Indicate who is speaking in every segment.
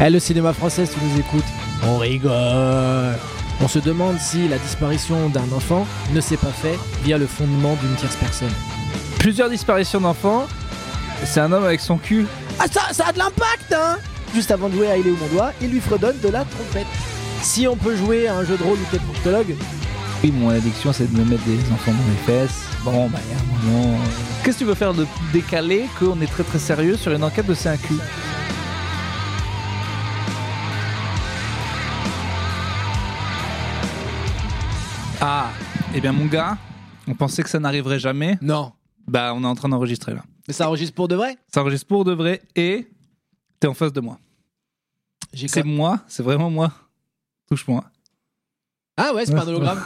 Speaker 1: Eh, le cinéma français, si tu nous écoutes, on rigole. On se demande si la disparition d'un enfant ne s'est pas faite via le fondement d'une tierce personne.
Speaker 2: Plusieurs disparitions d'enfants. C'est un homme avec son cul.
Speaker 1: Ah, ça, ça a de l'impact, hein Juste avant de jouer à Il est où mon doigt, il lui fredonne de la trompette. Si on peut jouer à un jeu de rôle ou t'es proctologue,
Speaker 2: Oui, mon addiction, c'est de me mettre des enfants dans les fesses. Bon, bah, il y a un moment. euh, Qu'est-ce que tu veux faire de décaler qu'on est très très sérieux sur une enquête de C'est un cul Ah, eh bien, mon gars, on pensait que ça n'arriverait jamais.
Speaker 1: non.
Speaker 2: Bah, on est en train d'enregistrer là.
Speaker 1: Mais ça enregistre pour de vrai
Speaker 2: Ça enregistre pour de vrai et t'es en face de moi.
Speaker 1: J'ai
Speaker 2: C'est
Speaker 1: quand-
Speaker 2: moi, c'est vraiment moi. Touche-moi.
Speaker 1: Ah ouais, c'est pas un hologramme.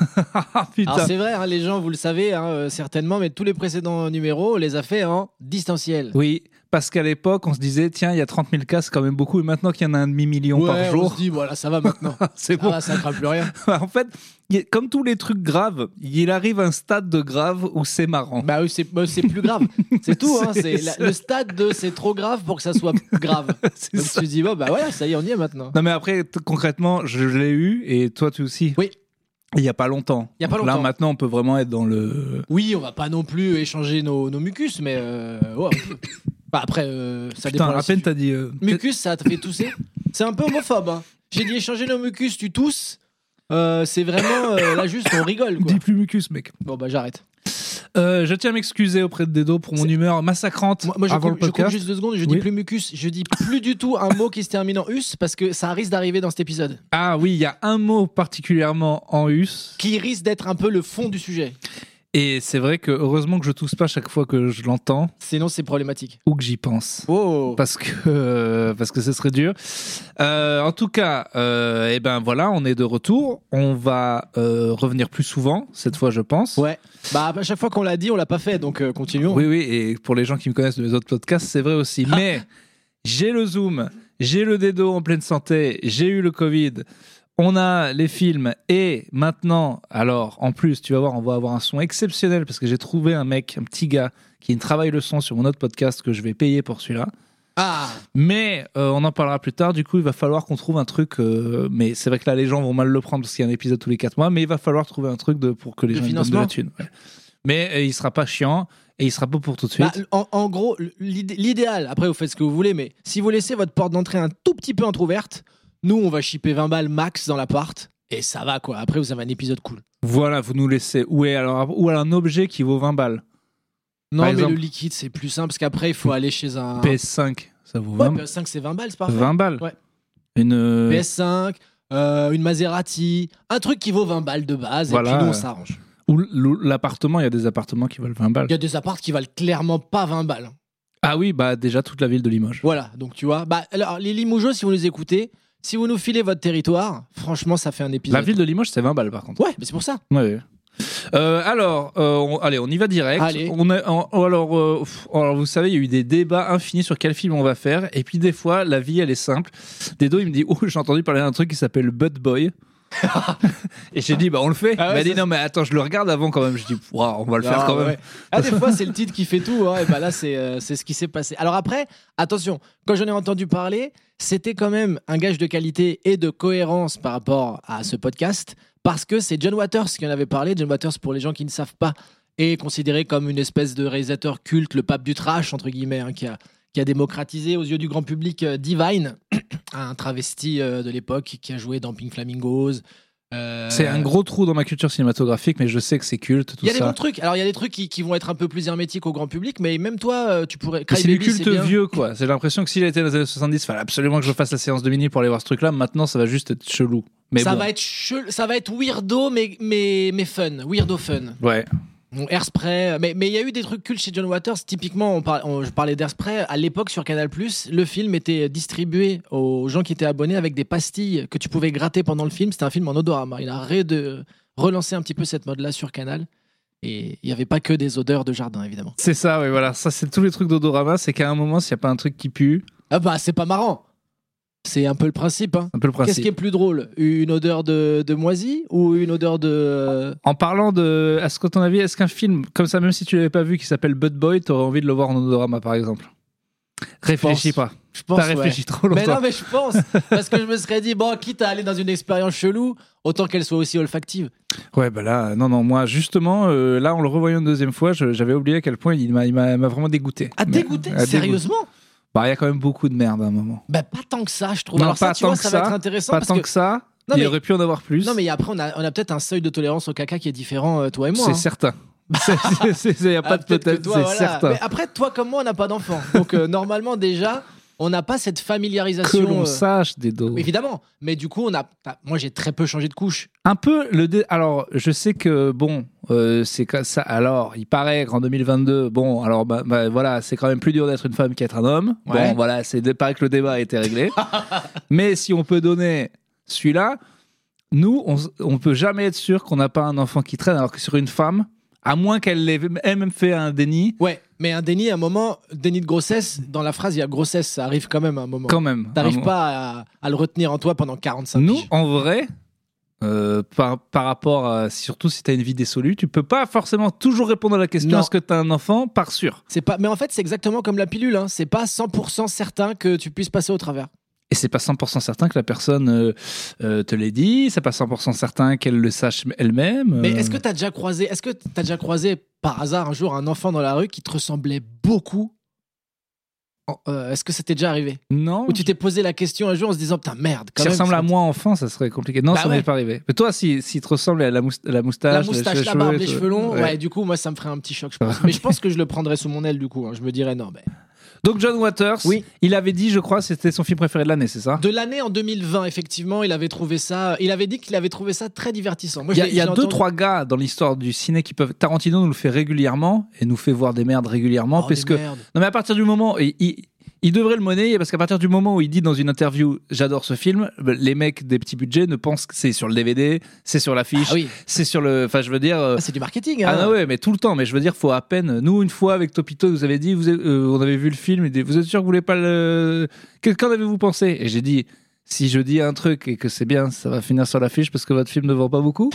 Speaker 2: Ah putain.
Speaker 1: Alors c'est vrai, hein, les gens, vous le savez hein, euh, certainement, mais tous les précédents numéros, on les a fait en distanciel.
Speaker 2: Oui, parce qu'à l'époque, on se disait, tiens, il y a 30 000 cas, c'est quand même beaucoup. Et maintenant qu'il y en a un demi-million
Speaker 1: Ouais,
Speaker 2: par
Speaker 1: on
Speaker 2: jour,
Speaker 1: se dit, Ah. voilà, ça va maintenant.
Speaker 2: c'est
Speaker 1: Ah,
Speaker 2: bon.
Speaker 1: là, ça craint plus rien.
Speaker 2: en fait, il y a- comme tous les trucs graves, il arrive un stade de grave où c'est marrant.
Speaker 1: Bah oui, c'est bah, c'est plus grave. C'est tout. Hein,
Speaker 2: C'est-
Speaker 1: c'est la-
Speaker 2: c'est-
Speaker 1: le stade de c'est trop grave pour que ça soit grave.
Speaker 2: C'est
Speaker 1: Donc
Speaker 2: ça.
Speaker 1: tu te dis, bon, bah voilà, ça y est, on y est maintenant.
Speaker 2: Non, mais après, t- concrètement, je l'ai eu et toi, tu aussi.
Speaker 1: Oui.
Speaker 2: Il n'y a pas longtemps.
Speaker 1: Il y a pas
Speaker 2: Donc
Speaker 1: longtemps.
Speaker 2: Là, maintenant, on peut vraiment être dans le.
Speaker 1: Oui, on va pas non plus échanger nos, nos mucus, mais. euh, ouais, on peut. Bah, après, euh, ça
Speaker 2: Putain,
Speaker 1: dépend.
Speaker 2: à
Speaker 1: si
Speaker 2: peine
Speaker 1: tu-
Speaker 2: t'as dit. euh,
Speaker 1: Mucus, ça te fait tousser C'est un peu homophobe. hein. J'ai dit échanger nos mucus, tu tousses. Euh, c'est vraiment. euh, là, juste, on rigole. Quoi.
Speaker 2: Dis plus mucus, mec.
Speaker 1: Bon, bah j'arrête.
Speaker 2: Euh, je tiens à m'excuser auprès de Dedo pour mon
Speaker 1: C'est-
Speaker 2: humeur massacrante
Speaker 1: Moi, moi, je,
Speaker 2: avant
Speaker 1: coupe,
Speaker 2: le
Speaker 1: je coupe
Speaker 2: podcast.
Speaker 1: juste deux secondes, je dis
Speaker 2: Oui.
Speaker 1: plus mucus, je dis plus du tout un mot qui se termine en us parce que ça risque d'arriver dans cet épisode.
Speaker 2: Ah oui, il y a un mot particulièrement en us.
Speaker 1: Qui risque d'être un peu le fond du sujet.
Speaker 2: Et c'est vrai que heureusement que je tousse pas chaque fois que je l'entends
Speaker 1: Sinon, c'est problématique.
Speaker 2: ou que j'y pense.
Speaker 1: Wow.
Speaker 2: Parce que, euh, parce que ce serait dur. Euh, en tout cas, euh, eh ben voilà, on est de retour. On va euh, revenir plus souvent, cette fois, je pense.
Speaker 1: Ouais. Bah, à chaque fois qu'on l'a dit, on l'a pas fait, donc euh, continuons.
Speaker 2: Oui, oui, et pour les gens qui me connaissent de mes autres podcasts, c'est vrai aussi.
Speaker 1: Ah.
Speaker 2: Mais j'ai le Zoom, j'ai le dédo en pleine santé, j'ai eu le Covid, on a les films, et maintenant, alors, en plus, tu vas voir, on va avoir un son exceptionnel parce que j'ai trouvé un mec, un petit gars, qui travaille le son sur mon autre podcast que je vais payer pour celui-là.
Speaker 1: Ah,
Speaker 2: Mais euh, on en parlera plus tard. Du coup, il va falloir qu'on trouve un truc. euh, mais c'est vrai que là, les gens vont mal le prendre parce qu'il y a un épisode tous les 4 mois. Mais il va falloir trouver un truc de, pour que les
Speaker 1: De
Speaker 2: gens ils donnent de
Speaker 1: financement.
Speaker 2: la thune. ouais. Mais euh, il sera pas chiant et il sera pas pour tout de suite.
Speaker 1: bah, en, en gros, l'idé- l'idéal, après, vous faites ce que vous voulez, mais si vous laissez votre porte d'entrée un tout petit peu entrouverte, nous, on va shipper 20 balles max dans l'appart. Et ça va quoi, après vous avez un épisode cool.
Speaker 2: Voilà, vous nous laissez. Ou alors, ou alors un objet qui vaut 20 balles.
Speaker 1: Non
Speaker 2: Par
Speaker 1: mais
Speaker 2: exemple-
Speaker 1: le liquide c'est plus simple parce qu'après il faut aller chez un...
Speaker 2: PS5, ça vaut
Speaker 1: Ah. Ouais,
Speaker 2: 20,
Speaker 1: PS5 c'est 20 balles, c'est parfait.
Speaker 2: 20 balles.
Speaker 1: Ouais.
Speaker 2: Une, euh,
Speaker 1: PS5, euh, une Maserati, un truc qui vaut 20 balles de base, et
Speaker 2: Voilà,
Speaker 1: puis nous on
Speaker 2: euh.
Speaker 1: s'arrange.
Speaker 2: ou l- ou l'appartement, il y a des appartements qui valent 20 balles.
Speaker 1: Il y a des appartes qui valent clairement pas 20 balles. hein.
Speaker 2: Ah oui, bah déjà toute la ville de Limoges.
Speaker 1: Voilà, donc tu vois. Bah, alors, les Limoges, si vous nous écoutez, si vous nous filez votre territoire, franchement, ça fait un épisode.
Speaker 2: La ville de Limoges, c'est 20 balles par contre.
Speaker 1: Ouais, mais c'est pour ça.
Speaker 2: Ouais. Euh, alors, euh, on- allez, on y va direct.
Speaker 1: Allez.
Speaker 2: On a- en- oh, alors, euh, pff, alors, vous savez, il y a eu des débats infinis sur quel film on va faire. Et puis, des fois, la vie, elle est simple. Dedo, il me dit Oh, j'ai entendu parler d'un truc qui s'appelle Bud Boy. et j'ai dit Bah, on le fait.
Speaker 1: Ah ouais,
Speaker 2: il m'a dit
Speaker 1: ça,
Speaker 2: Non, mais attends, je le regarde avant quand même. Je dis Waouh, on va le faire
Speaker 1: Ah,
Speaker 2: quand même.
Speaker 1: ouais. Ah, des fois, c'est le titre qui fait tout. hein, et bah là, c'est euh, c'est ce qui s'est passé. Alors après, attention, quand j'en ai entendu parler, c'était quand même un gage de qualité et de cohérence par rapport à ce podcast, parce que c'est John Waters qui en avait parlé. John Waters, pour les gens qui ne savent pas, est considéré comme une espèce de réalisateur culte, le pape du trash, entre guillemets, hein, qui, a, qui a démocratisé aux yeux du grand public euh, Divine, un travesti euh, de l'époque qui a joué dans Pink Flamingos. euh,
Speaker 2: C'est un gros trou dans ma culture cinématographique, mais je sais que c'est culte, tout
Speaker 1: il y a des
Speaker 2: ça.
Speaker 1: bons trucs. Alors, il y a des trucs qui, qui vont être un peu plus hermétiques au grand public, mais même toi, euh, tu pourrais.
Speaker 2: Mais C'est du
Speaker 1: Crybaby,
Speaker 2: culte
Speaker 1: bien.
Speaker 2: vieux, quoi. J'ai l'impression que s'il était dans les années 70, fallait absolument que je fasse la séance de minuit pour aller voir ce truc-là. Maintenant, ça va juste être chelou. Mais
Speaker 1: ça
Speaker 2: bon.
Speaker 1: va être chel- ça va être weirdo, mais mais mais fun, weirdo fun.
Speaker 2: Ouais.
Speaker 1: Bon, Airspray, mais mais il y a eu des trucs cultes chez John Waters. Typiquement, on par- on- je parlais d'Airspray à l'époque sur Canal+. Le film était distribué aux gens qui étaient abonnés avec des pastilles que tu pouvais gratter pendant le film. C'était un film en odorama. Il a ré- de- relancé un petit peu cette mode-là sur Canal. Et il n'y avait pas que des odeurs de jardin, évidemment.
Speaker 2: C'est ça, oui, voilà. Ça, c'est tous les trucs d'odorama. C'est qu'à un moment, s'il n'y a pas un truc qui pue,
Speaker 1: Ah bah, c'est pas marrant. C'est un peu le principe, hein.
Speaker 2: un peu le
Speaker 1: Qu'est-ce
Speaker 2: principe.
Speaker 1: qui est plus drôle Une odeur de, de moisi ou une odeur de.
Speaker 2: En parlant de. Est-ce que, ton avis, est-ce qu'un film comme ça, même si tu l'avais pas vu, qui s'appelle Bud Boy, t'aurais envie de le voir en odorama, par exemple Réfléchis
Speaker 1: pense.
Speaker 2: pas.
Speaker 1: Je pense.
Speaker 2: T'as
Speaker 1: ouais.
Speaker 2: réfléchi trop longtemps.
Speaker 1: Mais non, mais je pense. Parce que je me serais dit, bon, quitte à aller dans une expérience chelou, autant qu'elle soit aussi olfactive.
Speaker 2: Ouais, bah là, non, non, moi, justement, euh, là, en le revoyant une deuxième fois, je- j'avais oublié à quel point il m'a il m'a- m'a vraiment dégoûté.
Speaker 1: À
Speaker 2: Mais-
Speaker 1: dégoûter,
Speaker 2: à
Speaker 1: sérieusement
Speaker 2: Bah, il y a quand même beaucoup de merde à un moment.
Speaker 1: Bah, pas tant que ça, je trouve.
Speaker 2: Non,
Speaker 1: Alors, ça,
Speaker 2: pas
Speaker 1: tu vois, ça,
Speaker 2: tant que
Speaker 1: va
Speaker 2: ça,
Speaker 1: être intéressant.
Speaker 2: Pas
Speaker 1: parce
Speaker 2: tant
Speaker 1: que...
Speaker 2: que ça,
Speaker 1: Non,
Speaker 2: il
Speaker 1: mais-
Speaker 2: aurait pu en avoir plus.
Speaker 1: Non, mais après, on a, on a peut-être un seuil de tolérance au caca qui est différent, euh, toi et moi.
Speaker 2: C'est
Speaker 1: hein.
Speaker 2: certain. Il n'y a pas
Speaker 1: Ah, peut-être
Speaker 2: de
Speaker 1: que
Speaker 2: peut-être,
Speaker 1: toi,
Speaker 2: c'est
Speaker 1: voilà.
Speaker 2: certain.
Speaker 1: Mais après, toi comme moi, on n'a pas d'enfant. Donc, euh, normalement, déjà, on n'a pas cette
Speaker 2: Que
Speaker 1: familiarisation.
Speaker 2: l'on
Speaker 1: euh,
Speaker 2: sache des dos.
Speaker 1: Évidemment. Mais du coup, on a... t'as- moi, j'ai très peu changé de couche.
Speaker 2: Un peu le. dé- Alors, je sais que bon, euh, c'est comme ça. Alors, il paraît qu'en 2022, bon, alors bah, bah, voilà, c'est quand même plus dur d'être une femme qu'être un homme.
Speaker 1: Ouais.
Speaker 2: Bon, voilà, c'est il paraît que le débat a été réglé. Mais si on peut donner celui-là, nous, on, s- on peut jamais être sûr qu'on n'a pas un enfant qui traîne, alors que sur une femme, à moins qu'elle l'ait elle-même fait un déni,
Speaker 1: Ouais, mais un déni, à un moment, déni de grossesse, dans la phrase, il y a grossesse, ça arrive quand même à un moment.
Speaker 2: quand même.
Speaker 1: T'arrives
Speaker 2: Un-
Speaker 1: pas à, à le retenir en toi pendant 45
Speaker 2: Nous,
Speaker 1: piges.
Speaker 2: en vrai, euh, par, par rapport à surtout si tu as une vie désolue, tu peux pas forcément toujours répondre à la question
Speaker 1: Non.
Speaker 2: est-ce que tu as un enfant par sûr.
Speaker 1: C'est pas... Mais en fait, c'est exactement comme la pilule. Hein. C'est pas 100% certain que tu puisses passer au travers.
Speaker 2: Et c'est pas 100% certain que la personne euh, euh, te l'ait dit, c'est pas 100% certain qu'elle le sache elle-même.
Speaker 1: Mais
Speaker 2: euh.
Speaker 1: est-ce que t'as déjà croisé, est-ce que t'as déjà croisé par hasard un jour un enfant dans la rue qui te ressemblait beaucoup En- euh, Est-ce que ça t'est déjà arrivé
Speaker 2: non
Speaker 1: Ou tu t'es posé la question un jour en se disant putain merde quand
Speaker 2: Si
Speaker 1: même.
Speaker 2: ressemble à
Speaker 1: ça-
Speaker 2: moi enfant, ça serait compliqué. Non,
Speaker 1: Bah
Speaker 2: ça m'est
Speaker 1: ouais.
Speaker 2: pas arrivé. Mais toi, si, si te ressemble à la, mous- à la moustache,
Speaker 1: La
Speaker 2: les
Speaker 1: moustache,
Speaker 2: cheveux-
Speaker 1: la barbe,
Speaker 2: cheveux,
Speaker 1: les
Speaker 2: tout-
Speaker 1: cheveux longs, ouais.
Speaker 2: ouais.
Speaker 1: du coup, moi, ça me ferait un petit choc, je pense. Mais je pense que je le prendrais sous mon aile, du coup. hein. Je me dirais non, ben.
Speaker 2: Donc John Waters,
Speaker 1: Oui.
Speaker 2: il avait dit, je crois, c'était son film préféré de l'année, c'est ça
Speaker 1: De l'année en 2020, effectivement, il avait trouvé ça. Il avait dit qu'il avait trouvé ça très divertissant. Moi,
Speaker 2: Il y a,
Speaker 1: je l'ai-
Speaker 2: il y a
Speaker 1: je l'ai
Speaker 2: deux,
Speaker 1: entendu-
Speaker 2: trois gars dans l'histoire du ciné qui peuvent. Tarantino nous le fait régulièrement et nous fait voir des merdes régulièrement
Speaker 1: Oh,
Speaker 2: parce
Speaker 1: des
Speaker 2: que.
Speaker 1: merdes.
Speaker 2: Non, mais à partir du moment. Il, il, il devrait le monnayer parce qu'à partir du moment où il dit dans une interview J'adore ce film, ben, les mecs des petits budgets ne pensent que c'est sur le DVD, c'est sur l'affiche,
Speaker 1: Ah oui,
Speaker 2: c'est sur le. Enfin, je veux dire. euh,
Speaker 1: Ah, c'est du marketing.
Speaker 2: ah
Speaker 1: hein.
Speaker 2: non, ouais, mais tout le temps. Mais je veux dire, faut à peine. Nous, une fois avec Topito, vous avez dit, vous êtes- euh, on avait vu le film. Et des- vous êtes sûr que vous voulez pas le. Que- Qu'en avez-vous pensé Et j'ai dit. Si je dis un truc et que c'est bien, ça va finir sur l'affiche parce que votre film ne vend pas beaucoup.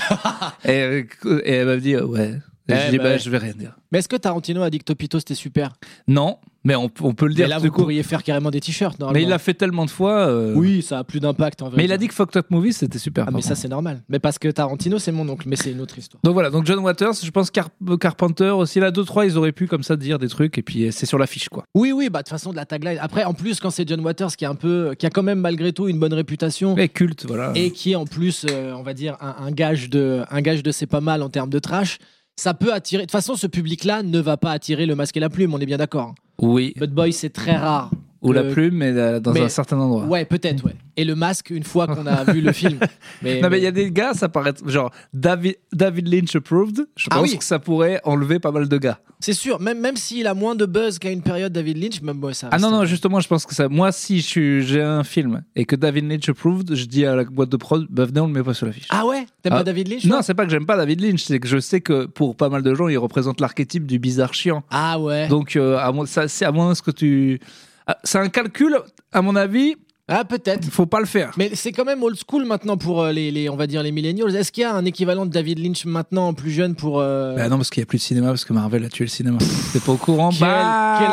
Speaker 2: et, euh, et elle m'a dit euh, ouais. Et
Speaker 1: Eh
Speaker 2: j'ai dit
Speaker 1: bah
Speaker 2: bah,
Speaker 1: ouais.
Speaker 2: je vais rien dire.
Speaker 1: Mais est-ce que Tarantino a dit que Topito c'était super
Speaker 2: Non, mais on, on peut le
Speaker 1: Et
Speaker 2: dire
Speaker 1: là,
Speaker 2: du
Speaker 1: vous
Speaker 2: coup.
Speaker 1: pourriez faire carrément des t-shirts. normalement.
Speaker 2: Mais il l'a fait tellement de fois. euh,
Speaker 1: Oui, ça a plus d'impact en vrai.
Speaker 2: Mais il a dit que Fucked Up Movies c'était
Speaker 1: Ah,
Speaker 2: super. par
Speaker 1: mais ça,
Speaker 2: contre.
Speaker 1: c'est normal. Mais parce que Tarantino, c'est mon oncle, mais c'est une autre histoire.
Speaker 2: donc voilà, donc John Waters, je pense Car- Carpenter aussi, là, deux, trois, ils auraient pu comme ça dire des trucs, et puis euh, c'est sur l'affiche, quoi.
Speaker 1: Oui, oui, bah de toute façon, de la tagline. Après, en plus, quand c'est John Waters qui, est un peu, qui a quand même malgré tout une bonne réputation
Speaker 2: Et culte, voilà.
Speaker 1: et qui est en plus, euh, on va dire, un, un gage de, un gage de c'est pas mal en termes de trash, ça peut attirer. De toute façon, ce public-là ne va pas attirer le masque et la plume, on est bien d'accord.
Speaker 2: Oui,
Speaker 1: Bud Boy, c'est très rare.
Speaker 2: Ou la
Speaker 1: que-
Speaker 2: plume, mais euh, dans
Speaker 1: mais-
Speaker 2: un certain endroit.
Speaker 1: Ouais, peut-être, ouais. Et le masque, une fois qu'on a vu le film. Mais,
Speaker 2: Non, mais il y a des gars, ça paraît. Genre, David, David Lynch approved. Je
Speaker 1: Ah
Speaker 2: pense
Speaker 1: oui.
Speaker 2: que ça pourrait enlever pas mal de gars.
Speaker 1: C'est sûr, même, même s'il a moins de buzz qu'à une période David Lynch, même moi, ça.
Speaker 2: Ah non,
Speaker 1: reste-
Speaker 2: non, justement, je pense que ça. Moi, si je suis- j'ai un film et que David Lynch approved, je dis à la boîte de prod, bah venez, on le met pas sur l'affiche.
Speaker 1: Ah ouais T'aimes
Speaker 2: Ah.
Speaker 1: pas David Lynch
Speaker 2: non,
Speaker 1: toi
Speaker 2: c'est pas que j'aime pas David Lynch, c'est que je sais que pour pas mal de gens, il représente l'archétype du bizarre chiant.
Speaker 1: Ah ouais.
Speaker 2: Donc, euh, à mon- ça, c'est à moins que tu. Ah, C'est un calcul, à mon avis,
Speaker 1: Ah, peut-être.
Speaker 2: faut pas le faire.
Speaker 1: Mais c'est quand même old school maintenant pour euh, les, les- on va dire les millennials. Est-ce qu'il y a un équivalent de David Lynch maintenant plus jeune pour euh,
Speaker 2: Bah non, parce qu'il y a plus de cinéma, parce que Marvel a tué le cinéma. T'es pas au courant
Speaker 1: quel,
Speaker 2: Bah
Speaker 1: quel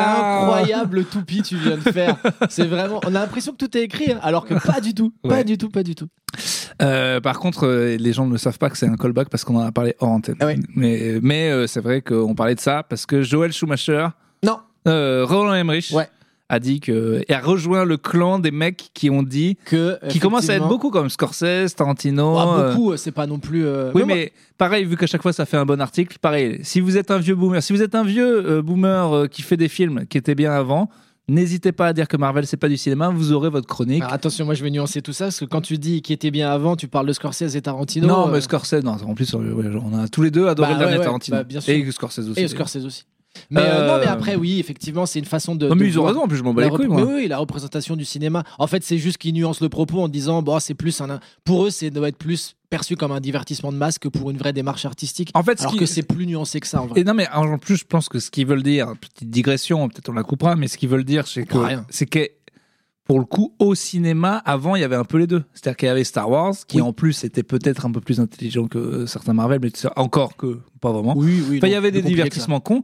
Speaker 1: incroyable toupie tu viens de faire. C'est vraiment on a l'impression que tout est écrit hein, alors que pas du tout, pas
Speaker 2: Ouais.
Speaker 1: du tout, pas du tout.
Speaker 2: Euh, par contre, euh, les gens ne savent pas que c'est un callback parce qu'on en a parlé hors antenne.
Speaker 1: Ah ouais.
Speaker 2: Mais, mais euh, c'est vrai qu'on parlait de ça parce que Joël Schumacher,
Speaker 1: Non.
Speaker 2: euh, Roland Emmerich,
Speaker 1: Ouais.
Speaker 2: a dit que et a rejoint le clan des mecs qui ont dit,
Speaker 1: Que
Speaker 2: qui commencent à être
Speaker 1: effectivement-
Speaker 2: beaucoup comme Scorsese, Tarantino.
Speaker 1: Ah,
Speaker 2: euh,
Speaker 1: beaucoup, euh, c'est pas non plus euh,
Speaker 2: oui,
Speaker 1: non, moi-
Speaker 2: mais pareil, vu qu'à chaque fois ça fait un bon article, pareil, si vous êtes un vieux boomer, si vous êtes un vieux euh, boomer euh, qui fait des films qui étaient bien avant, n'hésitez pas à dire que Marvel c'est pas du cinéma, vous aurez votre chronique.
Speaker 1: Alors, attention, moi je vais nuancer tout ça parce que quand tu dis qui était bien avant, tu parles de Scorsese et Tarantino.
Speaker 2: Non,
Speaker 1: euh,
Speaker 2: mais Scorsese, non, en plus, on on a tous les deux adoré
Speaker 1: Bah
Speaker 2: le dernier
Speaker 1: ouais, ouais,
Speaker 2: Tarantino.
Speaker 1: bah bien sûr.
Speaker 2: et Scorsese aussi.
Speaker 1: et Scorsese aussi. Mais euh,
Speaker 2: Euh,
Speaker 1: non, mais après oui, effectivement, c'est une façon de.
Speaker 2: Non, mais
Speaker 1: de
Speaker 2: ils ont
Speaker 1: voir-
Speaker 2: raison, en plus, je m'en bats
Speaker 1: La
Speaker 2: les
Speaker 1: rep-
Speaker 2: couilles,
Speaker 1: mais
Speaker 2: moi.
Speaker 1: oui, la représentation du cinéma. En fait, c'est juste qu'ils nuancent le propos en disant, bon, c'est plus un, pour eux, c'est doit être plus perçu comme un divertissement de masse que pour une vraie démarche artistique.
Speaker 2: En fait, ce
Speaker 1: Alors
Speaker 2: qui-
Speaker 1: que c'est plus nuancé que ça, en vrai.
Speaker 2: Et non, mais en plus, je pense que ce qu'ils veulent dire, petite digression, peut-être on la coupera, mais ce qu'ils veulent dire, c'est que,
Speaker 1: comprend rien.
Speaker 2: c'est que, pour le coup, au cinéma, avant, il y avait un peu les deux. C'est-à-dire qu'il y avait Star Wars, qui
Speaker 1: Oui.
Speaker 2: en plus était peut-être un peu plus intelligent que euh, certains Marvel, mais c'est- encore que, pas vraiment.
Speaker 1: Oui, oui.
Speaker 2: Enfin, il y
Speaker 1: non,
Speaker 2: avait
Speaker 1: plus compliqué
Speaker 2: des
Speaker 1: que ça.
Speaker 2: divertissements cons,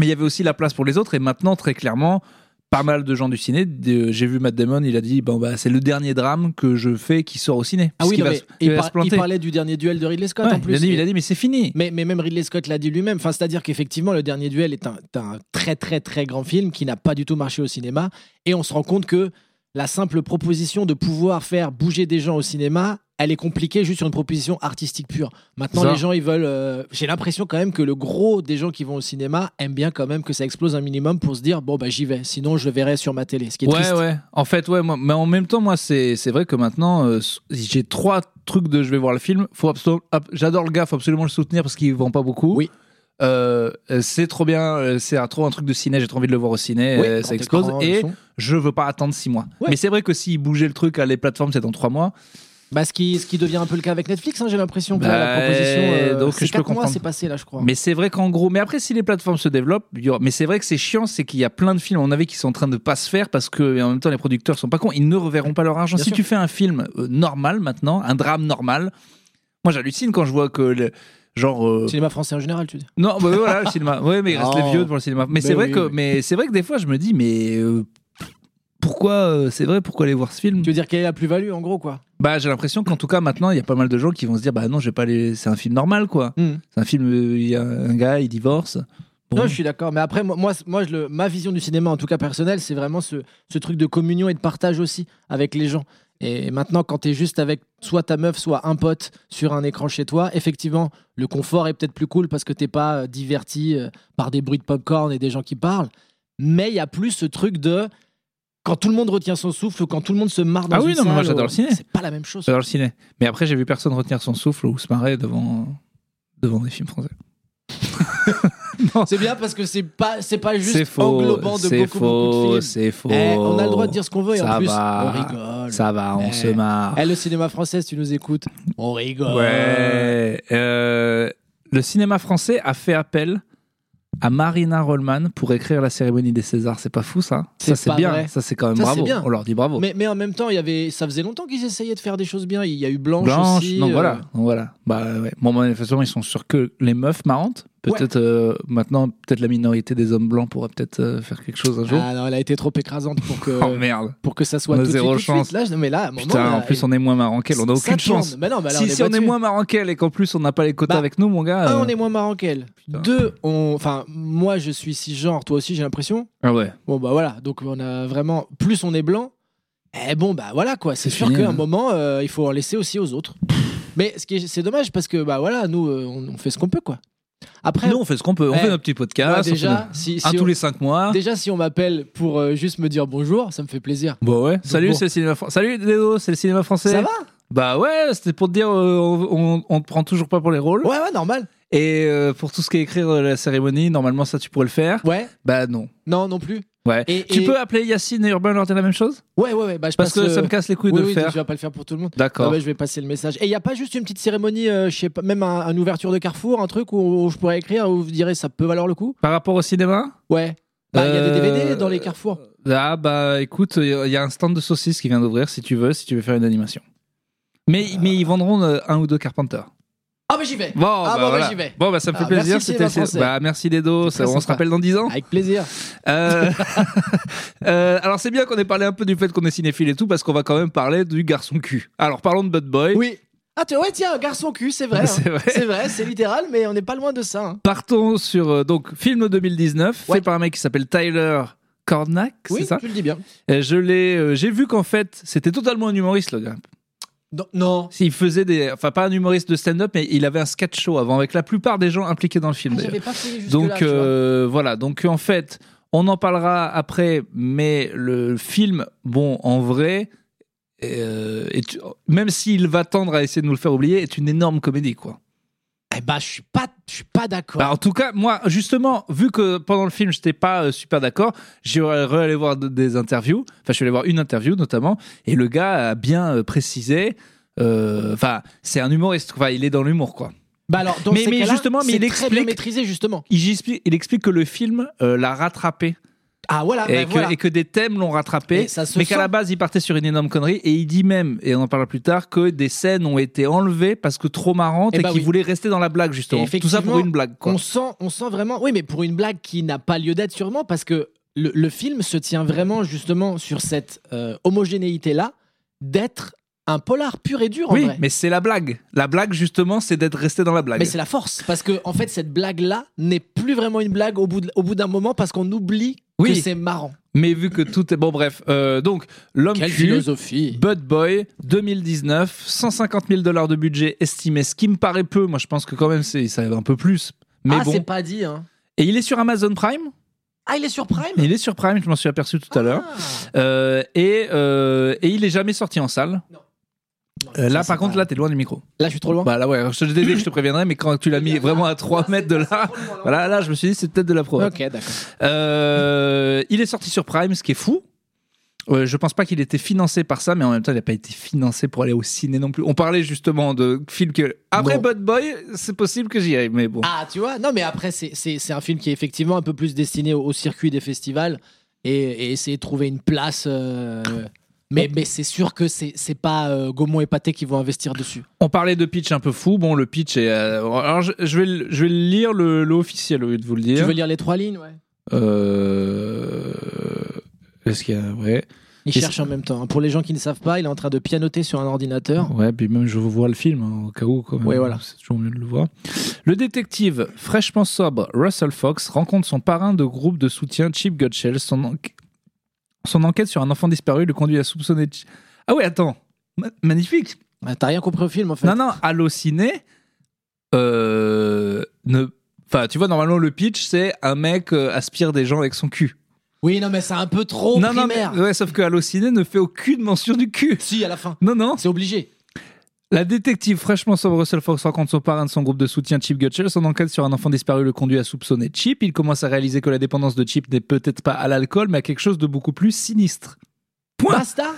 Speaker 2: mais il y avait aussi la place pour les autres, et maintenant, très clairement, pas mal de gens du ciné. de- J'ai vu Matt Damon, il a dit bon bah c'est le dernier drame que je fais qui sort au ciné.
Speaker 1: Ah
Speaker 2: Parce
Speaker 1: oui,
Speaker 2: qu'il
Speaker 1: non,
Speaker 2: va
Speaker 1: mais
Speaker 2: se- il
Speaker 1: il,
Speaker 2: va
Speaker 1: par-
Speaker 2: se planter.
Speaker 1: il parlait du dernier duel de Ridley Scott
Speaker 2: Ouais,
Speaker 1: en plus.
Speaker 2: il a dit,
Speaker 1: mais-
Speaker 2: il a dit, mais c'est fini.
Speaker 1: Mais, mais même Ridley Scott l'a dit lui-même. Enfin, c'est-à-dire qu'effectivement, le dernier duel est un, est un très très très grand film qui n'a pas du tout marché au cinéma. Et on se rend compte que la simple proposition de pouvoir faire bouger des gens au cinéma, elle est compliquée juste sur une proposition artistique pure. Maintenant,
Speaker 2: Ça.
Speaker 1: les gens, ils veulent. euh, J'ai l'impression quand même que le gros des gens qui vont au cinéma aiment bien quand même que ça explose un minimum pour se dire bon bah j'y vais. Sinon, je le verrai sur ma télé. Ce qui est
Speaker 2: ouais,
Speaker 1: triste.
Speaker 2: ouais. En fait, ouais. moi- mais en même temps, moi, c'est c'est vrai que maintenant, euh, s- j'ai trois trucs de je vais voir le film. Faut absolument, j'adore le gars, faut absolument le soutenir parce qu'il vend pas beaucoup.
Speaker 1: Oui.
Speaker 2: Euh, euh, c'est trop bien, euh, c'est un- trop un truc de ciné. J'ai trop envie de le voir au ciné.
Speaker 1: Oui,
Speaker 2: euh,
Speaker 1: quand
Speaker 2: ça
Speaker 1: t'es
Speaker 2: explose
Speaker 1: grand, le
Speaker 2: et
Speaker 1: son.
Speaker 2: je veux pas attendre six mois.
Speaker 1: Ouais.
Speaker 2: Mais c'est vrai que s'il bougeait le truc à les plateformes, c'est dans trois mois.
Speaker 1: Bah, ce, qui, ce qui devient un peu le cas avec Netflix, hein, j'ai l'impression que
Speaker 2: Bah,
Speaker 1: là, la proposition. euh,
Speaker 2: donc,
Speaker 1: c'est
Speaker 2: je peux
Speaker 1: quatre mois,
Speaker 2: comprendre.
Speaker 1: c'est passé là, je crois.
Speaker 2: Mais c'est vrai qu'en gros, mais après, si les plateformes se développent, il y aura- mais c'est vrai que c'est chiant, c'est qu'il y a plein de films, on avait qui sont en train de pas se faire parce que, et en même temps, les producteurs sont pas cons, ils ne reverront pas leur argent.
Speaker 1: Bien
Speaker 2: si
Speaker 1: sûr.
Speaker 2: tu fais un film euh, normal maintenant, un drame normal, moi j'hallucine quand je vois que, le- genre, euh,
Speaker 1: Cinéma français en général, tu dis.
Speaker 2: non, bah voilà, le cinéma. Ouais, mais il reste
Speaker 1: Non.
Speaker 2: les vieux pour le cinéma. Mais,
Speaker 1: Mais
Speaker 2: c'est vrai
Speaker 1: oui,
Speaker 2: que,
Speaker 1: oui.
Speaker 2: mais c'est vrai que des fois, je me dis, mais euh, pourquoi, euh, c'est vrai, pourquoi aller voir ce film
Speaker 1: Tu veux dire quelle est la plus-value en gros quoi
Speaker 2: Bah, j'ai l'impression qu'en tout cas maintenant, il y a pas mal de gens qui vont se dire, bah non, je vais pas aller, c'est un film normal, quoi. C'est un film, euh, il y a un gars, il divorce. Bon.
Speaker 1: Hmm. Non, je suis d'accord. Mais après, moi, moi, c- moi je le, ma vision du cinéma, en tout cas personnelle, c'est vraiment ce, ce truc de communion et de partage aussi avec les gens. Et maintenant, quand t'es juste avec soit ta meuf, soit un pote sur un écran chez toi, effectivement, le confort est peut-être plus cool parce que t'es pas euh, diverti euh, par des bruits de popcorn et des gens qui parlent. Mais il y a plus ce truc de quand tout le monde retient son souffle ou quand tout le monde se marre dans
Speaker 2: Ah oui,
Speaker 1: une
Speaker 2: non, mais moi,
Speaker 1: salle,
Speaker 2: j'adore
Speaker 1: ou-
Speaker 2: le ciné. Euh,
Speaker 1: C'est pas la même chose.
Speaker 2: dans le ciné. Mais après, j'ai vu personne retenir son souffle ou se marrer devant, devant des films français.
Speaker 1: C'est bien parce que c'est pas, c'est pas juste
Speaker 2: C'est faux,
Speaker 1: englobant de
Speaker 2: c'est
Speaker 1: beaucoup, beaucoup
Speaker 2: faux,
Speaker 1: de films.
Speaker 2: c'est faux.
Speaker 1: Eh, on a le droit de dire ce qu'on veut et
Speaker 2: Oh. Ça
Speaker 1: en plus,
Speaker 2: va.
Speaker 1: on rigole.
Speaker 2: Ça va, on
Speaker 1: Eh.
Speaker 2: se marre.
Speaker 1: Eh, bah. le cinéma français, si tu nous écoutes, on rigole.
Speaker 2: Ouais. Euh, le cinéma français a fait appel à Marina Rollman pour écrire la cérémonie des Césars. C'est pas fou ça
Speaker 1: C'est
Speaker 2: Ça c'est
Speaker 1: pas
Speaker 2: bien.
Speaker 1: vrai.
Speaker 2: Ça c'est quand même
Speaker 1: Ça,
Speaker 2: bravo.
Speaker 1: c'est bien.
Speaker 2: On leur dit bravo.
Speaker 1: Mais, mais en même temps, il y avait, ça faisait longtemps qu'ils essayaient de faire des choses bien. Il y a eu Blanche,
Speaker 2: Blanche,
Speaker 1: aussi.
Speaker 2: non
Speaker 1: euh,
Speaker 2: voilà, non, voilà. Bah ouais. Bon, manifestement, ils sont sûrs que les meufs marrantes. Peut-être euh, maintenant, peut-être la minorité des hommes blancs pourra peut-être euh, faire quelque chose un jour.
Speaker 1: Ah euh, non, elle a été trop écrasante pour que,
Speaker 2: oh merde.
Speaker 1: pour que ça soit
Speaker 2: On a
Speaker 1: tout de suite.
Speaker 2: zéro
Speaker 1: tout de suite.
Speaker 2: chance.
Speaker 1: Là, je- mais là, à un moment,
Speaker 2: Putain, en
Speaker 1: là,
Speaker 2: plus on est moins marrant qu'elle, on n'a
Speaker 1: bah, ça
Speaker 2: aucune
Speaker 1: tourne.
Speaker 2: chance.
Speaker 1: Mais non, mais là,
Speaker 2: si
Speaker 1: on est,
Speaker 2: si on est
Speaker 1: battus.
Speaker 2: moins marrant qu'elle et qu'en plus on n'a pas les quotas
Speaker 1: Bah,
Speaker 2: avec nous, mon gars.
Speaker 1: Un,
Speaker 2: euh,
Speaker 1: on est moins marrant qu'elle.
Speaker 2: Putain.
Speaker 1: Deux, on... enfin, moi je suis cisgenre, toi aussi j'ai l'impression.
Speaker 2: Ah ouais.
Speaker 1: Bon bah voilà, donc on a vraiment. Plus on est blanc, eh bon bah voilà quoi, c'est
Speaker 2: C'est
Speaker 1: sûr
Speaker 2: fini,
Speaker 1: qu'à un
Speaker 2: hein.
Speaker 1: moment euh, il faut en laisser aussi aux autres. Mais ce qui est- c'est dommage parce que bah voilà, nous euh, on, on fait ce qu'on peut quoi. Après,
Speaker 2: Nous ah, on fait ce qu'on peut, on
Speaker 1: Eh,
Speaker 2: fait nos petits
Speaker 1: moi,
Speaker 2: podcasts. on fait
Speaker 1: déjà,
Speaker 2: nos-
Speaker 1: si, si
Speaker 2: un
Speaker 1: on-
Speaker 2: tous les 5 mois.
Speaker 1: déjà si on m'appelle pour euh, juste me dire bonjour, ça me fait plaisir.
Speaker 2: Bah ouais. Salut,
Speaker 1: bon.
Speaker 2: c'est le cinéma français. Salut Léo, c'est le cinéma français.
Speaker 1: Ça va
Speaker 2: Bah ouais, c'était pour te dire, euh, on, on, on te prend toujours pas pour les rôles.
Speaker 1: Ouais ouais normal.
Speaker 2: Et euh, pour tout ce qui est écrire euh, la cérémonie, normalement ça tu pourrais le faire.
Speaker 1: Ouais.
Speaker 2: Bah non.
Speaker 1: Non non plus.
Speaker 2: Ouais.
Speaker 1: Et-
Speaker 2: tu
Speaker 1: et-
Speaker 2: peux appeler Yacine et Urbain leur dire la même chose
Speaker 1: Ouais ouais ouais bah je
Speaker 2: Parce
Speaker 1: passe,
Speaker 2: que ça
Speaker 1: euh,
Speaker 2: me casse les couilles
Speaker 1: oui,
Speaker 2: de
Speaker 1: oui,
Speaker 2: le
Speaker 1: tu
Speaker 2: faire.
Speaker 1: vas pas le faire pour tout le monde. Ah
Speaker 2: D'accord.
Speaker 1: ouais, je vais passer le message. Et il n'y a pas juste une petite cérémonie, euh, je sais pas, même un, un ouverture de carrefour, un truc où, où je pourrais écrire, où vous direz ça peut valoir le coup
Speaker 2: Par rapport au cinéma
Speaker 1: Ouais. Bah, il y a des
Speaker 2: Euh,
Speaker 1: DVD dans les carrefours.
Speaker 2: Ah bah écoute, il y a- il y a un stand de saucisses qui vient d'ouvrir si tu veux, si tu veux faire une animation. Mais, mais ils vendront euh, un ou deux Carpenter.
Speaker 1: Ah, bah j'y vais
Speaker 2: Bon,
Speaker 1: Ah,
Speaker 2: bah,
Speaker 1: bon, bah,
Speaker 2: voilà.
Speaker 1: j'y vais.
Speaker 2: Bon, bah ça me fait
Speaker 1: Ah,
Speaker 2: plaisir.
Speaker 1: merci,
Speaker 2: c'était-
Speaker 1: Sylvain Français.
Speaker 2: bah, merci Dedo,
Speaker 1: C'est
Speaker 2: ça,
Speaker 1: très
Speaker 2: on se
Speaker 1: sympa.
Speaker 2: rappelle dans 10 ans.
Speaker 1: Avec plaisir.
Speaker 2: Euh, euh, alors c'est bien qu'on ait parlé un peu du fait qu'on est cinéphile et tout, parce qu'on va quand même parler du garçon cul. Alors parlons de Bud Boy.
Speaker 1: Oui. Ah, tu- ouais, tiens, garçon cul, c'est vrai. hein.
Speaker 2: C'est vrai.
Speaker 1: C'est vrai, c'est littéral, mais on n'est pas loin de ça. hein.
Speaker 2: Partons sur euh, donc film 2019
Speaker 1: Ouais.
Speaker 2: fait par un mec qui s'appelle Tyler Cornack,
Speaker 1: Oui,
Speaker 2: c'est ça
Speaker 1: tu le dis bien.
Speaker 2: Euh, Je l'ai, euh, j'ai vu qu'en fait c'était totalement un humoriste le gars.
Speaker 1: Non. non.
Speaker 2: Il faisait des. Enfin, pas un humoriste de stand-up, mais il avait un sketch show avant, avec la plupart des gens impliqués dans le
Speaker 1: Ah,
Speaker 2: film d'ailleurs.
Speaker 1: J'avais pas fait jusque
Speaker 2: Donc, euh, voilà. Donc, en fait, on en parlera après, mais le film, bon, en vrai, euh, est- même s'il va tendre à essayer de nous le faire oublier, est une énorme comédie, quoi.
Speaker 1: Eh bah, je suis pas, je suis pas d'accord.
Speaker 2: Bah, en tout cas, moi, justement, vu que pendant le film, j'étais pas euh, super d'accord, j'ai re- allé voir de- des interviews. Enfin, je suis allé voir une interview notamment, et le gars a bien euh, précisé. euh, Enfin, c'est un humoriste. Enfin, il est dans l'humour, quoi.
Speaker 1: Bah alors, dans
Speaker 2: mais-
Speaker 1: ces
Speaker 2: mais
Speaker 1: cas-là,
Speaker 2: justement,
Speaker 1: c'est
Speaker 2: mais il
Speaker 1: très bien
Speaker 2: explique-
Speaker 1: maîtrisé justement.
Speaker 2: Il explique, il explique que le film euh, l'a rattrapé
Speaker 1: Ah voilà,
Speaker 2: et,
Speaker 1: bah,
Speaker 2: que,
Speaker 1: voilà.
Speaker 2: et que des thèmes l'ont rattrapé.
Speaker 1: Et ça se
Speaker 2: Mais
Speaker 1: sent.
Speaker 2: qu'à la base, il partait sur une énorme connerie. Et il dit même, et on en parlera plus tard, que des scènes ont été enlevées parce que trop marrantes
Speaker 1: Eh
Speaker 2: et,
Speaker 1: bah
Speaker 2: qu'il
Speaker 1: oui.
Speaker 2: voulait rester dans la blague, justement.
Speaker 1: Et
Speaker 2: Tout ça pour
Speaker 1: effectivement,
Speaker 2: une blague, quoi.
Speaker 1: On sent, on sent vraiment. Oui, mais pour une blague qui n'a pas lieu d'être, sûrement, parce que le, le film se tient vraiment justement sur cette euh, homogénéité-là d'être un polar pur et dur en
Speaker 2: oui,
Speaker 1: vrai.
Speaker 2: mais c'est la blague. La blague, justement, c'est d'être resté dans la blague.
Speaker 1: Mais c'est la force, parce que en fait, cette blague-là n'est plus vraiment une blague au bout de- au bout d'un moment, parce qu'on oublie
Speaker 2: Oui.
Speaker 1: que c'est marrant.
Speaker 2: Mais vu que tout est. Bon, bref. euh, donc, l'homme
Speaker 1: Quelle
Speaker 2: cul,
Speaker 1: philosophie
Speaker 2: Bud Boy, 2019, 150 000 dollars de budget estimé, ce qui me paraît peu. Moi, je pense que quand même, c'est ça va un peu plus. Mais
Speaker 1: Ah, c'est
Speaker 2: bon.
Speaker 1: pas dit, hein.
Speaker 2: Et il est sur Amazon Prime.
Speaker 1: Ah, il est sur Prime
Speaker 2: Il est sur Prime, je m'en suis aperçu tout à l'heure.
Speaker 1: Ah.
Speaker 2: Euh, et, euh, et il est jamais sorti en salle. Euh, là,
Speaker 1: Ça,
Speaker 2: par
Speaker 1: c'est
Speaker 2: contre,
Speaker 1: pas-
Speaker 2: là, t'es loin du micro.
Speaker 1: là, je suis trop loin.
Speaker 2: Bah là, ouais, je te l'ai dit, je te préviendrai, mais quand tu l'as mis vraiment à 3 mètres de là, voilà, là, je me suis dit, c'est peut-être de la pro.
Speaker 1: Ok, d'accord.
Speaker 2: Euh, il est sorti sur Prime, ce qui est fou. Euh, je pense pas qu'il était financé par ça, mais en même temps, il n'a pas été financé pour aller au ciné non plus. On parlait justement de films que. Après
Speaker 1: Bon.
Speaker 2: Bud Boy, c'est possible que j'y aille, mais bon.
Speaker 1: Ah, tu vois, non, mais après, c'est- c'est c'est un film qui est effectivement un peu plus destiné au, au circuit des festivals et, et essayer de trouver une place. euh, Mais, mais c'est sûr que c'est c'est pas euh, Gaumont et Pathé qui vont investir dessus.
Speaker 2: On parlait de pitch un peu fou. Bon, le pitch est. euh, Alors, je, je vais, le- je vais le lire le, le officiel au lieu de vous le
Speaker 1: Tu
Speaker 2: dire.
Speaker 1: veux lire les trois lignes ouais
Speaker 2: Euh... Est-ce qu'il y a. Ouais.
Speaker 1: Il
Speaker 2: Qu'est-ce-
Speaker 1: cherche en même temps. Pour les gens qui ne savent pas, il est en train de pianoter sur un ordinateur.
Speaker 2: Ouais, puis même je vous vois le film, hein, au cas où. Quand même.
Speaker 1: Ouais, voilà.
Speaker 2: C'est toujours mieux de le voir. Le détective fraîchement sobre Russell Fox rencontre son parrain de groupe de soutien Chip Gutshell. Son, enqu- son enquête sur un enfant disparu le conduit à soupçonner. Ch- Ah ouais, attends. Ma- magnifique.
Speaker 1: Ah, T'as rien compris au film en fait.
Speaker 2: Non, non, halluciné. Euh, ne... Enfin, tu vois, normalement, le pitch, c'est un mec euh, aspire des gens avec son cul.
Speaker 1: Oui, non, mais c'est un peu trop
Speaker 2: non,
Speaker 1: primaire.
Speaker 2: non, mais- ouais, sauf que halluciné ne fait aucune mention du cul.
Speaker 1: Si, à la fin.
Speaker 2: Non, non.
Speaker 1: C'est obligé.
Speaker 2: La détective fraîchement sobre Russell Fox rencontre son parrain de son groupe de soutien Chip Gutshell. Son enquête sur un enfant disparu le conduit à soupçonner Chip. Il commence à réaliser que la dépendance de Chip n'est peut-être pas à l'alcool, mais à quelque chose de beaucoup plus sinistre. Point.
Speaker 1: Basta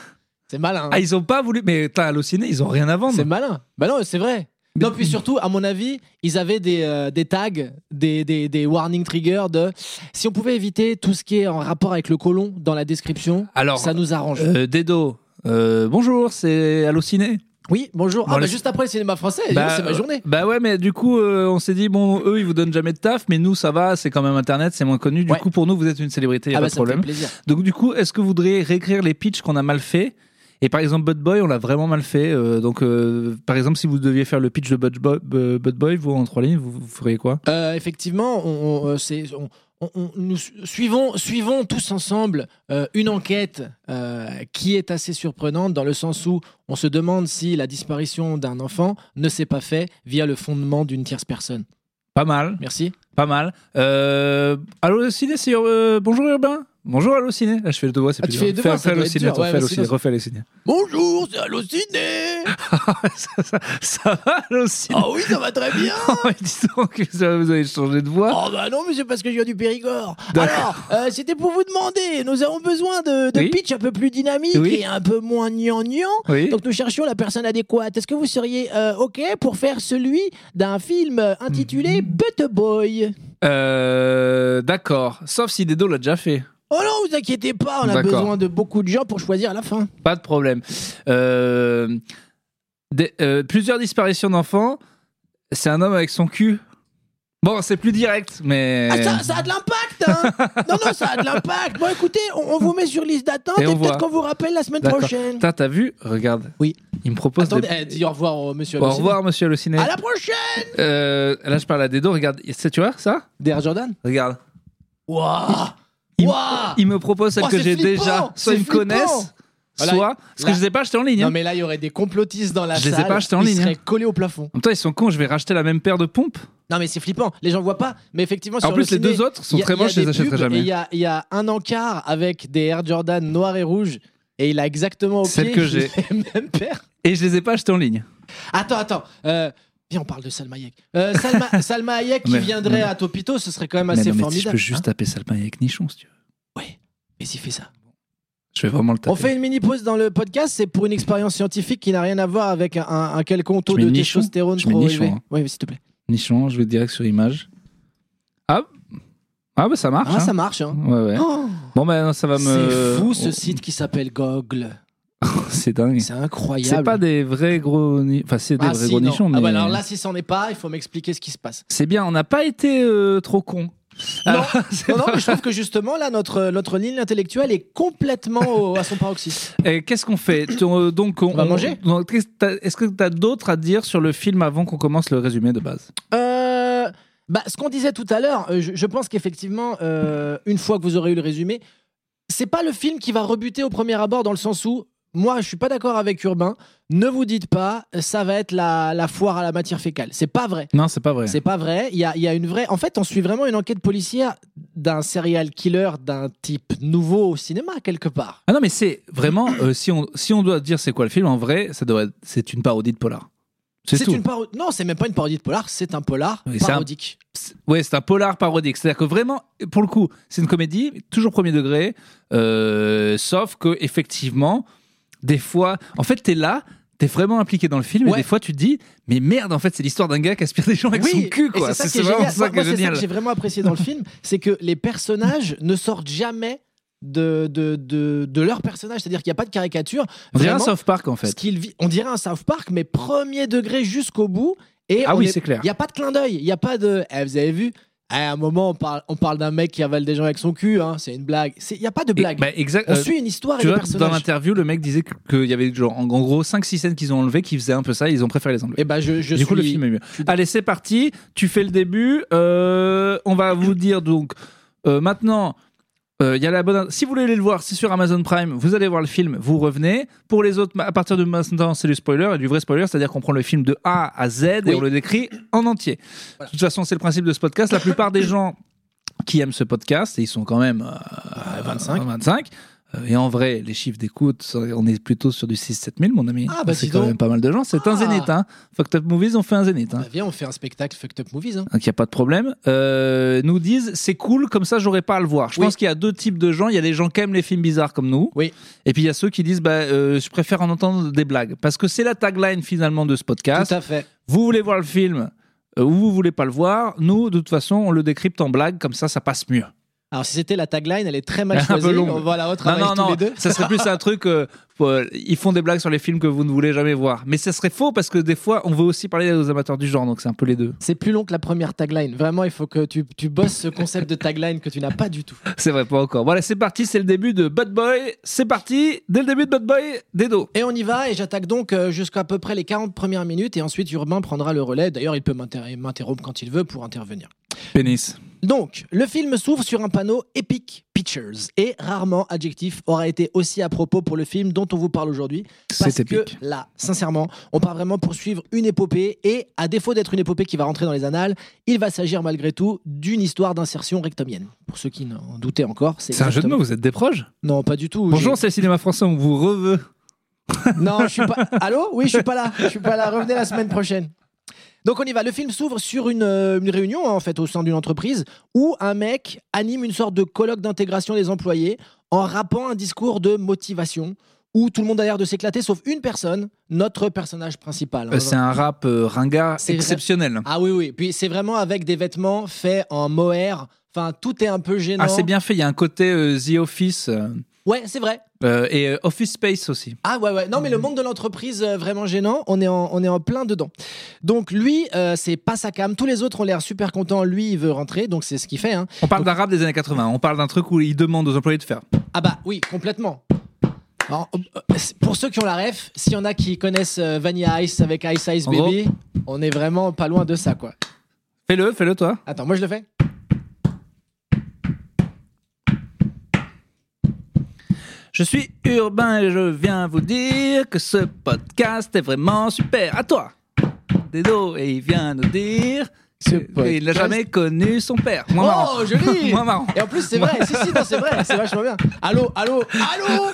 Speaker 1: C'est malin. hein.
Speaker 2: Ah, ils ont pas voulu. Mais t'as halluciné, ils ont rien à vendre.
Speaker 1: C'est malin. Bah non, c'est vrai. Non, puis surtout, à mon avis, ils avaient des, euh, des tags, des, des, des warning triggers de si on pouvait éviter tout ce qui est en rapport avec le colon dans la description,
Speaker 2: Alors,
Speaker 1: ça nous arrange.
Speaker 2: euh, Dedo, euh, bonjour, c'est halluciné.
Speaker 1: oui, bonjour.
Speaker 2: dans
Speaker 1: Ah, bah,
Speaker 2: le-
Speaker 1: juste après le cinéma français,
Speaker 2: Bah,
Speaker 1: Eh c'est ma journée.
Speaker 2: euh, Bah ouais, mais du coup, euh, on s'est dit, bon, eux, ils vous donnent jamais de taf, mais nous, ça va, c'est quand même Internet, c'est moins connu. Du
Speaker 1: Ouais.
Speaker 2: coup, pour nous, vous êtes une célébrité, euh, y a
Speaker 1: Ah,
Speaker 2: pas
Speaker 1: bah,
Speaker 2: de
Speaker 1: ça me fait
Speaker 2: problème.
Speaker 1: plaisir.
Speaker 2: Donc du coup, est-ce que vous voudriez réécrire les pitchs qu'on a mal fait Et par exemple, Bud Boy, on l'a vraiment mal fait. euh, donc euh, par exemple, si vous deviez faire le pitch de Bud Boy, euh, Bud Boy vous en trois lignes, vous, vous feriez quoi
Speaker 1: Euh, effectivement, on, on, euh, c'est- on- on- on- nous su- suivons, suivons tous ensemble euh, une enquête euh, qui est assez surprenante dans le sens où on se demande si la disparition d'un enfant ne s'est pas faite via le fondement d'une tierce personne.
Speaker 2: Pas mal,
Speaker 1: Merci.
Speaker 2: pas mal. Euh, Allô ciné, c'est Ur- euh, bonjour Urbain. Bonjour Allô ciné. Là, je fais le deux voix, c'est
Speaker 1: Ah,
Speaker 2: plus
Speaker 1: tu fais
Speaker 2: dur.
Speaker 1: les deux
Speaker 2: Fais-
Speaker 1: voix, ça
Speaker 2: fais
Speaker 1: doit
Speaker 2: Allo
Speaker 1: être
Speaker 2: Ciné,
Speaker 1: dur.
Speaker 2: attends,
Speaker 1: Ouais, bah,
Speaker 2: fais
Speaker 1: Allo
Speaker 2: Allo
Speaker 1: Ciné,
Speaker 2: Ciné,
Speaker 1: ça-
Speaker 2: refais Allo Ciné.
Speaker 1: Bonjour, c'est Allociné
Speaker 2: ça, ça- ça va Allo Ciné
Speaker 1: Ah oui, ça va très bien
Speaker 2: Mais Dis donc, vous avez changé de voix.
Speaker 1: Oh bah non, mais c'est parce que je viens du Périgord.
Speaker 2: D'accord.
Speaker 1: Alors, euh, c'était pour vous demander, nous avons besoin de, de
Speaker 2: Oui.
Speaker 1: pitch un peu plus dynamique
Speaker 2: Oui.
Speaker 1: et un peu moins gnangnan.
Speaker 2: Oui.
Speaker 1: Donc nous cherchions la personne adéquate. Est-ce que vous seriez euh, OK pour faire celui d'un film euh, intitulé
Speaker 2: Mhm.
Speaker 1: But Boy
Speaker 2: Euh, D'accord. Sauf si Dedo l'a déjà fait.
Speaker 1: Oh non, vous inquiétez pas, on a
Speaker 2: D'accord.
Speaker 1: besoin de beaucoup de gens pour choisir à la fin.
Speaker 2: Pas de problème. Euh, des- euh, plusieurs disparitions d'enfants. C'est un homme avec son cul. Bon, c'est plus direct, mais.
Speaker 1: Ah, ça, ça a de l'impact, hein Non, non, ça a de l'impact. Bon, écoutez, on, on vous met sur liste d'attente
Speaker 2: Et
Speaker 1: et,
Speaker 2: on voit.
Speaker 1: peut-être qu'on vous rappelle la semaine
Speaker 2: D'accord.
Speaker 1: prochaine.
Speaker 2: Putain, t'as vu Regarde.
Speaker 1: Oui.
Speaker 2: Il me propose.
Speaker 1: Attendez,
Speaker 2: des-
Speaker 1: eh, dis au revoir, au monsieur.
Speaker 2: Au
Speaker 1: Allociné.
Speaker 2: revoir, monsieur le ciné.
Speaker 1: À la prochaine
Speaker 2: Euh, là, je parle à Dedo. Regarde, c'est tu vois ça
Speaker 1: Derrière Jordan
Speaker 2: Regarde.
Speaker 1: Waouh
Speaker 2: Il-
Speaker 1: Waouh
Speaker 2: Il me propose celle
Speaker 1: Oh,
Speaker 2: que
Speaker 1: c'est
Speaker 2: j'ai
Speaker 1: flippant
Speaker 2: déjà.
Speaker 1: C'est
Speaker 2: Soit ils me
Speaker 1: flippant
Speaker 2: connaissent,
Speaker 1: Voilà,
Speaker 2: soit. Parce que
Speaker 1: là-
Speaker 2: je les ai pas achetés en ligne.
Speaker 1: Non,
Speaker 2: hein.
Speaker 1: mais là, il y aurait des complotistes dans la
Speaker 2: Je les ai
Speaker 1: salle.
Speaker 2: pas achetés en ligne,
Speaker 1: Ils seraient
Speaker 2: hein.
Speaker 1: collés au plafond.
Speaker 2: En même temps, ils sont cons. Je vais racheter la même paire de pompes.
Speaker 1: Non, mais c'est flippant. Les gens voient pas. Mais effectivement,
Speaker 2: En
Speaker 1: sur
Speaker 2: plus, les
Speaker 1: Allociné,
Speaker 2: deux autres sont
Speaker 1: Il y a-
Speaker 2: très
Speaker 1: il y a
Speaker 2: moches. Je les
Speaker 1: des
Speaker 2: achèterai
Speaker 1: pubs et Il
Speaker 2: jamais.
Speaker 1: y, a, il y a un encart avec des Air Jordan noirs et rouges. Et il a exactement au
Speaker 2: Celle
Speaker 1: pied
Speaker 2: que j'ai.
Speaker 1: les mêmes paires.
Speaker 2: Et je les ai pas achetés en ligne.
Speaker 1: Attends, attends. euh, viens, on parle de Salma Hayek. Euh, Salma, Salma Hayek qui
Speaker 2: Mais-
Speaker 1: viendrait
Speaker 2: mais-
Speaker 1: à Topito, ce serait quand même
Speaker 2: Mais
Speaker 1: assez
Speaker 2: non, mais si je
Speaker 1: Bah, formidable.
Speaker 2: peux juste taper Salpin avec Nichon, si tu veux.
Speaker 1: hein. mais s'il fait ça.
Speaker 2: Je vais vraiment le taper.
Speaker 1: On fait une mini pause dans le podcast. C'est pour une expérience scientifique qui n'a rien à voir avec un, un quelconque taux
Speaker 2: Je mets
Speaker 1: de
Speaker 2: nichon.
Speaker 1: testostérone
Speaker 2: Je mets
Speaker 1: trop
Speaker 2: nichon,
Speaker 1: élevé.
Speaker 2: hein.
Speaker 1: Oui, mais s'il te plaît.
Speaker 2: Nichon, je vais direct sur image. Ah, ah bah ça marche.
Speaker 1: Ah,
Speaker 2: hein.
Speaker 1: ça marche. hein.
Speaker 2: Ouais, ouais.
Speaker 1: Oh,
Speaker 2: Bon, bah non, ça va me. Oh,
Speaker 1: C'est fou ce site qui s'appelle Google.
Speaker 2: C'est dingue.
Speaker 1: C'est incroyable.
Speaker 2: C'est pas des vrais gros. ni- Enfin, c'est des
Speaker 1: Ah,
Speaker 2: vrais
Speaker 1: si,
Speaker 2: gros
Speaker 1: non.
Speaker 2: nichons, mais.
Speaker 1: Ah, bah alors là, si c'en est pas, il faut m'expliquer ce qui se passe.
Speaker 2: C'est bien, on n'a pas été euh, trop cons.
Speaker 1: Non,
Speaker 2: Alors, c'est
Speaker 1: non, non,
Speaker 2: pas-
Speaker 1: mais je trouve que justement, là, notre, notre ligne intellectuelle est complètement au- à son paroxysme.
Speaker 2: Et Eh, qu'est-ce qu'on fait Tu- euh, Donc, on,
Speaker 1: va manger
Speaker 2: donc, qu'est-ce que t'as- Est-ce que tu as d'autres à dire sur le film avant qu'on commence le résumé de base
Speaker 1: Euh, bah, ce qu'on disait tout à l'heure, euh, je, je pense qu'effectivement, euh, une fois que vous aurez eu le résumé, c'est pas le film qui va rebuter au premier abord dans le sens où, moi, je suis pas d'accord avec Urbain. Ne vous dites pas, ça va être la, la foire à la matière fécale. C'est pas vrai.
Speaker 2: Non, c'est pas vrai.
Speaker 1: C'est pas vrai. Il y a, il y a une vraie. En fait, on suit vraiment une enquête policière d'un serial killer d'un type nouveau au cinéma quelque part.
Speaker 2: Ah non, mais c'est vraiment, euh, si, on, si on doit dire c'est quoi le film, en vrai, ça doit être- c'est une parodie de polar. C'est tout.
Speaker 1: une paro- Non, c'est même pas une parodie de polar. C'est un polar
Speaker 2: Oui, c'est un-
Speaker 1: parodique.
Speaker 2: C'est- Ouais, c'est un polar parodique. C'est-à-dire que vraiment, pour le coup, c'est une comédie, toujours premier degré, euh, sauf que effectivement, des fois, en fait, t'es là, t'es vraiment impliqué dans le film,
Speaker 1: Ouais.
Speaker 2: et des fois, tu te dis, mais merde, en fait, c'est l'histoire d'un gars qui aspire des gens avec son
Speaker 1: et
Speaker 2: cul, quoi.
Speaker 1: C'est ça
Speaker 2: C'est
Speaker 1: qui est
Speaker 2: c'est vraiment
Speaker 1: génial.
Speaker 2: ça
Speaker 1: Moi,
Speaker 2: qui est
Speaker 1: moi, c'est ça
Speaker 2: génial.
Speaker 1: que j'ai vraiment apprécié dans le film, c'est que les personnages ne sortent jamais de, de, de, de leur personnage, c'est-à-dire qu'il n'y a pas de caricature.
Speaker 2: On dirait un
Speaker 1: Vraiment,
Speaker 2: South Park, en
Speaker 1: ce
Speaker 2: fait.
Speaker 1: qu'il vit- on dirait un South Park, mais premier degré jusqu'au bout. Et
Speaker 2: Ah
Speaker 1: on
Speaker 2: oui,
Speaker 1: est-
Speaker 2: c'est clair.
Speaker 1: Il n'y a pas de clin d'œil, il n'y a pas de. Eh, vous avez vu À un moment, on parle, on parle d'un mec qui avale des gens avec son cul, hein, c'est une blague. C'est- Il n'y a pas de
Speaker 2: Et-
Speaker 1: blague.
Speaker 2: bah, exact,
Speaker 1: on
Speaker 2: euh,
Speaker 1: suit une histoire et
Speaker 2: Tu
Speaker 1: des
Speaker 2: vois, dans
Speaker 1: personnages.
Speaker 2: l'interview, le mec disait que- qu'il y avait genre, en en gros 5-6 scènes qu'ils ont enlevées qui faisaient un peu ça, et ils ont préféré les enlever.
Speaker 1: Et bah, je, je
Speaker 2: du coup, le
Speaker 1: suis-
Speaker 2: film est mieux.
Speaker 1: je suis-
Speaker 2: Allez, c'est parti. Tu fais le début. Euh, on va vous dire donc euh, maintenant. euh, Il y a la bonne. Si vous voulez aller le voir, c'est sur Amazon Prime. Vous allez voir le film, vous revenez. Pour les autres, ma- à partir de maintenant, c'est du spoiler et du vrai spoiler, c'est-à-dire qu'on prend le film de A à Z et
Speaker 1: Oui.
Speaker 2: on le décrit en entier. De toute façon, c'est le principe de ce podcast. La plupart des gens qui aiment ce podcast, et ils sont quand même euh,
Speaker 1: 25.
Speaker 2: 25. euh, Et en vrai, les chiffres d'écoute, ça- on est plutôt sur du 6-7 000, mon ami.
Speaker 1: Ah, bah,
Speaker 2: c'est
Speaker 1: dis
Speaker 2: quand
Speaker 1: donc.
Speaker 2: même pas mal de gens. C'est un
Speaker 1: Ah.
Speaker 2: zénith. Hein. Fucked Up Movies, on fait un zénith. Hein.
Speaker 1: Bah, viens, on fait un spectacle Fucked Up Movies. hein.
Speaker 2: Donc, il n'y a pas de problème. Euh, nous disent c'est cool, comme ça j'aurais pas à le voir. Je
Speaker 1: Oui.
Speaker 2: pense qu'il y a deux types de gens. Il y a les gens qui aiment les films bizarres comme nous.
Speaker 1: Oui.
Speaker 2: Et puis il y a ceux qui disent bah, euh, je préfère en entendre des blagues. Parce que c'est la tagline finalement de ce podcast.
Speaker 1: Tout à fait.
Speaker 2: Vous voulez voir le film euh, ou vous voulez pas le voir. Nous, de toute façon, on le décrypte en blague, comme ça ça passe mieux.
Speaker 1: Alors, si c'était la tagline, elle est très mal
Speaker 2: Un peu
Speaker 1: choisie.
Speaker 2: longue.
Speaker 1: on va la retravailler tous les deux.
Speaker 2: ça serait plus un truc. euh, euh, ils font des blagues sur les films que vous ne voulez jamais voir. Mais ça serait faux parce que des fois, on veut aussi parler aux amateurs du genre, donc c'est un peu les deux.
Speaker 1: C'est plus long que la première tagline. Vraiment, il faut que tu, tu bosses ce concept de tagline que tu n'as pas du tout.
Speaker 2: C'est vrai, pas encore. Voilà, c'est parti, c'est le début de Bad Boy. C'est parti, dès le début de Bad Boy, Dedo.
Speaker 1: Et on y va, et j'attaque donc euh, jusqu'à à peu près les 40 premières minutes, et ensuite Urbain prendra le relais. D'ailleurs, il peut m'inter- m'interrompre quand il veut pour intervenir.
Speaker 2: Pénis.
Speaker 1: Donc, le film s'ouvre sur un panneau Epic Pictures, et rarement adjectif aura été aussi à propos pour le film dont on vous parle aujourd'hui. Parce
Speaker 2: C'est épique.
Speaker 1: que là, sincèrement, on part vraiment poursuivre une épopée et à défaut d'être une épopée qui va rentrer dans les annales, il va s'agir malgré tout d'une histoire d'insertion rectomienne. Pour ceux qui en doutaient encore, c'est
Speaker 2: C'est un jeu de
Speaker 1: exactement-
Speaker 2: mots, vous êtes des proches
Speaker 1: Non, pas du tout.
Speaker 2: Bonjour, c'est le cinéma français, on vous reveut.
Speaker 1: Non, je suis pas. Allô Oui, je suis pas là. Je suis pas là. Revenez la semaine prochaine. Donc on y va. Le film s'ouvre sur une, euh, une réunion hein, en fait au sein d'une entreprise où un mec anime une sorte de colloque d'intégration des employés en rappant un discours de motivation où tout le monde a l'air de s'éclater sauf une personne, notre personnage principal. hein.
Speaker 2: c'est un rap euh, ringard
Speaker 1: C'est vrai.
Speaker 2: exceptionnel.
Speaker 1: Ah oui oui. Puis c'est vraiment avec des vêtements faits en mohair. Enfin tout est un peu gênant.
Speaker 2: Ah, c'est bien fait, il y a un côté euh, The Office euh,
Speaker 1: Ouais c'est vrai.
Speaker 2: euh, et euh, Office Space aussi.
Speaker 1: Ah ouais, ouais. Non, mais le
Speaker 2: Mhm.
Speaker 1: monde de l'entreprise, euh, vraiment gênant. On est, en, on est en plein dedans. Donc lui, euh, c'est pas sa cam. Tous les autres ont l'air super contents. Lui, il veut rentrer, donc c'est ce qu'il fait. hein.
Speaker 2: On parle d'un rap des années 80, on parle d'un truc où il demande aux employés de faire.
Speaker 1: Ah bah oui, complètement. Alors, euh, c'est- pour ceux qui ont la ref, s'il y en a qui connaissent euh, Vanilla Ice avec Ice Ice
Speaker 2: En gros.
Speaker 1: Baby, on est vraiment pas loin de ça, quoi.
Speaker 2: Fais-le, fais-le toi.
Speaker 1: Attends, moi je le fais.
Speaker 2: Je suis urbain et je viens vous dire que ce podcast est vraiment super. À toi Dedo, et il vient nous dire
Speaker 1: Ce
Speaker 2: qu'il n'a
Speaker 1: podcast-
Speaker 2: jamais connu son père. Moins marrant.
Speaker 1: Oh, joli
Speaker 2: Moins marrant.
Speaker 1: Et en plus, c'est vrai, si, si, non, c'est vrai, c'est vachement bien. Allô, allô, allô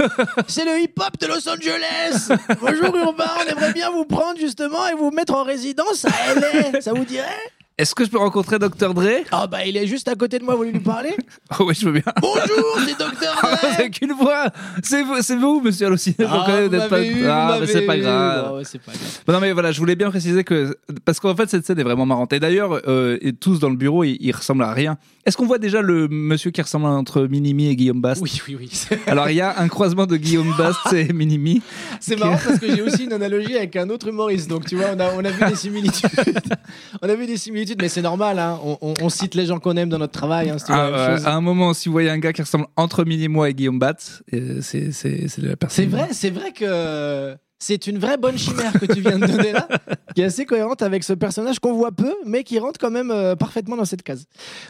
Speaker 1: C'est le hip-hop de Los Angeles Bonjour Urbain, on aimerait bien vous prendre justement et vous mettre en résidence à LA, ça vous dirait
Speaker 2: Est-ce que je peux rencontrer Dr Dre
Speaker 1: Ah bah il est juste à côté de moi, vous voulez lui parler
Speaker 2: Oh oui, je veux bien.
Speaker 1: Bonjour, c'est Docteur
Speaker 2: Ah, c'est qu'une voix C'est vous, c'est vous, monsieur Allociné, je
Speaker 1: Ah,
Speaker 2: reconnais, vous n'êtes pas- Ah, mais c'est pas grave.
Speaker 1: c'est pas grave.
Speaker 2: Bah Non mais voilà, je voulais bien préciser que parce qu'en fait cette scène est vraiment marrante. Et d'ailleurs, euh, et tous dans le bureau, ils, ils ressemblent à rien. Est-ce qu'on voit déjà le monsieur qui ressemble à entre Minimi et Guillaume Bast
Speaker 1: Oui, oui, oui.
Speaker 2: Alors il y a un croisement de Guillaume Bast et Minimi.
Speaker 1: C'est marrant parce que j'ai aussi une analogie avec un autre humoriste. Donc, tu vois, on a, on a vu des similitudes. on a vu des d'habitude, mais c'est normal. hein. On, on- on cite les gens qu'on aime dans notre travail. hein, c'est toujours
Speaker 2: Ah,
Speaker 1: la même
Speaker 2: euh,
Speaker 1: chose.
Speaker 2: à un moment, si vous voyez un gars qui ressemble entre Mini Moi et Guillaume Batz, euh, c'est c'est- c'est la personne.
Speaker 1: C'est vrai, c'est vrai que c'est une vraie bonne chimère que tu viens de donner là, qui est assez cohérente avec ce personnage qu'on voit peu, mais qui rentre quand même euh, parfaitement dans cette case.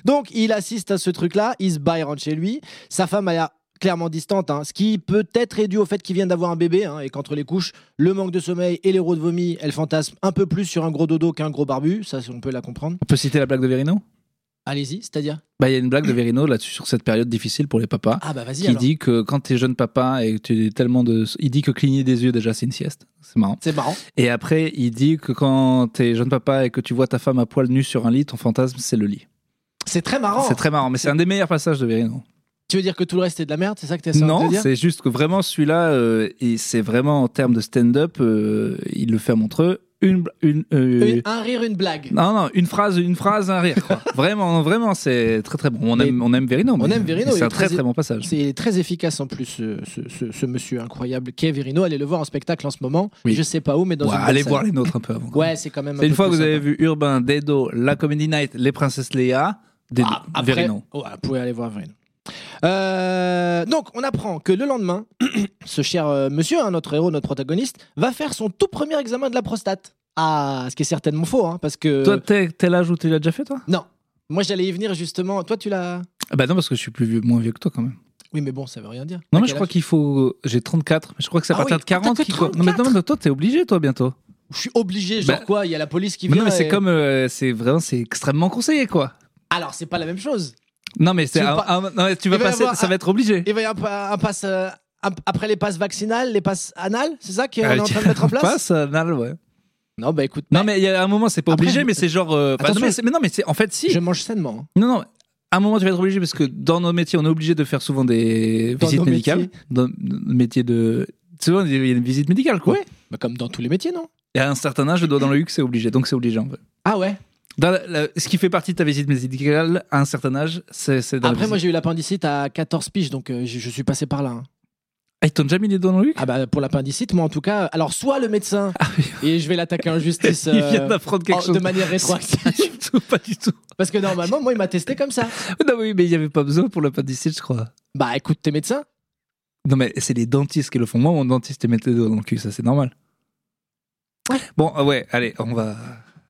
Speaker 1: Donc, il assiste à ce truc-là, il se bat, il rentre chez lui. Sa femme a l'air clairement distante, hein, ce qui peut être est dû au fait qu'il vient d'avoir un bébé, hein, et qu'entre les couches, le manque de sommeil et les de vomi, elle fantasme un peu plus sur un gros dodo qu'un gros barbu, ça on peut la comprendre.
Speaker 2: On peut citer la blague de Vérino
Speaker 1: Allez-y, c'est-à-dire
Speaker 2: Bah, il y a une blague de Vérino là-dessus sur cette période difficile pour les papas.
Speaker 1: Ah bah vas-y
Speaker 2: Qui
Speaker 1: alors.
Speaker 2: dit que quand t'es jeune papa et que tu es tellement de. Il dit que cligner des yeux déjà c'est une sieste. C'est marrant.
Speaker 1: C'est marrant.
Speaker 2: Et après, il dit que quand t'es jeune papa et que tu vois ta femme à poil nue sur un lit, ton fantasme c'est le lit.
Speaker 1: C'est très marrant.
Speaker 2: C'est très marrant, mais c'est un des meilleurs passages de Vérino.
Speaker 1: Tu veux dire que tout le reste est de la merde, c'est ça que tu
Speaker 2: Non,
Speaker 1: de dire
Speaker 2: c'est juste que vraiment celui-là, euh, et c'est vraiment en termes de stand-up, euh, il le fait à Montreux. Une, bl- une, euh,
Speaker 1: Une- Un rire, une blague.
Speaker 2: Non, non, une phrase, une phrase, un rire. quoi. vraiment, vraiment, c'est très très bon. On
Speaker 1: Mais-
Speaker 2: aime, on aime Verino.
Speaker 1: On
Speaker 2: mais-
Speaker 1: aime Verino,
Speaker 2: mais
Speaker 1: il est
Speaker 2: C'est un très
Speaker 1: très-
Speaker 2: très bon passage.
Speaker 1: C'est très efficace en plus, ce, ce- ce- ce monsieur incroyable qu'est Verino. Allez le voir en spectacle en ce moment.
Speaker 2: Oui.
Speaker 1: Je sais pas où, mais dans
Speaker 2: Ouais,
Speaker 1: une bonne
Speaker 2: allez
Speaker 1: salle.
Speaker 2: voir les nôtres un peu avant.
Speaker 1: Ouais, c'est quand même. un
Speaker 2: C'est une
Speaker 1: peu
Speaker 2: fois que
Speaker 1: plus
Speaker 2: vous avez
Speaker 1: sympa.
Speaker 2: vu Urbain, Dedo, la Comedy Night, les Princesses Léa, Dedo,
Speaker 1: Ah, après-
Speaker 2: Verino.
Speaker 1: Oh, vous pouvez aller voir Verino. Euh, donc, on apprend que le lendemain, ce cher euh, monsieur, hein, notre héros, notre protagoniste, va faire son tout premier examen de la prostate. Ah, ce qui est certainement faux, hein, parce que.
Speaker 2: Toi, t'es t'es l'âge où tu l'as déjà fait, toi
Speaker 1: Non. Moi, j'allais y venir justement. Toi, tu l'as.
Speaker 2: Ah Bah non, parce que je suis plus vieux, moins vieux que toi quand même.
Speaker 1: Oui, mais bon, ça veut rien dire.
Speaker 2: Non,
Speaker 1: T'as
Speaker 2: mais je
Speaker 1: quel
Speaker 2: crois
Speaker 1: âge
Speaker 2: qu'il faut. J'ai 34, mais je crois que c'est à
Speaker 1: Ah
Speaker 2: partir
Speaker 1: oui,
Speaker 2: de 40
Speaker 1: t'as que
Speaker 2: qu'il faut- Non, mais non,
Speaker 1: 34.
Speaker 2: mais toi, t'es obligé, toi, bientôt.
Speaker 1: Je suis obligé, genre
Speaker 2: Bah-
Speaker 1: quoi Il y a la police qui
Speaker 2: Mais
Speaker 1: vient.
Speaker 2: non, mais c'est
Speaker 1: et-
Speaker 2: comme. euh, c'est vraiment, c'est extrêmement conseillé, quoi.
Speaker 1: Alors, c'est pas la même chose.
Speaker 2: Non, mais c'est.
Speaker 1: Tu veux
Speaker 2: un-
Speaker 1: pas-
Speaker 2: un- non, mais tu vas
Speaker 1: Il va y
Speaker 2: passer,
Speaker 1: avoir
Speaker 2: ça
Speaker 1: un-
Speaker 2: va être obligé.
Speaker 1: Il va y avoir un, un pass. euh, un- après les passes vaccinales, les passes anales, c'est ça qu'on
Speaker 2: Euh,
Speaker 1: est en train de mettre en place
Speaker 2: Passe, euh, Nal, ouais.
Speaker 1: Non, bah écoute,
Speaker 2: Non, mais il y a un moment, c'est pas
Speaker 1: Après,
Speaker 2: obligé, mais c'est genre. euh, enfin,
Speaker 1: Attention.
Speaker 2: non, mais, c'est- mais non, mais c'est en fait, si.
Speaker 1: je mange sainement. hein.
Speaker 2: Non, non. À un moment, tu vas être obligé parce que dans nos métiers, on est obligé de faire souvent des
Speaker 1: Dans
Speaker 2: visites
Speaker 1: nos
Speaker 2: médicales.
Speaker 1: métiers.
Speaker 2: Dans nos métiers de. Souvent, il y a une visite médicale, quoi.
Speaker 1: Ouais. Bah, comme dans tous les métiers, non
Speaker 2: Et à un certain âge, le doigt dans le huc, c'est obligé. Donc, c'est obligé, en fait.
Speaker 1: Ah ouais
Speaker 2: Dans la- la- ce qui fait partie de ta visite médicale à un certain âge, c'est c'est dans la
Speaker 1: Après, moi
Speaker 2: visite.
Speaker 1: j'ai eu l'appendicite à 14 piges, donc euh, je, je suis passé par là. hein.
Speaker 2: Ah, ils t'ont déjà mis les doigts dans le huc
Speaker 1: Ah bah pour l'appendicite, moi en tout cas, euh, alors soit le médecin, et je vais l'attaquer en justice
Speaker 2: Ils
Speaker 1: euh,
Speaker 2: viennent d'apprendre quelque
Speaker 1: en-
Speaker 2: chose.
Speaker 1: de manière
Speaker 2: Pas
Speaker 1: rétroactive.
Speaker 2: du tout, pas du tout.
Speaker 1: Parce que normalement, moi il m'a testé comme ça.
Speaker 2: Non, oui, mais il n'y avait pas besoin pour l'appendicite, je crois.
Speaker 1: Bah écoute, t'es médecin
Speaker 2: Non, mais c'est les dentistes qui le font. Moi, mon dentiste, il met les doigts dans le cul, ça, c'est normal. Bon, ah ouais, allez, on va.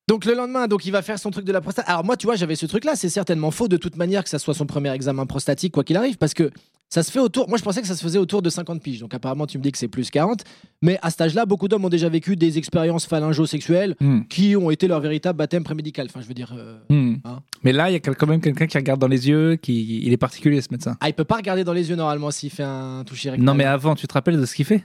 Speaker 1: Donc le lendemain, donc il va faire son truc de la prostate. Alors moi, tu vois, j'avais ce truc-là. C'est certainement faux de toute manière que ça soit son premier examen prostatique, quoi qu'il arrive, parce que ça se fait autour. Moi, je pensais que ça se faisait autour de 50 piges. Donc apparemment, tu me dis que c'est plus 40. Mais à cet âge-là, beaucoup d'hommes ont déjà vécu des expériences phalango-sexuelles
Speaker 2: Hmm.
Speaker 1: qui ont été leur véritable baptême prémédical. Enfin, je veux dire, euh,
Speaker 2: Hmm.
Speaker 1: Hein
Speaker 2: Mais là, il y a quel- quand même quelqu'un qui regarde dans les yeux, qui il est particulier ce médecin.
Speaker 1: ah, il peut pas regarder dans les yeux normalement s'il fait un toucher rectal.
Speaker 2: Non, mais avant, tu te rappelles de ce qu'il fait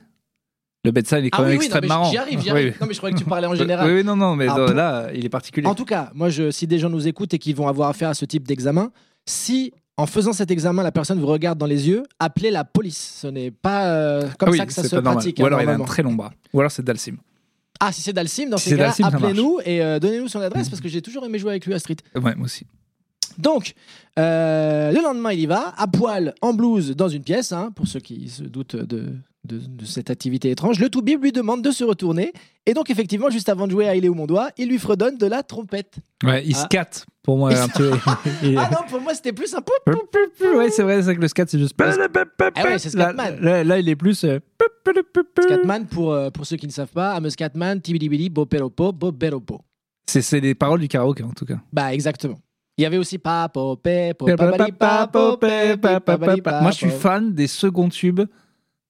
Speaker 2: Le médecin, il est
Speaker 1: ah
Speaker 2: quand
Speaker 1: oui,
Speaker 2: même
Speaker 1: oui, non, mais
Speaker 2: extrêmement marrant.
Speaker 1: J'y arrive, j'y arrive.
Speaker 2: Oui.
Speaker 1: Non, mais je croyais que tu parlais en général.
Speaker 2: Oui, oui, non, non, mais
Speaker 1: Ah,
Speaker 2: non,
Speaker 1: pour-
Speaker 2: là, il est particulier.
Speaker 1: En tout cas, moi, je, si des gens nous écoutent et qui vont avoir affaire à ce type d'examen, si en faisant cet examen, la personne vous regarde dans les yeux, appelez la police. Ce n'est pas euh, comme
Speaker 2: Ah oui,
Speaker 1: ça que ça
Speaker 2: c'est
Speaker 1: se
Speaker 2: pas normal.
Speaker 1: pratique.
Speaker 2: Ou
Speaker 1: hein,
Speaker 2: alors il a un
Speaker 1: normalement.
Speaker 2: très long bras. Ou alors c'est Dalsim.
Speaker 1: Ah, si c'est Dalsim, dans
Speaker 2: Si
Speaker 1: ces
Speaker 2: c'est
Speaker 1: cas-là,
Speaker 2: Dalsim, ça marche.
Speaker 1: appelez-nous et euh, donnez-nous son adresse parce que j'ai toujours aimé jouer avec lui à Street.
Speaker 2: Ouais, moi aussi.
Speaker 1: Donc, euh, le lendemain, il y va, à poil, en blouse, dans une pièce, hein, pour ceux qui se doutent de, de, de cette activité étrange. Le tout lui demande de se retourner. Et donc, effectivement, juste avant de jouer à Il est où mon doigt, il lui fredonne de la trompette.
Speaker 2: Ouais, il
Speaker 1: Ah.
Speaker 2: scatte pour moi
Speaker 1: Il-
Speaker 2: un peu. Il-
Speaker 1: Ah non, pour moi, c'était plus un peu.
Speaker 2: Ouais, c'est vrai, c'est vrai que le scat, c'est juste.
Speaker 1: Ah ouais, c'est
Speaker 2: là,
Speaker 1: Scatman.
Speaker 2: là, là, il est plus. euh,
Speaker 1: Scatman, pour, euh, pour ceux qui ne savent pas, Amos Scatman, Tibidibidi, Boperopo, Boberopo.
Speaker 2: C'est c'est les paroles du karaoké en tout cas.
Speaker 1: Bah, exactement. Il y avait aussi Papo, Pepo, Papali, Papo, Pepi, Papali, Papo.
Speaker 2: Moi, je suis fan des seconds tubes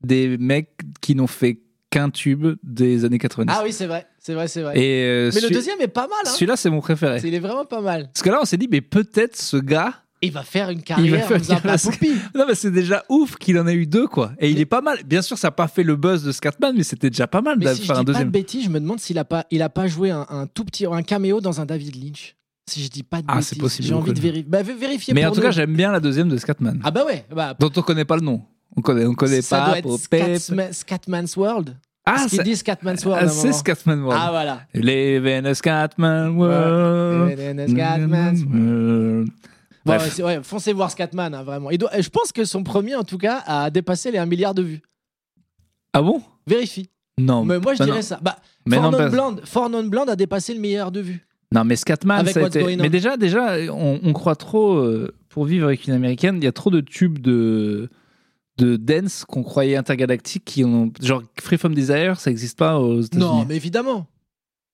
Speaker 2: des mecs qui n'ont fait qu'un tube des années 90.
Speaker 1: Ah oui, c'est vrai, c'est vrai, c'est vrai.
Speaker 2: Et euh,
Speaker 1: Mais le
Speaker 2: celui-
Speaker 1: deuxième est pas mal, hein.
Speaker 2: celui-là, c'est mon préféré.
Speaker 1: C'est- Il est vraiment pas mal.
Speaker 2: Parce que là, on s'est dit, mais peut-être ce gars.
Speaker 1: Il va faire une carrière
Speaker 2: faire
Speaker 1: en faisant
Speaker 2: une carrière.
Speaker 1: un poupie.
Speaker 2: Non, mais c'est déjà ouf qu'il en ait eu deux, quoi. Et il est pas mal. Bien sûr, ça n'a pas fait le buzz de Scatman, mais c'était déjà pas mal de
Speaker 1: Mais si je
Speaker 2: faire un
Speaker 1: dis pas de
Speaker 2: deuxième.
Speaker 1: bêtises, je me demande s'il a pas, il a pas joué un, un tout petit, un caméo dans un David Lynch. Si je dis pas de
Speaker 2: Ah,
Speaker 1: bêtises,
Speaker 2: c'est possible,
Speaker 1: j'ai
Speaker 2: je
Speaker 1: envie de
Speaker 2: connais.
Speaker 1: vérifier. Bah, vérifier
Speaker 2: Mais en
Speaker 1: pour
Speaker 2: tout cas,
Speaker 1: nous.
Speaker 2: j'aime bien la deuxième de Scatman,
Speaker 1: ah bah ouais, bah,
Speaker 2: dont on connaît pas le nom. On connaît, on connaît
Speaker 1: ça
Speaker 2: pas.
Speaker 1: doit être
Speaker 2: pour Pep.
Speaker 1: Scatman- Scatman's World.
Speaker 2: Ah,
Speaker 1: Parce qu'ils
Speaker 2: c'est-
Speaker 1: disent Scatman's World. à
Speaker 2: ah,
Speaker 1: un
Speaker 2: c'est
Speaker 1: moment.
Speaker 2: Scatman World.
Speaker 1: Ah voilà.
Speaker 2: Live in a Scatman World.
Speaker 1: Scatman's World. Bon,
Speaker 2: Euh. Bref.
Speaker 1: ouais, c'est- ouais, foncez voir Scatman, hein, vraiment. Il doit- je pense que son premier, en tout cas, a dépassé les 1 milliard de vues.
Speaker 2: Ah bon
Speaker 1: Vérifie.
Speaker 2: Non.
Speaker 1: Mais moi, je
Speaker 2: bah non.
Speaker 1: dirais ça. Bah,
Speaker 2: Mais non,
Speaker 1: Fornon
Speaker 2: parce-
Speaker 1: Blonde, For Non Blonde a dépassé le milliard de vues.
Speaker 2: Non, mais Scatman,
Speaker 1: Avec
Speaker 2: ça a
Speaker 1: What's
Speaker 2: été-
Speaker 1: Going On.
Speaker 2: Mais déjà, déjà on, on croit trop, euh, pour vivre avec une américaine, il y a trop de tubes de, de dance qu'on croyait intergalactiques. Qui ont... Genre Free From Desire, ça n'existe pas aux États-Unis.
Speaker 1: Non, mais évidemment.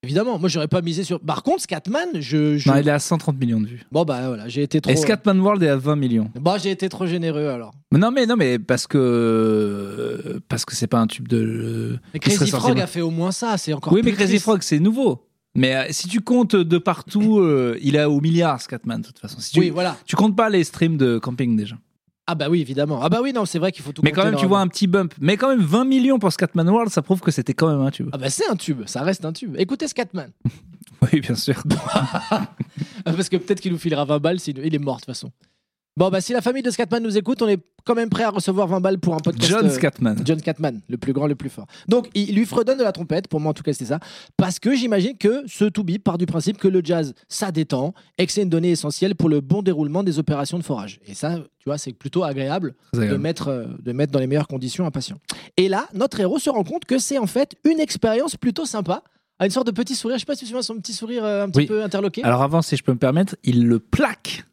Speaker 1: Évidemment, moi j'aurais pas misé sur. Par contre, Scatman, je. je-
Speaker 2: Non, il est à 130 millions de vues.
Speaker 1: Bon, bah voilà, j'ai été trop.
Speaker 2: Et Scatman World est à 20 millions.
Speaker 1: Bah, j'ai été trop généreux alors.
Speaker 2: Mais non, mais, non, mais parce que. Parce que c'est pas un tube de.
Speaker 1: Mais
Speaker 2: serait
Speaker 1: Crazy
Speaker 2: sorti
Speaker 1: Frog
Speaker 2: bon.
Speaker 1: a fait au moins ça, c'est encore
Speaker 2: Oui,
Speaker 1: plus
Speaker 2: mais Crazy
Speaker 1: triste.
Speaker 2: Frog, c'est nouveau. Mais euh, si tu comptes de partout, euh, il est au milliard, Scatman, de toute façon. Si tu,
Speaker 1: Oui, voilà.
Speaker 2: tu comptes pas les streams de camping déjà.
Speaker 1: Ah, bah oui, évidemment. Ah, bah oui, non, c'est vrai qu'il faut tout
Speaker 2: Mais quand
Speaker 1: compter
Speaker 2: même, tu
Speaker 1: normalement.
Speaker 2: vois un petit bump. Mais quand même, 20 millions pour Scatman World, ça prouve que c'était quand même un tube.
Speaker 1: Ah, bah c'est un tube, ça reste un tube. Écoutez Scatman.
Speaker 2: Oui, bien sûr.
Speaker 1: Ah, Parce que peut-être qu'il nous filera 20 balles, s'il- il est mort de toute façon. Bon, bah si la famille de Scatman nous écoute, on est quand même prêt à recevoir 20 balles pour un podcast.
Speaker 2: John
Speaker 1: euh,
Speaker 2: Scatman.
Speaker 1: John Catman, le plus grand, le plus fort. Donc, il lui fredonne de la trompette, pour moi en tout cas, c'est ça. Parce que j'imagine que ce Toubi part du principe que le jazz, ça détend et que c'est une donnée essentielle pour le bon déroulement des opérations de forage. Et ça, tu vois, c'est plutôt agréable
Speaker 2: Très
Speaker 1: de
Speaker 2: agréable.
Speaker 1: mettre, euh, de mettre dans les meilleures conditions un patient. Et là, notre héros se rend compte que c'est en fait une expérience plutôt sympa, à une sorte de petit sourire. Je sais pas si tu vois son petit sourire euh, un petit
Speaker 2: Oui.
Speaker 1: peu interloqué.
Speaker 2: Alors avant, si je peux me permettre, il le plaque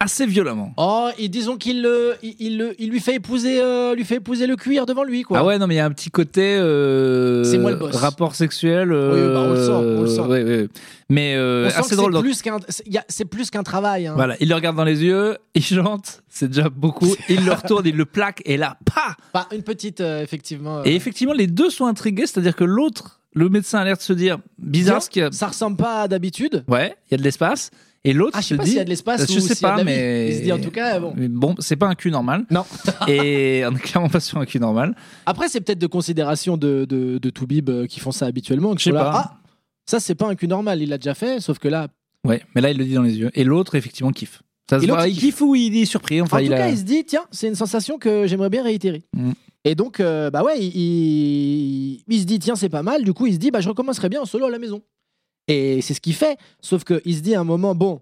Speaker 2: assez violemment.
Speaker 1: Oh, et disons qu'il le- il, il le- il lui fait épouser, euh, lui fait épouser le cuir devant lui, quoi.
Speaker 2: Ah ouais, non, mais il y a un petit côté euh,
Speaker 1: C'est moi le boss.
Speaker 2: rapport sexuel.
Speaker 1: Oui, bah, on le sent, on le sent.
Speaker 2: oui, oui. Mais euh,
Speaker 1: On sent que
Speaker 2: assez drôle.
Speaker 1: c'est
Speaker 2: donc-
Speaker 1: plus qu'un, c'est- y a- c'est plus qu'un travail. hein.
Speaker 2: Voilà, il le regarde dans les yeux, il chante, c'est déjà beaucoup. Il le retourne, il le plaque, et là, pas
Speaker 1: Pas une petite, euh, effectivement. euh,
Speaker 2: Et effectivement, les deux sont intrigués, c'est-à-dire que l'autre, le médecin a l'air de se dire bizarre
Speaker 1: Bien.
Speaker 2: ce qu'il y a.
Speaker 1: Ça ressemble pas à d'habitude.
Speaker 2: Ouais, il y a de l'espace. Et l'autre,
Speaker 1: Ah, je sais
Speaker 2: se
Speaker 1: pas
Speaker 2: dit,
Speaker 1: s'il y a de l'espace
Speaker 2: Euh,
Speaker 1: ou
Speaker 2: je sais
Speaker 1: s'il y a
Speaker 2: pas,
Speaker 1: de la vie.
Speaker 2: mais-
Speaker 1: Il se dit en tout cas, euh, bon.
Speaker 2: Mais bon, c'est pas un cul normal.
Speaker 1: Non.
Speaker 2: Et on est clairement pas sur un cul normal.
Speaker 1: Après, c'est peut-être de considération de, de, de Toubib euh, qui font ça habituellement. qui
Speaker 2: Je sais
Speaker 1: sont là,
Speaker 2: pas.
Speaker 1: Ah, ça, c'est pas un cul normal. Il l'a déjà fait, sauf que là.
Speaker 2: Ouais, mais là, il le dit dans les yeux. Et l'autre, effectivement, kiffe. Ça se
Speaker 1: Et l'autre,
Speaker 2: voit,
Speaker 1: il
Speaker 2: il kiffe ou il est surpris. Enfin,
Speaker 1: en
Speaker 2: il
Speaker 1: tout
Speaker 2: a-
Speaker 1: cas, il se dit, tiens, c'est une sensation que j'aimerais bien réitérer.
Speaker 2: Mm.
Speaker 1: Et donc, euh, bah ouais, il, il- il se dit, tiens, c'est pas mal. Du coup, il se dit, bah, je recommencerai bien en solo à la maison. Et c'est ce qu'il fait. Sauf qu'il se dit à un moment, bon,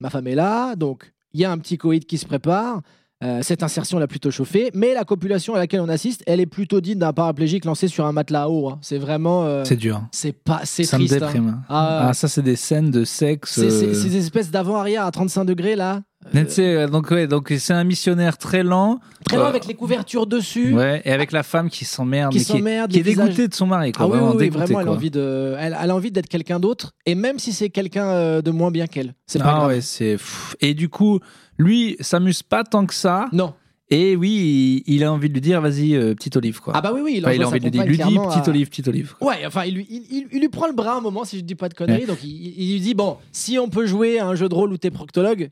Speaker 1: ma femme est là, donc il y a un petit coït qui se prépare. Euh, cette insertion l'a plutôt chauffé, mais la copulation à laquelle on assiste, elle est plutôt digne d'un paraplégique lancé sur un matelas haut. hein. C'est vraiment. euh,
Speaker 2: C'est dur.
Speaker 1: c'est pas. C'est
Speaker 2: Ça me
Speaker 1: triste. hein.
Speaker 2: déprime. hein.
Speaker 1: Ah,
Speaker 2: Ah, ça, c'est des scènes de sexe.
Speaker 1: c'est- c'est-
Speaker 2: euh,
Speaker 1: ces espèces d'avant-arrière à 35 degrés là.
Speaker 2: mais tu sais, euh, donc, ouais, donc c'est un missionnaire très lent.
Speaker 1: Très loin
Speaker 2: Euh,
Speaker 1: avec les couvertures dessus.
Speaker 2: Ouais, et avec la femme qui s'emmerde.
Speaker 1: Qui
Speaker 2: mais est-
Speaker 1: s'emmerde,
Speaker 2: qui est
Speaker 1: les visages-
Speaker 2: dégoûtée de son mari. Quoi,
Speaker 1: Ah oui,
Speaker 2: vraiment
Speaker 1: oui, oui,
Speaker 2: dégoûtée,
Speaker 1: vraiment, elle a
Speaker 2: quoi.
Speaker 1: envie de, elle, elle a envie d'être quelqu'un d'autre, et même si c'est quelqu'un euh, de moins bien qu'elle, c'est pas
Speaker 2: Ah
Speaker 1: grave.
Speaker 2: ouais, c'est. pff. Et du coup, lui s'amuse pas tant que ça.
Speaker 1: Non.
Speaker 2: Et oui, il il a envie de lui dire, vas-y, euh, petite olive, quoi.
Speaker 1: Ah bah oui, oui, il,
Speaker 2: Enfin, il
Speaker 1: envoie sa
Speaker 2: a envie de lui dire,
Speaker 1: compagne
Speaker 2: lui dit,
Speaker 1: clairement à-
Speaker 2: petite olive, petite olive. quoi.
Speaker 1: Ouais, enfin, il lui, il, il- il lui prend le bras un moment, si je dis pas de conneries. Donc, il, il- il lui dit Bon, si on peut jouer à un jeu de rôle où t'es proctologue,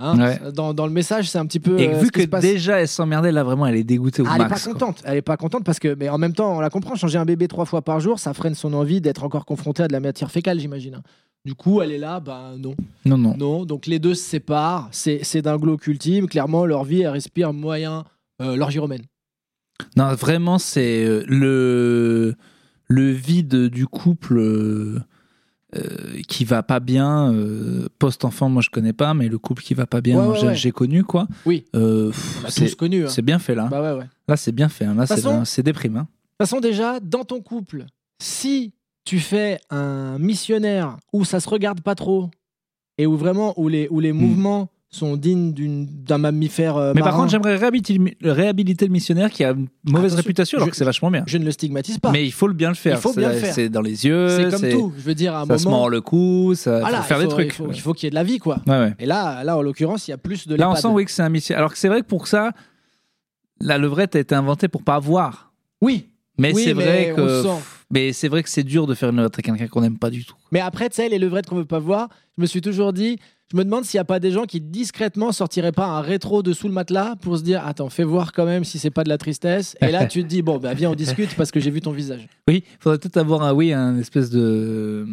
Speaker 1: hein,
Speaker 2: Ouais.
Speaker 1: dans, dans le message, c'est un petit peu.
Speaker 2: Et
Speaker 1: euh, ce
Speaker 2: vu
Speaker 1: qui
Speaker 2: que
Speaker 1: se passe.
Speaker 2: déjà elle s'emmerdait, là vraiment elle est dégoûtée au
Speaker 1: Ah, elle est pas
Speaker 2: max. quoi.
Speaker 1: contente, elle est pas contente parce que, mais en même temps, on la comprend, changer un bébé trois fois par jour, ça freine son envie d'être encore confrontée à de la matière fécale, j'imagine. hein. Du coup, elle est là, ben non.
Speaker 2: Non, non.
Speaker 1: Non, donc les deux se séparent, c'est c'est d'un glauque ultime, clairement leur vie elle respire moyen euh, l'orgie romaine.
Speaker 2: Non, vraiment c'est euh, le le vide du couple euh, euh, qui va pas bien. euh, Post-enfant, moi je connais pas, mais le couple qui va pas bien,
Speaker 1: Ouais, ouais,
Speaker 2: j'ai
Speaker 1: ouais.
Speaker 2: j'ai connu quoi.
Speaker 1: Oui.
Speaker 2: Euh, pff,
Speaker 1: On a
Speaker 2: c'est
Speaker 1: tous connu. hein.
Speaker 2: c'est bien fait là.
Speaker 1: Bah ouais, ouais. De
Speaker 2: Là c'est bien fait. hein. Là c'est
Speaker 1: façon- euh,
Speaker 2: c'est hein. déprimant.
Speaker 1: toute façon, déjà, dans ton couple, si tu fais un missionnaire où ça se regarde pas trop et où vraiment où les, où les mouvements sont dignes d'une- d'un mammifère euh,
Speaker 2: Hmm. Mais par
Speaker 1: marin,
Speaker 2: contre j'aimerais réhabiliter, le mi- réhabiliter le missionnaire qui a une mauvaise
Speaker 1: Attention,
Speaker 2: réputation alors
Speaker 1: je-
Speaker 2: que c'est vachement bien.
Speaker 1: je ne le stigmatise pas.
Speaker 2: Mais il faut le bien le faire.
Speaker 1: Il faut bien le
Speaker 2: C'est-
Speaker 1: faire.
Speaker 2: C'est dans les
Speaker 1: c'est
Speaker 2: yeux.
Speaker 1: comme tout. Je veux dire, à un
Speaker 2: ça se
Speaker 1: moment,
Speaker 2: mord le cou, ça
Speaker 1: voilà,
Speaker 2: faut faire
Speaker 1: il faut-
Speaker 2: des trucs.
Speaker 1: Il faut il faut qu'il y ait de la vie, quoi.
Speaker 2: Ouais, ouais.
Speaker 1: Et là, là, en l'occurrence, il y a plus de
Speaker 2: Là, on
Speaker 1: l'EHPAD.
Speaker 2: sent oui que c'est un missile. Alors que c'est vrai que pour ça, la levrette a été inventée pour pas voir.
Speaker 1: Oui,
Speaker 2: Mais
Speaker 1: oui,
Speaker 2: c'est vrai
Speaker 1: on
Speaker 2: que.
Speaker 1: sent.
Speaker 2: Mais c'est vrai que c'est dur de faire une levrette à quelqu'un qu'on n'aime pas du tout.
Speaker 1: Mais après, tu sais, les levrettes qu'on veut pas voir, je me suis toujours dit, je me demande s'il n'y a pas des gens qui discrètement sortiraient pas un rétro de sous le matelas pour se dire, attends, fais voir quand même si c'est pas de la tristesse. Et là, tu te dis, bon, bah viens, on discute parce que j'ai vu ton visage.
Speaker 2: Oui, il faudrait peut-être avoir un, oui, un espèce de.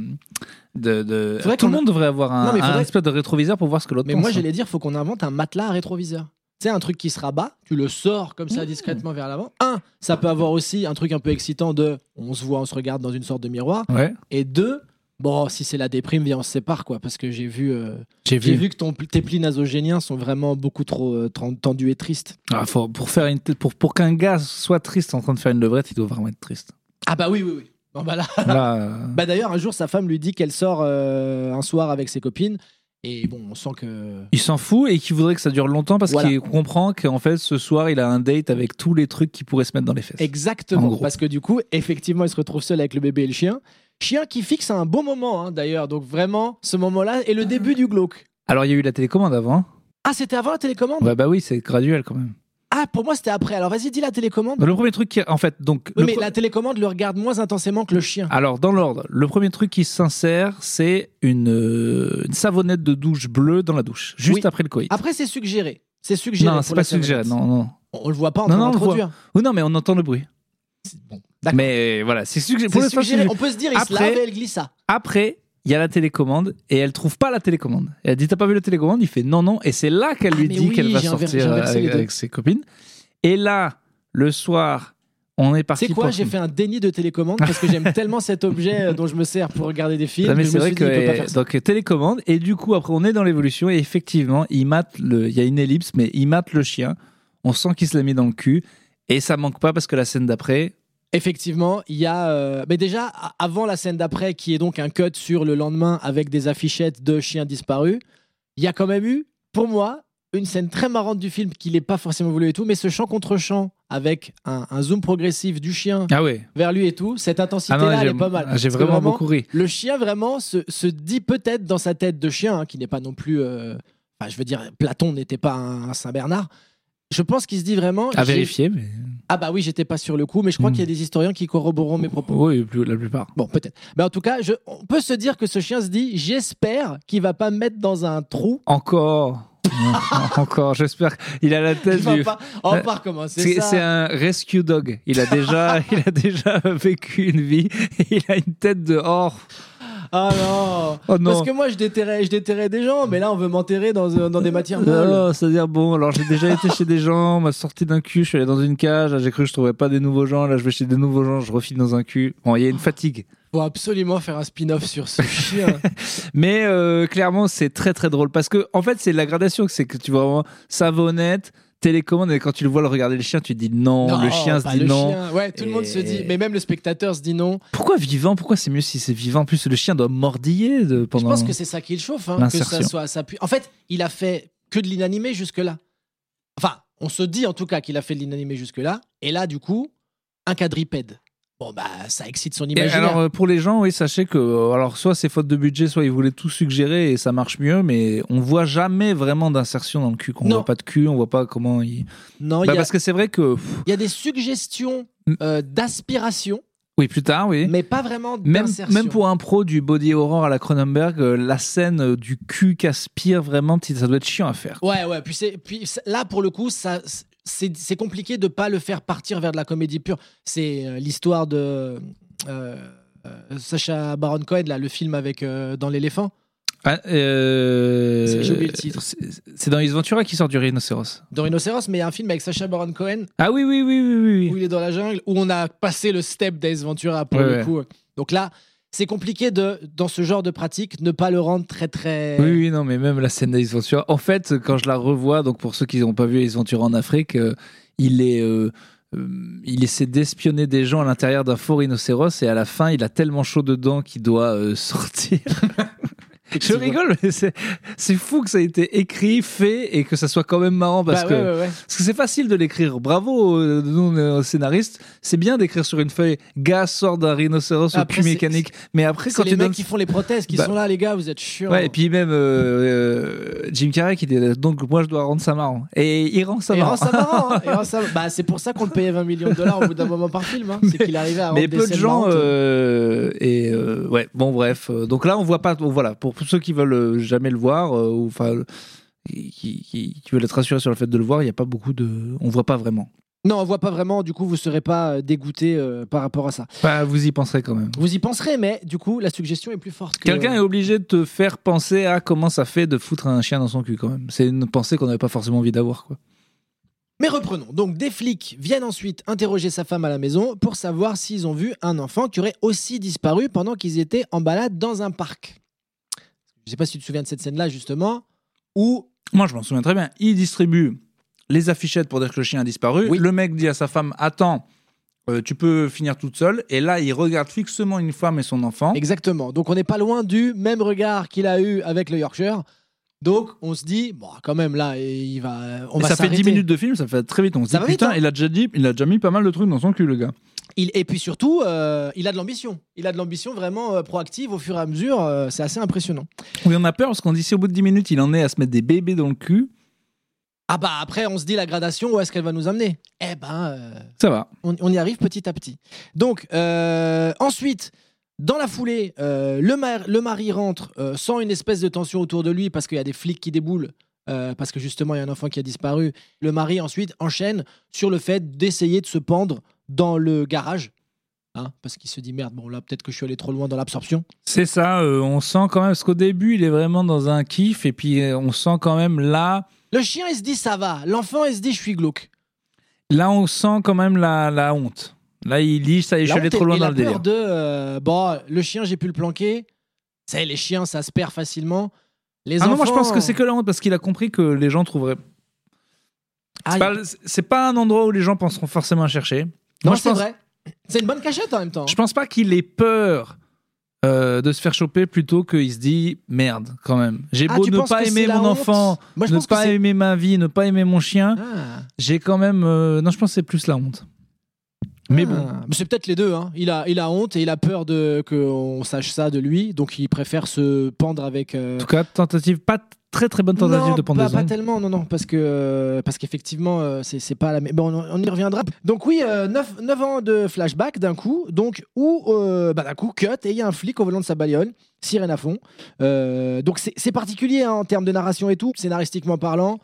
Speaker 2: de, de-
Speaker 1: Faudrait
Speaker 2: Tout le
Speaker 1: qu'on a-
Speaker 2: monde devrait avoir un,
Speaker 1: Non, mais
Speaker 2: un
Speaker 1: faudrait-
Speaker 2: espèce de rétroviseur pour voir ce que l'autre
Speaker 1: Mais
Speaker 2: pense.
Speaker 1: moi, j'allais dire, faut qu'on invente un matelas à rétroviseur. Tu sais, un truc qui se rabat, tu le sors comme ça discrètement vers l'avant. Un, ça peut avoir aussi un truc un peu excitant de on se voit, on se regarde dans une sorte de miroir.
Speaker 2: hein. Ouais,
Speaker 1: Et deux, bon, si c'est la déprime, viens, on se sépare, quoi, parce que j'ai vu, euh,
Speaker 2: j'ai
Speaker 1: j'ai
Speaker 2: vu.
Speaker 1: vu que ton, tes plis nasogéniens sont vraiment beaucoup trop euh, tran- tendus et tristes.
Speaker 2: Ah, faut- pour faire une, pour, pour qu'un gars soit triste en train de faire une levrette, il doit vraiment être triste.
Speaker 1: Ah bah oui, oui, oui. Bon, bah là-
Speaker 2: Là, euh,
Speaker 1: bah d'ailleurs, un jour, sa femme lui dit qu'elle sort euh, un soir avec ses copines. Et bon, on sent que.
Speaker 2: il s'en fout et qu'il voudrait que ça dure longtemps parce
Speaker 1: Voilà.
Speaker 2: qu'il comprend qu'en fait, ce soir, il a un date avec tous les trucs qui pourraient se mettre dans les fesses. En
Speaker 1: Exactement.
Speaker 2: gros.
Speaker 1: Parce que du coup, effectivement, il se retrouve seul avec le bébé et le chien. Chien qui fixe un beau moment, hein, d'ailleurs. Donc vraiment, ce moment-là est le début du glauque.
Speaker 2: Alors, il y a eu la télécommande avant.
Speaker 1: Ah, c'était avant la télécommande
Speaker 2: Ouais, bah oui, c'est graduel quand même.
Speaker 1: Ah, pour moi, c'était après. Alors vas-y, dis la télécommande.
Speaker 2: Le premier truc qui. En fait, donc.
Speaker 1: Oui,
Speaker 2: le
Speaker 1: mais
Speaker 2: pre-
Speaker 1: la télécommande le regarde moins intensément que le chien.
Speaker 2: Alors, dans l'ordre, le premier truc qui s'insère, c'est une, euh, une savonnette de douche bleue dans la douche, juste
Speaker 1: Oui. Ah,
Speaker 2: après le coït.
Speaker 1: Après, c'est suggéré. C'est suggéré.
Speaker 2: non,
Speaker 1: pour
Speaker 2: c'est
Speaker 1: la
Speaker 2: pas suggéré,
Speaker 1: savonnette.
Speaker 2: non, non.
Speaker 1: On, on le voit pas en
Speaker 2: Non,
Speaker 1: train
Speaker 2: non, on le
Speaker 1: d'introduire.
Speaker 2: Oui, non, mais on entend le bruit.
Speaker 1: C'est- Bon, d'accord.
Speaker 2: Mais voilà, c'est suggéré. Pour
Speaker 1: C'est
Speaker 2: l'instant,
Speaker 1: suggéré.
Speaker 2: c'est-
Speaker 1: On peut se dire, il se
Speaker 2: Après-
Speaker 1: lave et il glissa.
Speaker 2: Après, il y a la télécommande et elle trouve pas la télécommande. Elle dit T'as pas vu la télécommande Il fait Non, non. Et c'est là qu'elle
Speaker 1: Ah,
Speaker 2: lui
Speaker 1: mais
Speaker 2: dit
Speaker 1: oui,
Speaker 2: qu'elle va
Speaker 1: j'ai inversé-
Speaker 2: sortir
Speaker 1: j'ai inversé les
Speaker 2: avec,
Speaker 1: deux.
Speaker 2: avec ses copines. Et là, le soir, on est parti.
Speaker 1: C'est quoi
Speaker 2: pour-
Speaker 1: J'ai fait un déni de télécommande parce que j'aime tellement cet objet euh, dont je me sers pour regarder des films.
Speaker 2: Non, mais
Speaker 1: que je
Speaker 2: c'est
Speaker 1: me
Speaker 2: vrai
Speaker 1: suis dit, il peut pas faire
Speaker 2: que euh,
Speaker 1: ça.
Speaker 2: donc télécommande et du coup après on est dans l'évolution et effectivement il mate le il y a une ellipse mais il mate le chien on sent qu'il se l'a mis dans le cul et ça manque pas parce que la scène d'après
Speaker 1: Effectivement, il y a. euh, Mais déjà, a- avant la scène d'après, qui est donc un cut sur le lendemain avec des affichettes de chiens disparus, il y a quand même eu, pour moi, une scène très marrante du film qui n'est pas forcément voulu et tout, mais ce chant contre chant avec un, un zoom progressif du chien
Speaker 2: ah ouais
Speaker 1: vers lui et tout, cette
Speaker 2: ah
Speaker 1: intensité-là, elle est
Speaker 2: j'ai-
Speaker 1: pas mal.
Speaker 2: j'ai
Speaker 1: Parce que
Speaker 2: vraiment, beaucoup ri
Speaker 1: Le chien vraiment se, se dit peut-être dans sa tête de chien, hein, qui n'est pas non plus. euh, enfin, je veux dire, Platon n'était pas un, un Saint Bernard. Je pense qu'il se dit vraiment.
Speaker 2: à
Speaker 1: j'ai-
Speaker 2: vérifier mais
Speaker 1: Ah bah oui, j'étais pas sur le coup, mais je crois
Speaker 2: Mm.
Speaker 1: qu'il y a des historiens qui corroboreront mes propos.
Speaker 2: oui plus- la plupart
Speaker 1: Bon, peut-être. Mais en tout cas, je- on peut se dire que ce chien se dit j'espère qu'il va pas me mettre dans un trou.
Speaker 2: encore encore j'espère il a la
Speaker 1: Il
Speaker 2: tête
Speaker 1: va
Speaker 2: du
Speaker 1: pas. Oh, on
Speaker 2: Euh,
Speaker 1: part comment C'est
Speaker 2: c'est c'est
Speaker 1: ça.
Speaker 2: un rescue dog. Il a déjà, il a déjà vécu une vie. Il a une tête de oh,
Speaker 1: Ah non.
Speaker 2: oh non.
Speaker 1: Parce que moi, je déterrais, je déterrais des gens, mais là, on veut m'enterrer dans, euh, dans des matières molles.
Speaker 2: Non, Oh c'est-à-dire, bon, alors j'ai déjà été chez des gens, on m'a sorti d'un cul, je suis allé dans une cage, là, j'ai cru que je trouvais pas des nouveaux gens, là je vais chez des nouveaux gens, je refile dans un cul. Bon, il
Speaker 1: Oh.
Speaker 2: y a une fatigue.
Speaker 1: Faut absolument faire un spin-off sur ce chien.
Speaker 2: Mais euh, clairement, c'est très très drôle parce que, en fait, c'est la gradation, c'est que tu vois vraiment savonnette, télécommande, et quand tu le vois le regarder le chien, tu te dis non, le chien se
Speaker 1: pas
Speaker 2: dit
Speaker 1: le
Speaker 2: non.
Speaker 1: chien. Ouais, tout le monde se
Speaker 2: Et-
Speaker 1: dit, mais même le spectateur se dit non.
Speaker 2: Pourquoi vivant Pourquoi c'est mieux si c'est vivant En plus, le chien doit mordiller de, pendant.
Speaker 1: Je pense que c'est ça qui le chauffe, hein, que ça
Speaker 2: L'insertion.
Speaker 1: soit à sa pu- En fait, il a fait que de l'inanimé jusque-là. Enfin, on se dit en tout cas qu'il a fait de l'inanimé jusque-là. Et là, du coup, un quadripède. Bon, bah, ça excite son
Speaker 2: Et
Speaker 1: imaginaire.
Speaker 2: alors euh, pour les gens, oui, sachez que euh, alors soit c'est faute de budget, soit ils voulaient tout suggérer et ça marche mieux, mais on voit jamais vraiment d'insertion dans le cul. On
Speaker 1: Non.
Speaker 2: voit pas de cul, on voit pas comment. Il...
Speaker 1: non, il
Speaker 2: Bah,
Speaker 1: y, a-
Speaker 2: Parce que c'est vrai que pff,
Speaker 1: il y a des suggestions euh, d'aspiration,
Speaker 2: oui, plus tard, oui.
Speaker 1: mais pas vraiment
Speaker 2: Même,
Speaker 1: d'insertion.
Speaker 2: même pour un pro du body horror à la Cronenberg, euh, la scène euh, du cul qu'aspire vraiment, petit, ça doit être chiant à faire.
Speaker 1: Ouais, ouais. Puis, c'est- puis c'est- là, pour le coup, ça, c'est c'est compliqué de pas le faire partir vers de la comédie pure. C'est euh, l'histoire de euh, euh, Sacha Baron Cohen, là, le film avec euh, dans l'éléphant.
Speaker 2: Ah, euh,
Speaker 1: C'est- j'ai oublié le titre.
Speaker 2: C'est c'est dans Ace Ventura qui sort du rhinocéros.
Speaker 1: dans Rhinocéros, mais il y a un film avec Sacha Baron Cohen
Speaker 2: Ah oui, oui, oui, oui, oui.
Speaker 1: où
Speaker 2: oui.
Speaker 1: il est dans la jungle, où on a passé le step d'Ace Ventura pour
Speaker 2: Ouais,
Speaker 1: le
Speaker 2: ouais.
Speaker 1: coup. Donc là, c'est compliqué de, dans ce genre de pratique, ne pas le rendre très très.
Speaker 2: Oui, oui, non, mais même la scène d'Ace Ventura. En fait, quand je la revois, donc pour ceux qui n'ont pas vu Ace Ventura en Afrique, euh, il est. euh, euh, il essaie d'espionner des gens à l'intérieur d'un faux rhinocéros et à la fin il a tellement chaud dedans qu'il doit euh, sortir. Je rigole, mais c'est c'est fou que ça ait été écrit, fait et que ça soit quand même marrant parce
Speaker 1: Bah
Speaker 2: que
Speaker 1: ouais, ouais, ouais.
Speaker 2: parce que c'est facile de l'écrire. Bravo, euh, nous, euh, scénaristes. C'est bien d'écrire sur une feuille gars sort d'un rhinocéros au
Speaker 1: Après,
Speaker 2: cul
Speaker 1: c'est-
Speaker 2: mécanique. Mais après,
Speaker 1: C'est
Speaker 2: quand
Speaker 1: les
Speaker 2: tu
Speaker 1: mecs
Speaker 2: donnes.
Speaker 1: qui font les prothèses qui
Speaker 2: Bah-
Speaker 1: sont là, les gars, vous êtes chiants.
Speaker 2: Ouais, et puis même euh, euh, Jim Carrey qui dit donc moi je dois rendre ça marrant. Et il rend ça
Speaker 1: Et
Speaker 2: marrant.
Speaker 1: rend ça marrant, hein, et rend ça- Bah, c'est pour ça qu'on le payait 20 millions de dollars au bout d'un moment par film. hein. C'est qu'il arrivait à rendre
Speaker 2: Mais
Speaker 1: des
Speaker 2: peu de
Speaker 1: scènes
Speaker 2: gens.
Speaker 1: marrantes.
Speaker 2: euh, et euh, ouais, bon bref. Euh, Donc là on voit pas. bon, voilà, pour ceux qui veulent euh, jamais le voir euh, ou enfin qui, qui, qui- qui veulent être rassurés sur le fait de le voir, il y a pas beaucoup de. On voit pas vraiment.
Speaker 1: Non, on voit pas vraiment. Du coup, vous serez pas euh, dégoûté euh, par rapport à ça.
Speaker 2: Bah, vous y penserez quand même.
Speaker 1: Vous y penserez, mais du coup, la suggestion est plus forte. que-
Speaker 2: Quelqu'un est obligé de te faire penser à comment ça fait de foutre un chien dans son cul quand même. C'est une pensée qu'on n'avait pas forcément envie d'avoir quoi.
Speaker 1: Mais reprenons. Donc, des flics viennent ensuite interroger sa femme à la maison pour savoir s'ils ont vu un enfant qui aurait aussi disparu pendant qu'ils étaient en balade dans un parc. Je sais pas si tu te souviens de cette scène-là, justement, où.
Speaker 2: Moi, je m'en souviens très bien. Il distribue les affichettes pour dire que le chien a disparu.
Speaker 1: Oui.
Speaker 2: Le mec dit à sa femme Attends, euh, tu peux finir toute seule. Et là, il regarde fixement une femme et son enfant.
Speaker 1: Exactement. Donc on n'est pas loin du même regard qu'il a eu avec le Yorkshire. Donc on se dit, bon, quand même là, il va, on
Speaker 2: Et
Speaker 1: va
Speaker 2: ça fait 10
Speaker 1: s'arrêter.
Speaker 2: minutes de film, ça fait très vite. On se
Speaker 1: Ça
Speaker 2: dit,
Speaker 1: va vite,
Speaker 2: putain,
Speaker 1: hein.
Speaker 2: il, a déjà dit, il a déjà mis pas mal de trucs dans son cul, le gars.
Speaker 1: Il- et puis surtout, euh, il a de l'ambition. Il a de l'ambition vraiment euh, proactive au fur et à mesure. euh, c'est assez impressionnant.
Speaker 2: Oui, on a peur parce qu'on dit si au bout de 10 minutes, il en est à se mettre des bébés dans le cul,
Speaker 1: Ah bah après, on se dit la gradation, où est-ce qu'elle va nous amener Eh ben, euh,
Speaker 2: ça va.
Speaker 1: on, on y arrive petit à petit. Donc euh, ensuite, dans la foulée, euh, le, mar- le mari rentre euh, sans une espèce de tension autour de lui parce qu'il y a des flics qui déboulent. euh, parce que justement, il y a un enfant qui a disparu. Le mari ensuite enchaîne sur le fait d'essayer de se pendre dans le garage. Hein, parce qu'il se dit merde, bon là peut-être que je suis allé trop loin dans l'absorption.
Speaker 2: C'est ça, euh, on sent quand même, parce qu'au début, il est vraiment dans un kiff, et puis euh, on sent quand même là,
Speaker 1: Le chien il se dit ça va, l'enfant il se dit je suis glauque.
Speaker 2: là on sent quand même la, la honte. Là, il dit, ça y est, je
Speaker 1: La
Speaker 2: suis allé
Speaker 1: honte
Speaker 2: trop
Speaker 1: et-
Speaker 2: loin
Speaker 1: et
Speaker 2: dans
Speaker 1: la
Speaker 2: le
Speaker 1: peur
Speaker 2: délire.
Speaker 1: de euh, bon le chien j'ai pu le planquer. Ça les chiens ça se perd facilement. Les
Speaker 2: Ah
Speaker 1: enfants.
Speaker 2: non, moi je pense que c'est que la honte, parce qu'il a compris que les gens trouveraient.
Speaker 1: Ah,
Speaker 2: C'est
Speaker 1: il-
Speaker 2: pas, c'est pas un endroit où les gens penseront forcément à chercher.
Speaker 1: Non,
Speaker 2: Moi, je
Speaker 1: c'est
Speaker 2: pense,
Speaker 1: vrai. C'est une bonne cachette en même temps.
Speaker 2: je pense pas qu'il ait peur euh, de se faire choper plutôt qu'il se dit merde quand même. J'ai
Speaker 1: Ah,
Speaker 2: beau
Speaker 1: tu
Speaker 2: ne
Speaker 1: penses
Speaker 2: pas
Speaker 1: que c'est
Speaker 2: aimer
Speaker 1: la
Speaker 2: mon
Speaker 1: honte
Speaker 2: enfant,
Speaker 1: Moi, je
Speaker 2: ne
Speaker 1: pense que
Speaker 2: pas
Speaker 1: c'est-
Speaker 2: aimer ma vie, ne pas aimer mon chien,
Speaker 1: Ah.
Speaker 2: j'ai quand même. euh, Non, je pense que c'est plus la honte. Mais
Speaker 1: Ah.
Speaker 2: bon.
Speaker 1: Mais c'est peut-être les deux. hein. Il, a, il a honte et il a peur de qu'on sache ça de lui, donc il préfère se pendre avec. euh,
Speaker 2: En tout cas, tentative, pas t- très très bonne tentative
Speaker 1: non,
Speaker 2: de
Speaker 1: pas,
Speaker 2: pendaison.
Speaker 1: pas tellement, non, non, parce que euh, parce qu'effectivement, euh, c'est c'est pas la même. Bon, on, on y reviendra. Donc oui, 9, ans de flashback d'un coup, donc où euh, bah, d'un coup cut et il y a un flic au volant de sa bagnole, sirène à fond. Euh, donc c'est c'est particulier hein, en termes de narration et tout, scénaristiquement parlant.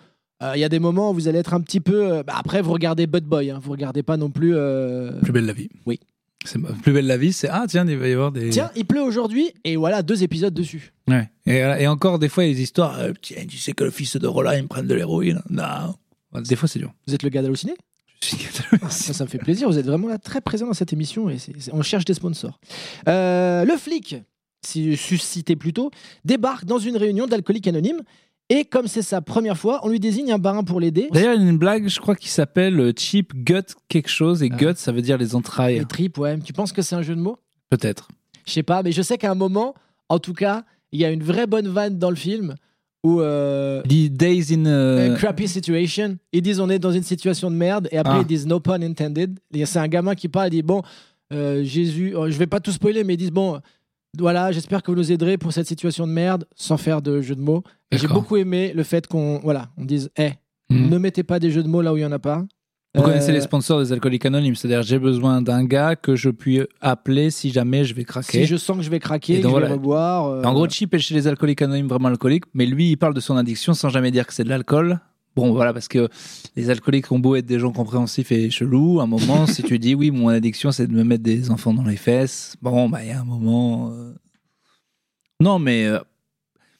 Speaker 1: Euh, Il y a des moments où vous allez être un petit peu. euh, bah, après, vous regardez Bud Boy, hein, vous regardez pas non plus. euh,
Speaker 2: Plus belle la vie.
Speaker 1: Oui.
Speaker 2: C'est ma- plus belle la vie, c'est ah tiens, il va y avoir des.
Speaker 1: Tiens, il pleut aujourd'hui et voilà deux épisodes dessus.
Speaker 2: Ouais. Et, euh, et encore des fois, il y a des histoires. euh, tiens, tu sais que le fils de Rolla, il me prend de l'héroïne. Non. Des fois, c'est dur.
Speaker 1: Vous êtes le gars d'halluciné Ça, ça me fait plaisir. Vous êtes vraiment là très présent dans cette émission et c'est- c'est- on cherche des sponsors. Euh, le flic, si suscité plus tôt, débarque dans une réunion d'alcooliques anonymes et comme c'est sa première fois, on lui désigne un barin pour l'aider.
Speaker 2: D'ailleurs, il y a une blague, je crois, qui s'appelle euh, Cheap Gut quelque chose. Et
Speaker 1: Ah.
Speaker 2: gut, ça veut dire les entrailles,
Speaker 1: Les tripes, ouais. Tu penses que c'est un jeu de mots
Speaker 2: peut-être.
Speaker 1: Je sais pas, mais je sais qu'à un moment, en tout cas, il y a une vraie bonne vanne dans le film où. euh,
Speaker 2: Il dit Days in.
Speaker 1: Euh,
Speaker 2: euh,
Speaker 1: crappy situation. Ils disent on est dans une situation de merde et après
Speaker 2: Ah.
Speaker 1: ils disent no pun intended. Et C'est un gamin qui parle, il dit bon, euh, Jésus, euh, je vais pas tout spoiler, mais ils disent bon, euh, voilà, j'espère que vous nous aiderez pour cette situation de merde sans faire de jeu de mots. Et J'ai
Speaker 2: D'accord.
Speaker 1: beaucoup aimé le fait qu'on voilà, on dise eh,
Speaker 2: Mhm.
Speaker 1: ne mettez pas des jeux de mots là où il y en a pas.
Speaker 2: Vous
Speaker 1: Euh,
Speaker 2: connaissez les sponsors des alcooliques anonymes, c'est-à-dire j'ai besoin d'un gars que je puis appeler si jamais je vais craquer.
Speaker 1: Si je sens que je vais craquer,
Speaker 2: Et
Speaker 1: que
Speaker 2: donc
Speaker 1: je vais
Speaker 2: voilà.
Speaker 1: reboire. euh,
Speaker 2: En gros, Chip est chez les alcooliques anonymes vraiment alcooliques, mais lui, il parle de son addiction sans jamais dire que c'est de l'alcool. Bon, voilà, parce que les alcooliques ont beau être des gens compréhensifs et chelous, à un moment, si tu dis oui, mon addiction, c'est de me mettre des enfants dans les fesses, bon, bah, il y a un moment. euh, Non, mais. euh,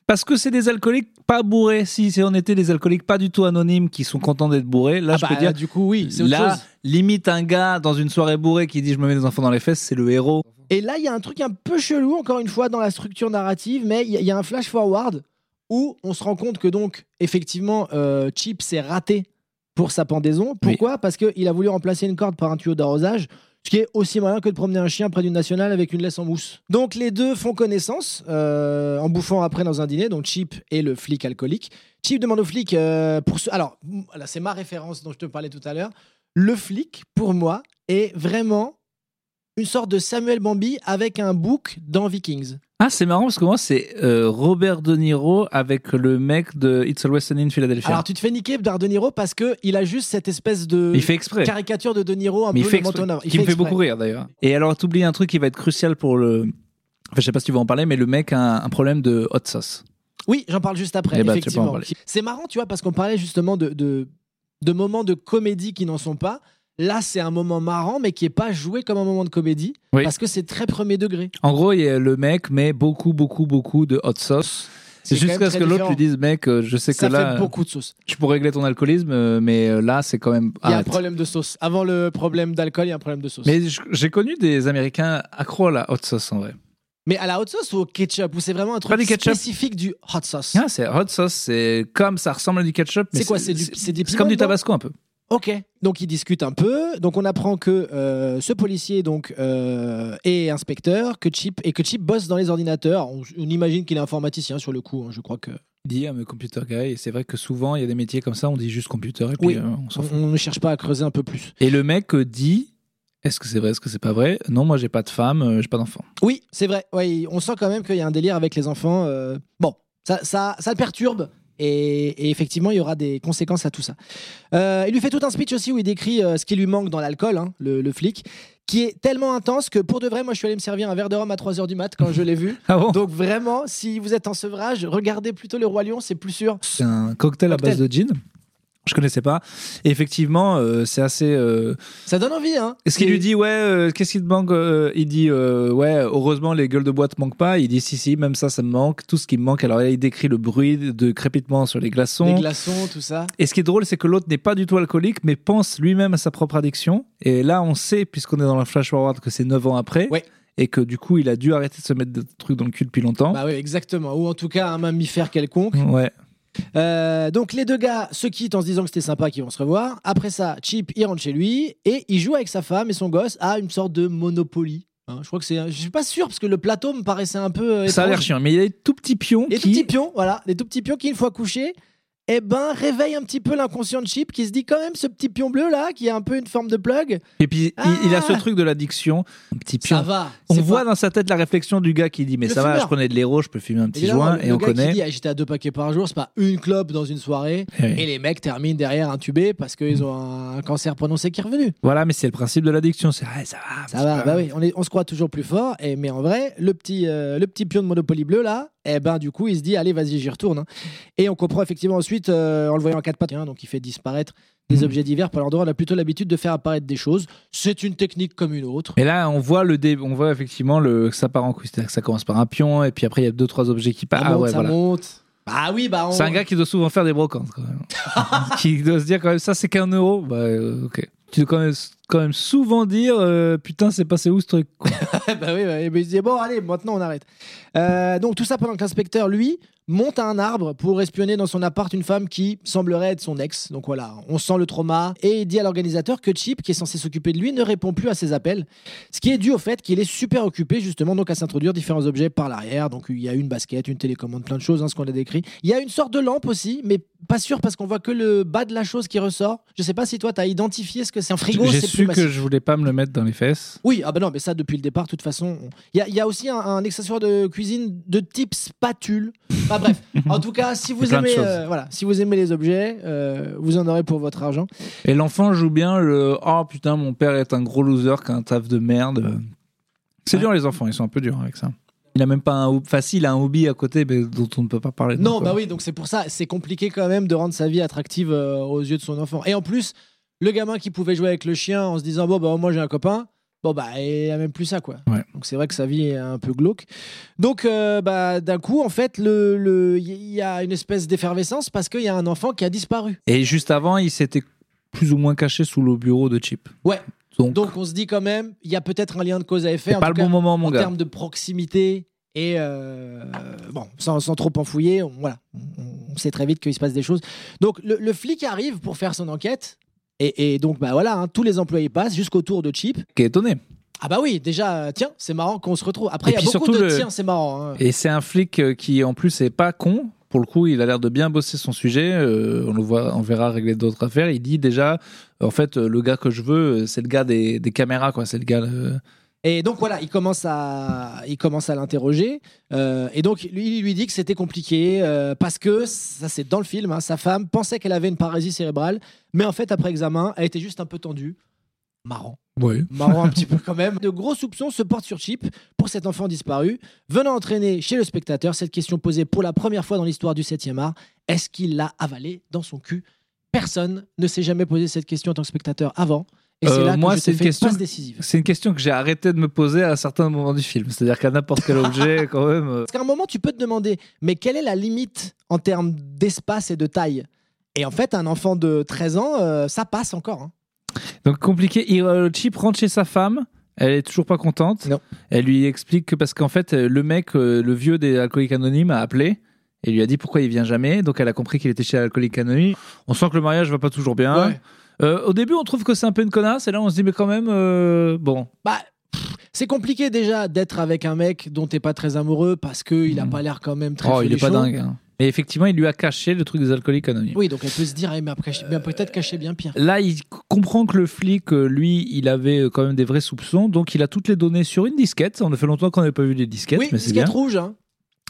Speaker 2: Parce que c'est des alcooliques pas bourrés. Si, si on était des alcooliques pas du tout anonymes qui sont contents d'être bourrés, là,
Speaker 1: ah
Speaker 2: je
Speaker 1: bah,
Speaker 2: peux dire.
Speaker 1: du coup oui, c'est autre
Speaker 2: Là,
Speaker 1: chose.
Speaker 2: limite un gars dans une soirée bourrée qui dit je me mets des enfants dans les fesses, c'est le héros.
Speaker 1: Et là, il y a un truc un peu chelou, encore une fois, dans la structure narrative, mais il y, a- il y a un flash forward où on se rend compte que, donc, effectivement, euh, Chip s'est raté pour sa pendaison. Pourquoi Parce qu'il a voulu remplacer une corde par un tuyau d'arrosage, ce qui est aussi moyen que de promener un chien près d'une nationale avec une laisse en mousse. Donc, les deux font connaissance euh, en bouffant après dans un dîner, donc Chip et le flic alcoolique. Chip demande au flic euh, pour ce. Alors, voilà, c'est ma référence dont je te parlais tout à l'heure. Le flic, pour moi, est vraiment une sorte de Samuel Bambi avec un bouc dans Vikings.
Speaker 2: Ah, c'est marrant parce que moi, c'est euh, Robert De Niro avec le mec de It's Always Sunny in Philadelphia.
Speaker 1: Alors tu te fais niquer par De Niro parce que il a juste cette espèce de
Speaker 2: il fait exprès.
Speaker 1: caricature de De Niro un
Speaker 2: Mais il
Speaker 1: peu
Speaker 2: fait
Speaker 1: le
Speaker 2: exprès.
Speaker 1: menton en avant. Il
Speaker 2: qui me fait
Speaker 1: exprès.
Speaker 2: beaucoup rire d'ailleurs. Et alors, t'oublies un truc qui va être crucial pour le. Enfin, je sais pas si tu vas en parler, mais le mec a un, un problème de hot sauce.
Speaker 1: Oui, j'en parle juste après.
Speaker 2: Eh ben, tu peux en
Speaker 1: effectivement.
Speaker 2: parler.
Speaker 1: c'est marrant, tu vois, parce qu'on parlait justement de, de, de moments de comédie qui n'en sont pas. Là, c'est un moment marrant, mais qui est pas joué comme un moment de comédie,
Speaker 2: Oui.
Speaker 1: parce que c'est très premier degré.
Speaker 2: En gros, il y a le mec met beaucoup, beaucoup, beaucoup de hot sauce.
Speaker 1: C'est quand
Speaker 2: Jusqu'à
Speaker 1: même
Speaker 2: ce que
Speaker 1: très
Speaker 2: l'autre lui
Speaker 1: différent.
Speaker 2: dise, mec, euh, je sais
Speaker 1: Ça
Speaker 2: que là,
Speaker 1: fait beaucoup de sauce.
Speaker 2: tu pourrais régler ton alcoolisme, euh, mais euh, là, c'est quand même.
Speaker 1: Il y a un
Speaker 2: Arrête.
Speaker 1: problème de sauce. Avant le problème d'alcool, il y a un problème de sauce. Mais,
Speaker 2: Mais je- j'ai connu des Américains accro à la hot sauce en vrai.
Speaker 1: à la haute sauce ou au ketchup, ou c'est vraiment un
Speaker 2: Pas
Speaker 1: truc
Speaker 2: du ketchup.
Speaker 1: spécifique du hot sauce.
Speaker 2: Ah, c'est hot sauce, c'est comme ça ressemble à du ketchup. mais
Speaker 1: C'est quoi, c'est du- c'est des
Speaker 2: C'est
Speaker 1: piments
Speaker 2: comme du
Speaker 1: dedans
Speaker 2: tabasco un peu.
Speaker 1: Ok. Donc ils discutent un peu. Donc on apprend que euh, ce policier donc euh, est inspecteur, que Chip et que Chip bosse dans les ordinateurs. On, on imagine qu'il est informaticien sur le coup. hein, je crois que
Speaker 2: Dit I'm a computer guy, et c'est vrai que souvent, il y a des métiers comme ça, on dit juste computer, et puis
Speaker 1: Oui. Mm.
Speaker 2: euh, on s'en
Speaker 1: on,
Speaker 2: fout.
Speaker 1: on ne cherche pas à creuser un peu plus.
Speaker 2: Et le mec euh, dit Est-ce que c'est vrai, est-ce que c'est pas vrai Non, moi, j'ai pas de femme, euh, j'ai pas d'enfant.
Speaker 1: Oui, c'est vrai. Ouais, on sent quand même qu'il y a un délire avec les enfants. euh, Bon, ça, ça, ça le perturbe. Et, et effectivement, il y aura des conséquences à tout ça. Euh, il lui fait tout un speech aussi où il décrit euh, ce qui lui manque dans l'alcool, hein, le, le flic, qui est tellement intense que pour de vrai, moi, je suis allé me servir un verre de rhum à 3h du mat quand je l'ai vu.
Speaker 2: Ah bon
Speaker 1: Donc vraiment, si vous êtes en sevrage, regardez plutôt le roi lion, c'est plus sûr.
Speaker 2: C'est un cocktail, à
Speaker 1: Cocktail.
Speaker 2: base de gin. Je connaissais pas. Et effectivement, euh, c'est assez. euh,
Speaker 1: Ça donne envie, hein.
Speaker 2: Est-ce qu'il lui dit ouais euh, qu'est-ce qui te manque euh, Il dit euh, ouais heureusement les gueules de bois te manquent pas. Il dit si si même ça ça me manque tout ce qui me manque. Alors là, il décrit le bruit de crépitement sur les glaçons.
Speaker 1: Les glaçons, tout ça.
Speaker 2: et ce qui est drôle c'est que l'autre n'est pas du tout alcoolique mais pense lui-même à sa propre addiction. Et là on sait puisqu'on est dans la flash forward que c'est 9 ans après
Speaker 1: Ouais.
Speaker 2: et que du coup il a dû arrêter de se mettre des trucs dans le cul depuis longtemps.
Speaker 1: Bah oui, exactement. Ou en tout cas un mammifère quelconque.
Speaker 2: ouais.
Speaker 1: Euh, donc les deux gars se quittent en se disant que c'était sympa, qu'ils vont se revoir. Après ça, Chip, il rentre chez lui et il joue avec sa femme et son gosse à une sorte de Monopoly. Hein, je crois que c'est. Je suis pas sûr parce que le plateau me paraissait un peu. euh,
Speaker 2: Ça a
Speaker 1: étrange.
Speaker 2: l'air chiant mais il y a des tout petits pions
Speaker 1: Des
Speaker 2: qui
Speaker 1: tout petits pions, voilà, des tout petits pions qui, une fois couchés, eh ben, réveillent un petit peu l'inconscient de Chip qui se dit quand même ce petit pion bleu là, qui a un peu une forme de plug.
Speaker 2: et puis il-
Speaker 1: Ah
Speaker 2: il, a ce truc de l'addiction. Un petit pion.
Speaker 1: Ça va.
Speaker 2: On
Speaker 1: c'est
Speaker 2: voit
Speaker 1: pas-
Speaker 2: dans sa tête la réflexion du gars qui dit Mais
Speaker 1: Le
Speaker 2: ça va,
Speaker 1: fumeur.
Speaker 2: je prenais de l'héros, je peux fumer un petit
Speaker 1: Évidemment,
Speaker 2: joint,
Speaker 1: le-
Speaker 2: et
Speaker 1: le
Speaker 2: on
Speaker 1: gars
Speaker 2: connaît.
Speaker 1: Qui dit, Ah, j'étais à deux paquets par jour, c'est pas une clope dans une soirée.
Speaker 2: Eh oui.
Speaker 1: Et les mecs terminent derrière intubés parce qu'ils ont un, un cancer prononcé qui est revenu.
Speaker 2: Voilà, mais c'est le principe de l'addiction c'est Ah, ça va.
Speaker 1: Ça
Speaker 2: c'est
Speaker 1: va,
Speaker 2: pas-
Speaker 1: bah oui, on, est- on se croit toujours plus fort. Et, mais en vrai, le petit, euh, le petit pion de Monopoly bleu là, eh ben du coup, il se dit allez, vas-y, j'y retourne. hein. Et on comprend effectivement ensuite, euh, en le voyant en quatre pattes, hein, donc il fait disparaître des
Speaker 2: Mhm.
Speaker 1: objets divers. Par l'endroit, on a plutôt l'habitude de faire apparaître des choses. C'est une technique comme une autre.
Speaker 2: Et là, on voit, le dé... on voit effectivement le... que ça part en couille. C'est-à-dire que ça commence par un pion, et puis après, il y a deux, trois objets qui
Speaker 1: Ça
Speaker 2: partent. Ah
Speaker 1: monte,
Speaker 2: ouais,
Speaker 1: ça
Speaker 2: voilà.
Speaker 1: monte. Bah oui, bah on.
Speaker 2: C'est un gars qui doit souvent faire des brocantes, quand même. qui doit se dire, quand même, ça, c'est qu'un euro. Bah, euh, ok. Tu dois quand même, quand même souvent dire euh, Putain, c'est passé où ce truc quoi
Speaker 1: bah oui, bah, et ben, il se dit bon, allez, maintenant on arrête. Euh, donc tout ça pendant que l'inspecteur, lui, monte à un arbre pour espionner dans son appart une femme qui semblerait être son ex. Donc voilà, on sent le trauma. Et il dit à l'organisateur que Chip, qui est censé s'occuper de lui, ne répond plus à ses appels. Ce qui est dû au fait qu'il est super occupé, justement, donc à s'introduire différents objets par l'arrière. Donc il y a une basket, une télécommande, plein de choses, hein, ce qu'on a décrit. Il y a une sorte de lampe aussi, mais pas sûr parce qu'on voit que le bas de la chose qui ressort. Je sais pas si toi, t'as identifié ce que c'est un frigo.
Speaker 2: J'ai
Speaker 1: c'est
Speaker 2: su
Speaker 1: plus
Speaker 2: que
Speaker 1: massif.
Speaker 2: je voulais pas me le mettre dans les fesses.
Speaker 1: Oui, ah bah non, mais ça depuis le départ, de toute façon. on- Il y a, il y a aussi un, un accessoire de cuisine de type spatule. Enfin bref, en tout cas, si vous
Speaker 2: Plein de
Speaker 1: aimez,
Speaker 2: choses.
Speaker 1: euh, voilà, si vous aimez les objets, euh, vous en aurez pour votre argent.
Speaker 2: Et l'enfant joue bien le Oh putain, mon père est un gros loser qui a un taf de merde. C'est
Speaker 1: Ouais.
Speaker 2: dur, les enfants, ils sont un peu durs avec ça. Il a même pas un hobby, enfin, si, il a un hobby à côté mais dont on ne peut pas parler.
Speaker 1: Non,
Speaker 2: donc,
Speaker 1: bah
Speaker 2: euh,
Speaker 1: oui, donc c'est pour ça, c'est compliqué quand même de rendre sa vie attractive euh, aux yeux de son enfant. Et en plus, le gamin qui pouvait jouer avec le chien en se disant bon bah au moins j'ai un copain, bon bah il a même plus ça quoi.
Speaker 2: Ouais.
Speaker 1: Donc c'est vrai que sa vie est un peu glauque. Donc euh, bah d'un coup en fait le le- il y a une espèce d'effervescence parce qu'il y a un enfant qui a disparu.
Speaker 2: Et juste avant, il s'était plus ou moins caché sous le bureau de Chip.
Speaker 1: Ouais.
Speaker 2: Donc,
Speaker 1: Donc on se dit quand même, il y a peut-être un lien de cause à effet.
Speaker 2: c'est
Speaker 1: en
Speaker 2: pas
Speaker 1: tout
Speaker 2: le
Speaker 1: cas,
Speaker 2: bon moment, mon
Speaker 1: en
Speaker 2: gars.
Speaker 1: termes de proximité et euh, bon, sans, sans trop enfouiller, on, voilà, on, on sait très vite qu'il se passe des choses. Donc le, le flic arrive pour faire son enquête. Et, et donc bah voilà, hein, tous les employés passent jusqu'au tour de Chip.
Speaker 2: Qui est étonné.
Speaker 1: Ah bah oui, déjà, euh, tiens, c'est marrant qu'on se retrouve. Après,
Speaker 2: Et
Speaker 1: il y a
Speaker 2: puis
Speaker 1: beaucoup
Speaker 2: surtout
Speaker 1: de
Speaker 2: le-
Speaker 1: tiens, c'est marrant. hein.
Speaker 2: Et c'est un flic euh, qui, en plus, est pas con. Pour le coup, il a l'air de bien bosser son sujet. Euh, on le voit, on verra régler d'autres affaires. Il dit déjà, en fait, euh, le gars que je veux, euh, c'est le gars des, des caméras, quoi. C'est le gars. euh,
Speaker 1: Et donc voilà, il commence à, il commence à l'interroger. euh, et donc lui, il lui dit que c'était compliqué euh, parce que ça c'est dans le film. hein, sa femme pensait qu'elle avait une paralysie cérébrale, mais en fait après examen, elle était juste un peu tendue. Marrant,
Speaker 2: Ouais.
Speaker 1: marrant un petit peu quand même. De gros soupçons se portent sur Chip pour cet enfant disparu, venant entraîner chez le spectateur cette question posée pour la première fois dans l'histoire du 7e art est-ce qu'il l'a avalé dans son cul Personne ne s'est jamais posé cette question en tant que spectateur avant. Et c'est
Speaker 2: Euh,
Speaker 1: là que
Speaker 2: moi,
Speaker 1: je
Speaker 2: c'est
Speaker 1: t'ai
Speaker 2: une
Speaker 1: fait une
Speaker 2: question
Speaker 1: passe
Speaker 2: que-
Speaker 1: décisive.
Speaker 2: C'est une question que j'ai arrêté de me poser à certains moments du film. C'est-à-dire qu'à n'importe quel objet, quand même. euh,
Speaker 1: Parce qu'à un moment, tu peux te demander, mais quelle est la limite en termes d'espace et de taille Et en fait, un enfant de 13 ans, euh, ça passe encore. hein.
Speaker 2: Donc compliqué. Il, euh, Chip rentre chez sa femme. Elle est toujours pas contente.
Speaker 1: Non.
Speaker 2: Elle lui explique que parce qu'en fait, euh, le mec, euh, le vieux des Alcooliques Anonymes, a appelé. Et lui a dit pourquoi il vient jamais. Donc elle a compris qu'il était chez Alcooliques Anonymes. On sent que le mariage va pas toujours bien. Euh, au début, on trouve que c'est un peu une connasse, et là, on se dit, mais quand même, euh, bon.
Speaker 1: Bah, pff, c'est compliqué déjà d'être avec un mec dont t'es pas très amoureux parce qu'il a
Speaker 2: Mhm.
Speaker 1: pas l'air quand même très
Speaker 2: Oh, il est pas
Speaker 1: folichon.
Speaker 2: dingue. hein. Mais effectivement, il lui a caché le truc des alcooliques anonymes.
Speaker 1: Oui, donc elle peut se dire, eh, mais après, je- mais peut-être cacher bien pire.
Speaker 2: Là, il c- comprend que le flic, euh, lui, il avait euh, quand même des vrais soupçons, donc il a toutes les données sur une disquette. On a fait longtemps qu'on n'avait pas vu les disquettes,
Speaker 1: Oui,
Speaker 2: mais
Speaker 1: ce
Speaker 2: c'est
Speaker 1: qui est
Speaker 2: bien.
Speaker 1: rouge, hein.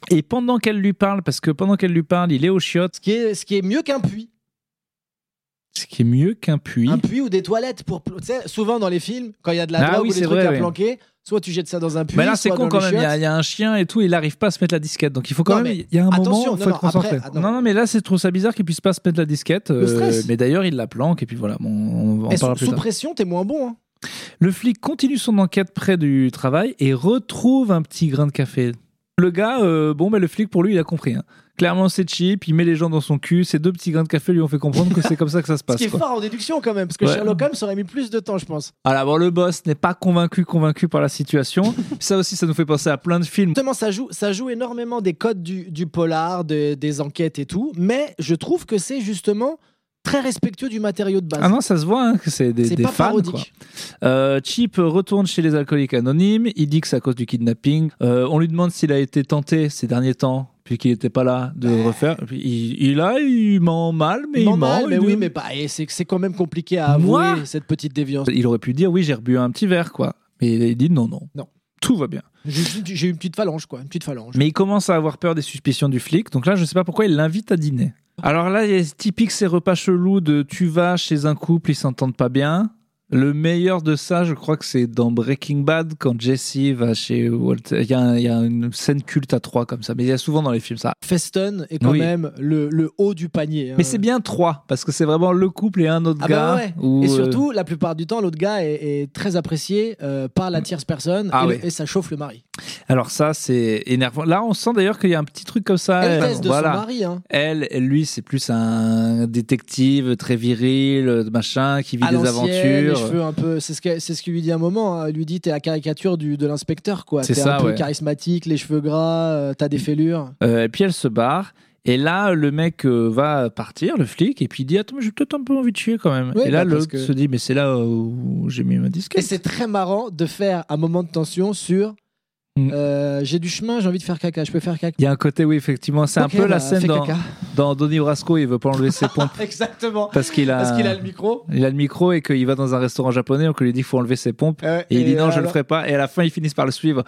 Speaker 2: Et pendant qu'elle lui parle, parce que pendant qu'elle lui parle, il est aux chiottes,
Speaker 1: ce, qui est, ce qui est mieux qu'un puits.
Speaker 2: ce qui est mieux qu'un puits.
Speaker 1: Un puits ou des toilettes. pour pl- tu sais, Souvent dans les films, quand il y a de la
Speaker 2: Ah
Speaker 1: drogue
Speaker 2: oui,
Speaker 1: ou des
Speaker 2: c'est
Speaker 1: trucs
Speaker 2: vrai,
Speaker 1: à
Speaker 2: oui.
Speaker 1: planquer, soit tu jettes ça dans un puits.
Speaker 2: mais Bah là, c'est
Speaker 1: soit
Speaker 2: con
Speaker 1: dans
Speaker 2: quand
Speaker 1: les
Speaker 2: même. Il y, a-
Speaker 1: chiottes.
Speaker 2: il y a un chien et tout, il n'arrive pas à se mettre la disquette. Donc il faut quand
Speaker 1: Non,
Speaker 2: même.
Speaker 1: mais
Speaker 2: Il y a un
Speaker 1: attention,
Speaker 2: moment,
Speaker 1: non,
Speaker 2: il faut
Speaker 1: non,
Speaker 2: être concentré.
Speaker 1: après, ah, non.
Speaker 2: non, non, mais là, c'est trop ça bizarre qu'il puisse pas se mettre la disquette. euh,
Speaker 1: stress.
Speaker 2: mais d'ailleurs, il la planque et puis voilà, bon, on, on en
Speaker 1: Et sous,
Speaker 2: parlera plus
Speaker 1: sous
Speaker 2: tard.
Speaker 1: pression, t'es moins bon. hein.
Speaker 2: Le flic continue son enquête près du travail et retrouve un petit grain de café. Le gars, euh, bon, bah, le flic, pour lui, il a compris. hein. Clairement, c'est cheap, il met les gens dans son cul. Ces deux petits grains de café lui ont fait comprendre que c'est comme ça que ça se
Speaker 1: Ce
Speaker 2: passe.
Speaker 1: qui est
Speaker 2: quoi.
Speaker 1: fort en déduction quand même, parce que
Speaker 2: Ouais.
Speaker 1: Sherlock Holmes aurait mis plus de temps, je pense.
Speaker 2: Voilà, bon, le boss n'est pas convaincu, convaincu par la situation. ça aussi, ça nous fait penser à plein de films.
Speaker 1: Justement, ça joue, ça joue énormément des codes du, du polar, de- des enquêtes et tout, mais je trouve que c'est justement très respectueux du matériau de base.
Speaker 2: Ah non, ça se voit hein, que c'est des,
Speaker 1: c'est
Speaker 2: des
Speaker 1: pas
Speaker 2: fans.
Speaker 1: parodique.
Speaker 2: quoi. Euh, Chip retourne chez les alcooliques anonymes. Il dit que c'est à cause du kidnapping. Euh, on lui demande s'il a été tenté ces derniers temps, puis qu'il n'était pas là de
Speaker 1: Ouais.
Speaker 2: refaire. Et puis, il, il a, il ment mal, mais il
Speaker 1: Normal,
Speaker 2: ment.
Speaker 1: mais
Speaker 2: il-
Speaker 1: oui, mais pas. et c'est c'est quand même compliqué à avouer
Speaker 2: Moi
Speaker 1: cette petite déviance.
Speaker 2: Il aurait pu dire oui, j'ai rebu un petit verre, quoi. Mais il dit non, non.
Speaker 1: Non.
Speaker 2: Tout va bien.
Speaker 1: J'ai j'ai eu une petite phalange, quoi, une petite phalange.
Speaker 2: Mais il commence à avoir peur des suspicions du flic. Donc là, je ne sais pas pourquoi il l'invite à dîner. Alors là, il y a typique ces repas chelous de tu vas chez un couple, ils s'entendent pas bien. Le meilleur de ça, je crois que c'est dans Breaking Bad quand Jesse va chez Walter. Il y, a un- il y a une scène culte à trois comme ça, mais il y a souvent dans les films
Speaker 1: Euh.
Speaker 2: ça.
Speaker 1: Feston est quand
Speaker 2: Oui.
Speaker 1: même le, le haut du panier. hein.
Speaker 2: Mais c'est bien trois parce que c'est vraiment le couple et un autre
Speaker 1: Ah bah
Speaker 2: gars.
Speaker 1: ouais.
Speaker 2: ou,
Speaker 1: Et
Speaker 2: euh,
Speaker 1: surtout, la plupart du temps, l'autre gars est, est très apprécié euh, par la tierce personne
Speaker 2: Ah
Speaker 1: et,
Speaker 2: ouais.
Speaker 1: le- et ça chauffe le mari.
Speaker 2: Alors ça, c'est énervant. Là, on sent d'ailleurs qu'il y a un petit truc comme ça.
Speaker 1: Elle
Speaker 2: euh,
Speaker 1: teste de son mari. hein.
Speaker 2: Elle, elle, lui, c'est plus un détective très viril, euh, machin, qui vit
Speaker 1: À
Speaker 2: des
Speaker 1: l'ancienne, Les
Speaker 2: aventures.
Speaker 1: cheveux un peu. C'est ce que- c'est ce qu'il lui dit à un moment. hein. Il lui dit T'es la caricature du, de l'inspecteur, quoi.
Speaker 2: C'est
Speaker 1: T'es
Speaker 2: ça,
Speaker 1: un peu
Speaker 2: ouais.
Speaker 1: charismatique, les cheveux gras, euh, t'as des fêlures.
Speaker 2: Euh, et puis elle se barre. Et là, le mec euh, va partir, le flic, et puis il dit Attends, mais j'ai peut-être un peu envie de chier quand même.
Speaker 1: Ouais,
Speaker 2: et là,
Speaker 1: bah, parce
Speaker 2: l'autre
Speaker 1: que-
Speaker 2: se dit Mais c'est là où j'ai mis ma disquette.
Speaker 1: Et c'est très marrant de faire un moment de tension sur
Speaker 2: Mm.
Speaker 1: euh, J'ai du chemin, j'ai envie de faire caca, je peux faire caca.
Speaker 2: Il y a un côté, oui, effectivement, c'est
Speaker 1: Ok,
Speaker 2: un peu la
Speaker 1: bah,
Speaker 2: scène
Speaker 1: fais
Speaker 2: dans,
Speaker 1: caca.
Speaker 2: dans Donnie Brasco, il veut pas enlever ses pompes
Speaker 1: Exactement.
Speaker 2: parce qu'il a,
Speaker 1: Parce qu'il a le micro.
Speaker 2: il a le micro et qu'il va dans un restaurant japonais, on lui dit qu'il faut enlever ses pompes.
Speaker 1: Euh,
Speaker 2: Et, il dit non, je le
Speaker 1: alors-
Speaker 2: ferai pas. Et à la fin, ils finissent par le suivre.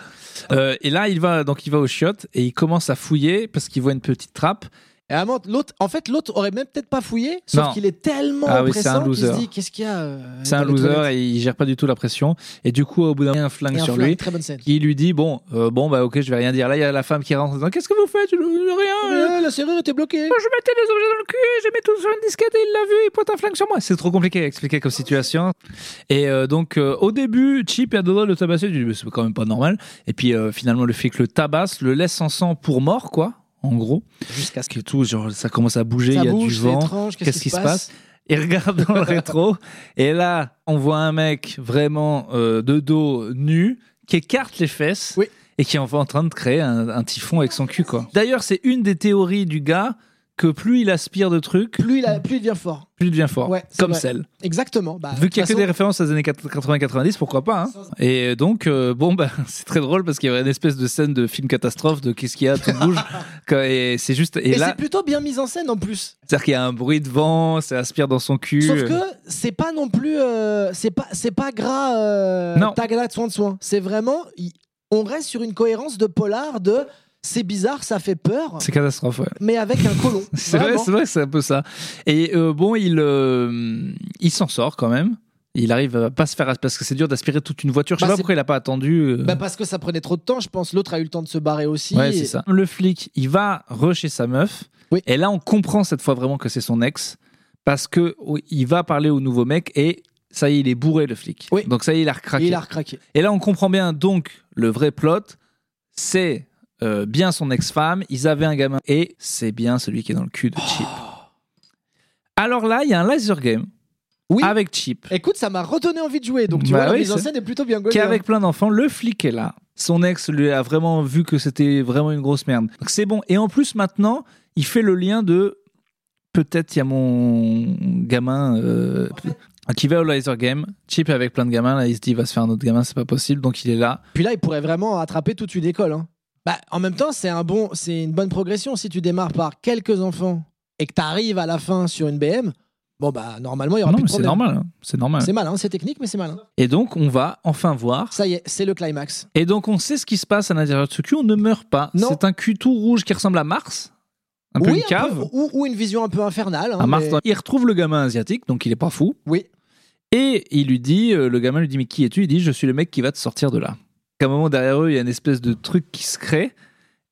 Speaker 2: Euh, et là, il va donc il va au chiottes et il commence à fouiller parce qu'il voit une petite trappe.
Speaker 1: Et vraiment, l'autre, en fait, l'autre aurait même peut-être pas fouillé, sauf
Speaker 2: Non.
Speaker 1: qu'il est tellement
Speaker 2: Ah oui, c'est un
Speaker 1: oppressant qu'il se
Speaker 2: loser.
Speaker 1: dit qu'est-ce qu'il y a. euh,
Speaker 2: C'est
Speaker 1: dans
Speaker 2: un
Speaker 1: les
Speaker 2: loser
Speaker 1: toilettes
Speaker 2: et il gère pas du tout la pression. Et du coup, au bout d'un moment, il y a un
Speaker 1: Et
Speaker 2: flingue
Speaker 1: un
Speaker 2: sur
Speaker 1: flingue,
Speaker 2: lui.
Speaker 1: Très bonne scène.
Speaker 2: Qui lui dit bon euh, bon bah ok je vais rien dire là il y a la femme qui rentre en disant qu'est-ce que vous faites je, rien euh,
Speaker 1: Euh, la serrure était bloquée.
Speaker 2: je mettais les objets dans le cul je mets tout sur une disquette et il l'a vu il pointe un flingue sur moi c'est trop compliqué à expliquer comme situation et euh, donc euh, au début Chip est à deux doigts de le tabasser je dis mais c'est quand même pas normal et puis euh, finalement le flic le tabasse le laisse en sang pour mort quoi en gros
Speaker 1: Jusqu'à ce
Speaker 2: que tout, genre, ça commence à bouger, il y a du
Speaker 1: c'est
Speaker 2: vent.
Speaker 1: étrange. Qu'est-ce qui se passe
Speaker 2: Il regarde dans le rétro, et là, on voit un mec vraiment euh, de dos nu qui écarte les fesses
Speaker 1: Oui.
Speaker 2: et qui est en train de créer un, un typhon avec son cul, quoi. D'ailleurs, c'est une des théories du gars que plus il aspire de trucs,
Speaker 1: plus il, a- plus il devient fort.
Speaker 2: plus il devient fort.
Speaker 1: Ouais, c'est
Speaker 2: comme
Speaker 1: vrai.
Speaker 2: celle.
Speaker 1: Exactement. Bah,
Speaker 2: Vu qu'il y a
Speaker 1: de
Speaker 2: que
Speaker 1: toute
Speaker 2: des références aux années 80-90, pourquoi pas hein Et donc, euh, bon, bah, c'est très drôle parce qu'il y avait une espèce de scène de film catastrophe de qu'est-ce qu'il y a, tout bouge. et c'est juste.
Speaker 1: façon-
Speaker 2: Et,
Speaker 1: Et
Speaker 2: là,
Speaker 1: c'est plutôt bien mis en scène en plus.
Speaker 2: C'est-à-dire qu'il y a un bruit de vent, ça aspire dans son cul.
Speaker 1: Sauf que c'est pas non plus. euh, c'est pas, c'est pas gras. Euh,
Speaker 2: Non.
Speaker 1: tagada de soin de soin. C'est vraiment. il- on reste sur une cohérence de polar de. C'est bizarre, ça fait peur,
Speaker 2: C'est catastrophe, ouais.
Speaker 1: mais avec un colon.
Speaker 2: C'est vrai,
Speaker 1: Vraiment.
Speaker 2: c'est vrai, que c'est un peu ça. Et euh, bon, il, euh, il s'en sort quand même. Il arrive à pas se faire as- parce que c'est dur d'aspirer toute une voiture. Je sais
Speaker 1: Bah,
Speaker 2: pas
Speaker 1: c'est-
Speaker 2: pourquoi il a pas attendu. euh.
Speaker 1: Bah parce que ça prenait trop de temps, je pense. L'autre a eu le temps de se barrer aussi.
Speaker 2: ouais,
Speaker 1: Et-
Speaker 2: c'est ça. Le flic, il va re chez sa meuf.
Speaker 1: Oui.
Speaker 2: Et là, on comprend cette fois vraiment que c'est son ex parce que oh, il va parler au nouveau mec et ça y est, il est bourré le flic.
Speaker 1: Oui.
Speaker 2: Donc ça y est, il a
Speaker 1: et
Speaker 2: recraqué.
Speaker 1: il a recraqué.
Speaker 2: Et là, on comprend bien donc le vrai plot, c'est euh, bien son ex-femme, ils avaient un gamin, et c'est bien celui qui est dans le cul de Chip. Alors là, il y a un laser game
Speaker 1: Oui.
Speaker 2: avec Chip,
Speaker 1: Écoute, ça m'a redonné envie de jouer. Donc tu
Speaker 2: Bah
Speaker 1: vois,
Speaker 2: oui,
Speaker 1: la mise en
Speaker 2: c'est-
Speaker 1: scène est plutôt bien hein. gaulée.
Speaker 2: qui est avec plein d'enfants, le flic est là. Son ex lui a vraiment vu que c'était vraiment une grosse merde. Donc c'est bon. Et en plus, maintenant, il fait le lien de peut-être il y a mon gamin. euh, qui va au laser game, Chip est avec plein de gamins, là il se dit il va se faire un autre gamin, c'est pas possible, donc il est là.
Speaker 1: Puis là, il pourrait vraiment attraper toute une école. hein. Bah, en même temps, c'est un bon, c'est une bonne progression. Si tu démarres par quelques enfants et que tu arrives à la fin sur une BM, bon bah normalement il y aura
Speaker 2: non
Speaker 1: plus
Speaker 2: mais
Speaker 1: de
Speaker 2: c'est
Speaker 1: problème.
Speaker 2: normal, hein, c'est normal.
Speaker 1: C'est malin, c'est technique, mais c'est malin.
Speaker 2: Et donc on va enfin voir.
Speaker 1: Ça y est, c'est le climax.
Speaker 2: Et donc on sait ce qui se passe à l'intérieur de ce cul, on ne meurt pas.
Speaker 1: Non.
Speaker 2: C'est un cul tout rouge qui ressemble à Mars, un peu
Speaker 1: oui,
Speaker 2: une cave.
Speaker 1: peu- ou, ou une vision un peu infernale. hein,
Speaker 2: à Mars,
Speaker 1: mais-
Speaker 2: dans- il retrouve le gamin asiatique, donc il est pas fou.
Speaker 1: Oui.
Speaker 2: Et il lui dit, euh, le gamin lui dit mais qui es-tu Il dit je suis le mec qui va te sortir de là. À un moment derrière eux, il y a une espèce de truc qui se crée.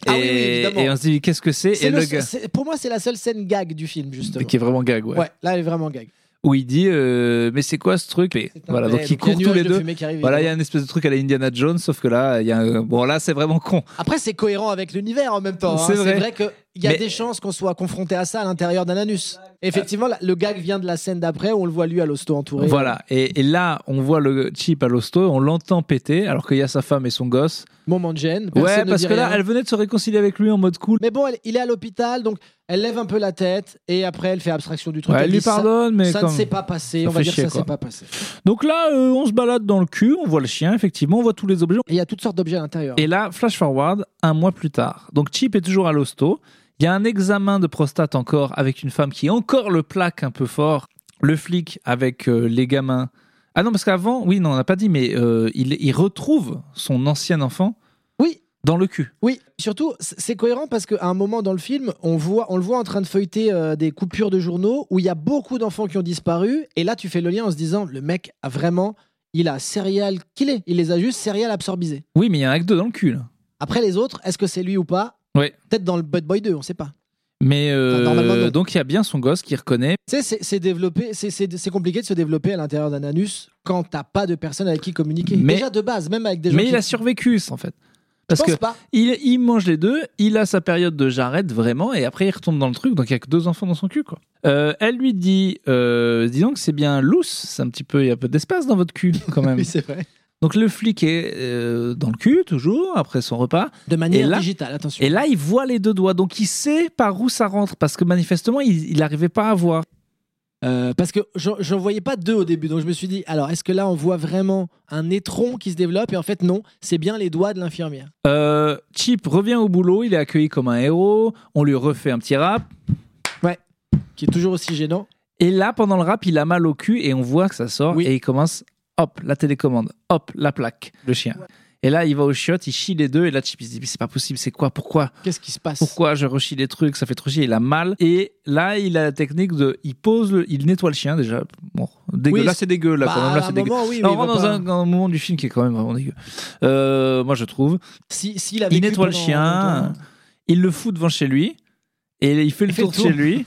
Speaker 1: Ah oui,
Speaker 2: et,
Speaker 1: oui, évidemment.
Speaker 2: et on se dit qu'est-ce que c'est
Speaker 1: C'est
Speaker 2: Et
Speaker 1: le-
Speaker 2: le gars
Speaker 1: c'est- pour moi, c'est la seule scène gag du film, justement.
Speaker 2: qui est vraiment gag, ouais.
Speaker 1: ouais. là, elle est vraiment gag.
Speaker 2: Où il dit euh, mais c'est quoi ce truc Et
Speaker 1: C'est un
Speaker 2: Voilà,
Speaker 1: vrai-
Speaker 2: donc
Speaker 1: il
Speaker 2: ils
Speaker 1: y a
Speaker 2: courent
Speaker 1: un
Speaker 2: tous les
Speaker 1: nuage de
Speaker 2: deux.
Speaker 1: fumée qui arrive,
Speaker 2: Voilà, Bah il y a
Speaker 1: évidemment.
Speaker 2: un espèce de truc à la Indiana Jones, sauf que là, il y a un- bon là c'est vraiment con.
Speaker 1: Après, c'est cohérent avec l'univers en même temps. hein.
Speaker 2: C'est
Speaker 1: C'est
Speaker 2: vrai.
Speaker 1: vrai, que qu'il y a
Speaker 2: Mais-
Speaker 1: des chances qu'on soit confronté à ça à l'intérieur d'un anus. Effectivement, la- le gag vient de la scène d'après où on le voit lui à l'hosto entouré.
Speaker 2: Voilà, et, et là on voit le chip à l'hosto, on l'entend péter alors qu'il y a sa femme et son gosse.
Speaker 1: Moment de gêne.
Speaker 2: ouais,
Speaker 1: personne ne
Speaker 2: parce
Speaker 1: dit
Speaker 2: que là
Speaker 1: rien.
Speaker 2: elle venait de se réconcilier avec lui en mode cool.
Speaker 1: Mais bon, elle- il est à l'hôpital, donc elle lève un peu la tête et après elle fait abstraction du truc.
Speaker 2: Ouais, elle
Speaker 1: dit,
Speaker 2: lui
Speaker 1: ça-
Speaker 2: pardonne, mais
Speaker 1: Ça,
Speaker 2: quand
Speaker 1: ne
Speaker 2: même.
Speaker 1: s'est pas passé.
Speaker 2: Ça
Speaker 1: on va
Speaker 2: fait
Speaker 1: dire
Speaker 2: chier,
Speaker 1: ça
Speaker 2: quoi.
Speaker 1: s'est pas passé.
Speaker 2: Donc là, euh, on se balade dans le cul, on voit le chien, effectivement, on voit tous les objets.
Speaker 1: Et il y a toutes sortes d'objets à l'intérieur.
Speaker 2: Et là, flash forward, un mois plus tard. Donc Chip est toujours à l'hosto. Il y a un examen de prostate encore avec une femme qui encore le plaque un peu fort. Le flic avec euh, les gamins. Ah non, parce qu'avant, oui, non, on n'a pas dit, mais euh, il, il retrouve son ancien enfant
Speaker 1: Oui.
Speaker 2: dans le cul.
Speaker 1: Oui, surtout, c- c'est cohérent parce qu'à un moment dans le film, on, voit, on le voit en train de feuilleter euh, des coupures de journaux où il y a beaucoup d'enfants qui ont disparu. Et là, tu fais le lien en se disant, le mec a vraiment, il a serial killé. Il les a juste serial absorbisés.
Speaker 2: Oui, mais il y a un acte 2 dans le cul. là.
Speaker 1: Après les autres, est-ce que c'est lui ou pas
Speaker 2: Ouais.
Speaker 1: Peut-être dans le Bad Boy 2, on sait pas.
Speaker 2: Mais euh,
Speaker 1: Enfin, normalement, non.
Speaker 2: donc il y a bien son gosse qui reconnaît.
Speaker 1: Tu sais, c'est- c'est développé, c'est- c'est c'est compliqué de se développer à l'intérieur d'un anus quand t'as pas de personne avec qui communiquer.
Speaker 2: Mais-
Speaker 1: Déjà de base, même avec des gens
Speaker 2: Mais
Speaker 1: qui...
Speaker 2: il a survécu, ça, en fait. Parce
Speaker 1: Je
Speaker 2: que
Speaker 1: pense pas.
Speaker 2: il, il mange les deux, il a sa période de j'arrête vraiment, et après il retombe dans le truc, donc il y a que deux enfants dans son cul. Quoi. Euh, elle lui dit, euh, dis donc c'est bien loose, c'est un petit peu, il y a un peu d'espace dans votre cul quand même.
Speaker 1: Oui, c'est vrai.
Speaker 2: donc le flic est euh, dans le cul toujours, après son repas,
Speaker 1: De manière
Speaker 2: Et là-
Speaker 1: digitale, attention.
Speaker 2: et là il voit les deux doigts, donc il sait par où ça rentre, parce que manifestement il n'arrivait pas à voir.
Speaker 1: Euh, parce que j'en j'en voyais pas deux au début, donc je me suis dit, alors est-ce que là on voit vraiment un étron qui se développe Et en fait, non, c'est bien les doigts de l'infirmière.
Speaker 2: Euh, Chip revient au boulot, il est accueilli comme un héros, on lui refait un petit rap,
Speaker 1: Qui est toujours aussi gênant.
Speaker 2: Et là, pendant le rap, il a mal au cul et on voit que ça sort
Speaker 1: Oui.
Speaker 2: et il commence, hop, la télécommande, hop, la plaque, le chien. Et là, il va au chiottes, il chie les deux et là, Chip il se dit, mais c'est pas possible, c'est quoi, pourquoi,
Speaker 1: Qu'est-ce qui se passe
Speaker 2: pourquoi je rechie les trucs, ça fait trop chier, il a mal. Et là, il a la technique de, il pose, le- il nettoie le chien déjà. Bon, dégueu,
Speaker 1: Oui,
Speaker 2: là, c'est dégueu, là,
Speaker 1: Bah,
Speaker 2: quand même, là,
Speaker 1: à
Speaker 2: c'est
Speaker 1: un
Speaker 2: dégueu.
Speaker 1: moment, oui, oui,
Speaker 2: Non,
Speaker 1: il
Speaker 2: on rentre
Speaker 1: va
Speaker 2: dans
Speaker 1: pas-
Speaker 2: un, dans un moment du film qui est quand même vraiment dégueu. Euh, moi, je trouve.
Speaker 1: Si, s'il a
Speaker 2: Il
Speaker 1: vécu
Speaker 2: nettoie le
Speaker 1: pendant
Speaker 2: chien,
Speaker 1: longtemps.
Speaker 2: il le fout devant chez lui et il fait le
Speaker 1: Il fait
Speaker 2: tour
Speaker 1: le
Speaker 2: de chez
Speaker 1: tour.
Speaker 2: lui.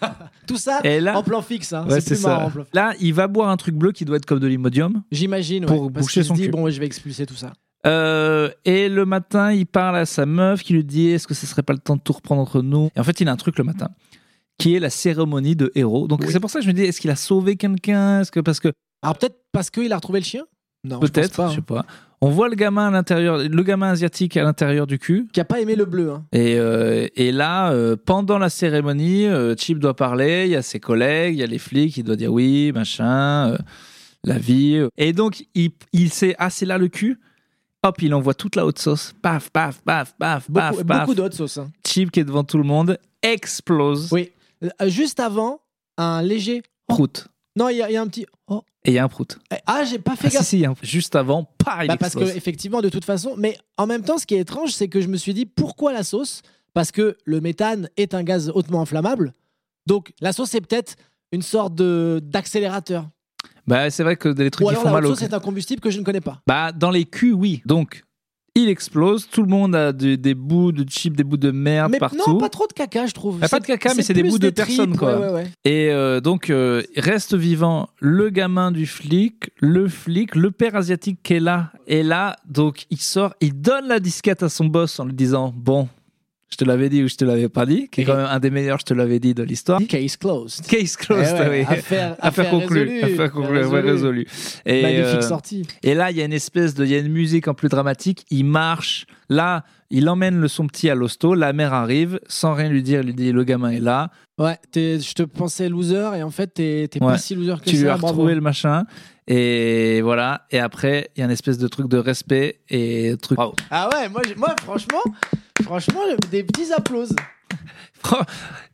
Speaker 1: Tout ça
Speaker 2: Et là,
Speaker 1: en plan fixe, hein.
Speaker 2: Ouais,
Speaker 1: c'est plus marrant en plan fixe.
Speaker 2: Là, il va boire un truc bleu qui doit être comme de l'imodium.
Speaker 1: J'imagine, ouais,
Speaker 2: Pour
Speaker 1: parce
Speaker 2: boucher
Speaker 1: qu'il se
Speaker 2: son
Speaker 1: dit,
Speaker 2: cul.
Speaker 1: bon, ouais, je vais expulser tout ça.
Speaker 2: Euh, et le matin, il parle à sa meuf qui lui dit Est-ce que ce serait pas le temps de tout reprendre entre nous Et en fait, il a un truc le matin qui est la cérémonie de héros. Donc
Speaker 1: Oui.
Speaker 2: c'est pour ça que je me dis Est-ce qu'il a sauvé quelqu'un Est-ce que parce que
Speaker 1: Alors peut-être parce qu'il a retrouvé le chien Non, je pense
Speaker 2: peut-être,
Speaker 1: pas.
Speaker 2: je
Speaker 1: hein.
Speaker 2: sais pas. On voit le gamin à l'intérieur, le gamin asiatique à l'intérieur du cul.
Speaker 1: Qui a pas aimé le bleu. hein.
Speaker 2: Et, euh, et là, euh, pendant la cérémonie, euh, Chip doit parler, il y a ses collègues, il y a les flics, il doit dire oui, machin, euh, la vie. euh. Et donc, il, il s'est assez là le cul, hop, il envoie toute la haute sauce, paf, paf, paf, paf,
Speaker 1: Beaucoup,
Speaker 2: paf, paf.
Speaker 1: beaucoup de hot sauce. hein.
Speaker 2: Chip qui est devant tout le monde explose,
Speaker 1: Oui. Euh, Juste avant, un léger.
Speaker 2: prout.
Speaker 1: Non, il y, a- il y a un petit. oh.
Speaker 2: Et il y a un prout.
Speaker 1: Ah, j'ai pas fait
Speaker 2: Ah,
Speaker 1: gaffe.
Speaker 2: si, si, il y a un- Juste avant, pas, il
Speaker 1: Bah, parce que
Speaker 2: explose.
Speaker 1: effectivement de toute façon mais en même temps ce qui est étrange c'est que je me suis dit pourquoi la sauce parce que le méthane est un gaz hautement inflammable donc la sauce est peut-être une sorte de d'accélérateur
Speaker 2: Bah, c'est vrai que des trucs
Speaker 1: ou
Speaker 2: qui
Speaker 1: alors
Speaker 2: font
Speaker 1: la haute
Speaker 2: mal au
Speaker 1: sauce est un combustible que je ne connais pas
Speaker 2: Bah, dans les culs, oui. Donc, il explose, tout le monde a des, des bouts de chips, des bouts de merde
Speaker 1: mais
Speaker 2: partout.
Speaker 1: non pas trop de caca je trouve
Speaker 2: Bah, pas de caca, mais c'est des
Speaker 1: plus
Speaker 2: bouts de
Speaker 1: tripes,
Speaker 2: personnes, quoi.
Speaker 1: ouais, ouais, ouais.
Speaker 2: Et euh, donc, euh, reste vivant le gamin du flic, le flic, le père asiatique qui est là. Et là, donc, il sort, il donne la disquette à son boss en lui disant Bon, je te l'avais dit ou je te l'avais pas dit, qui est
Speaker 1: Et-
Speaker 2: quand même un des meilleurs, je te l'avais dit, de l'histoire.
Speaker 1: Case closed.
Speaker 2: Hein Case closed,
Speaker 1: Eh ouais,
Speaker 2: oui.
Speaker 1: affaire,
Speaker 2: Affaire conclue,
Speaker 1: résolue,
Speaker 2: affaire conclue, affaire résolue. Et,
Speaker 1: Magnifique
Speaker 2: euh,
Speaker 1: sortie.
Speaker 2: et là, il y a une espèce de, il y a une musique en plus dramatique. Il marche. Là, il emmène le son petit à l'hosto. La mère arrive sans rien lui dire. Il lui dit le gamin est là.
Speaker 1: Ouais, t'es- je te pensais loser et en fait, t'es t'es
Speaker 2: Ouais.
Speaker 1: pas si loser que
Speaker 2: tu
Speaker 1: ça.
Speaker 2: lui as
Speaker 1: bravo.
Speaker 2: retrouvé le machin. Et voilà. Et après, il y a une espèce de truc de respect et truc. Bravo.
Speaker 1: Ah ouais, moi, j'ai- moi franchement, franchement, des petits applauses.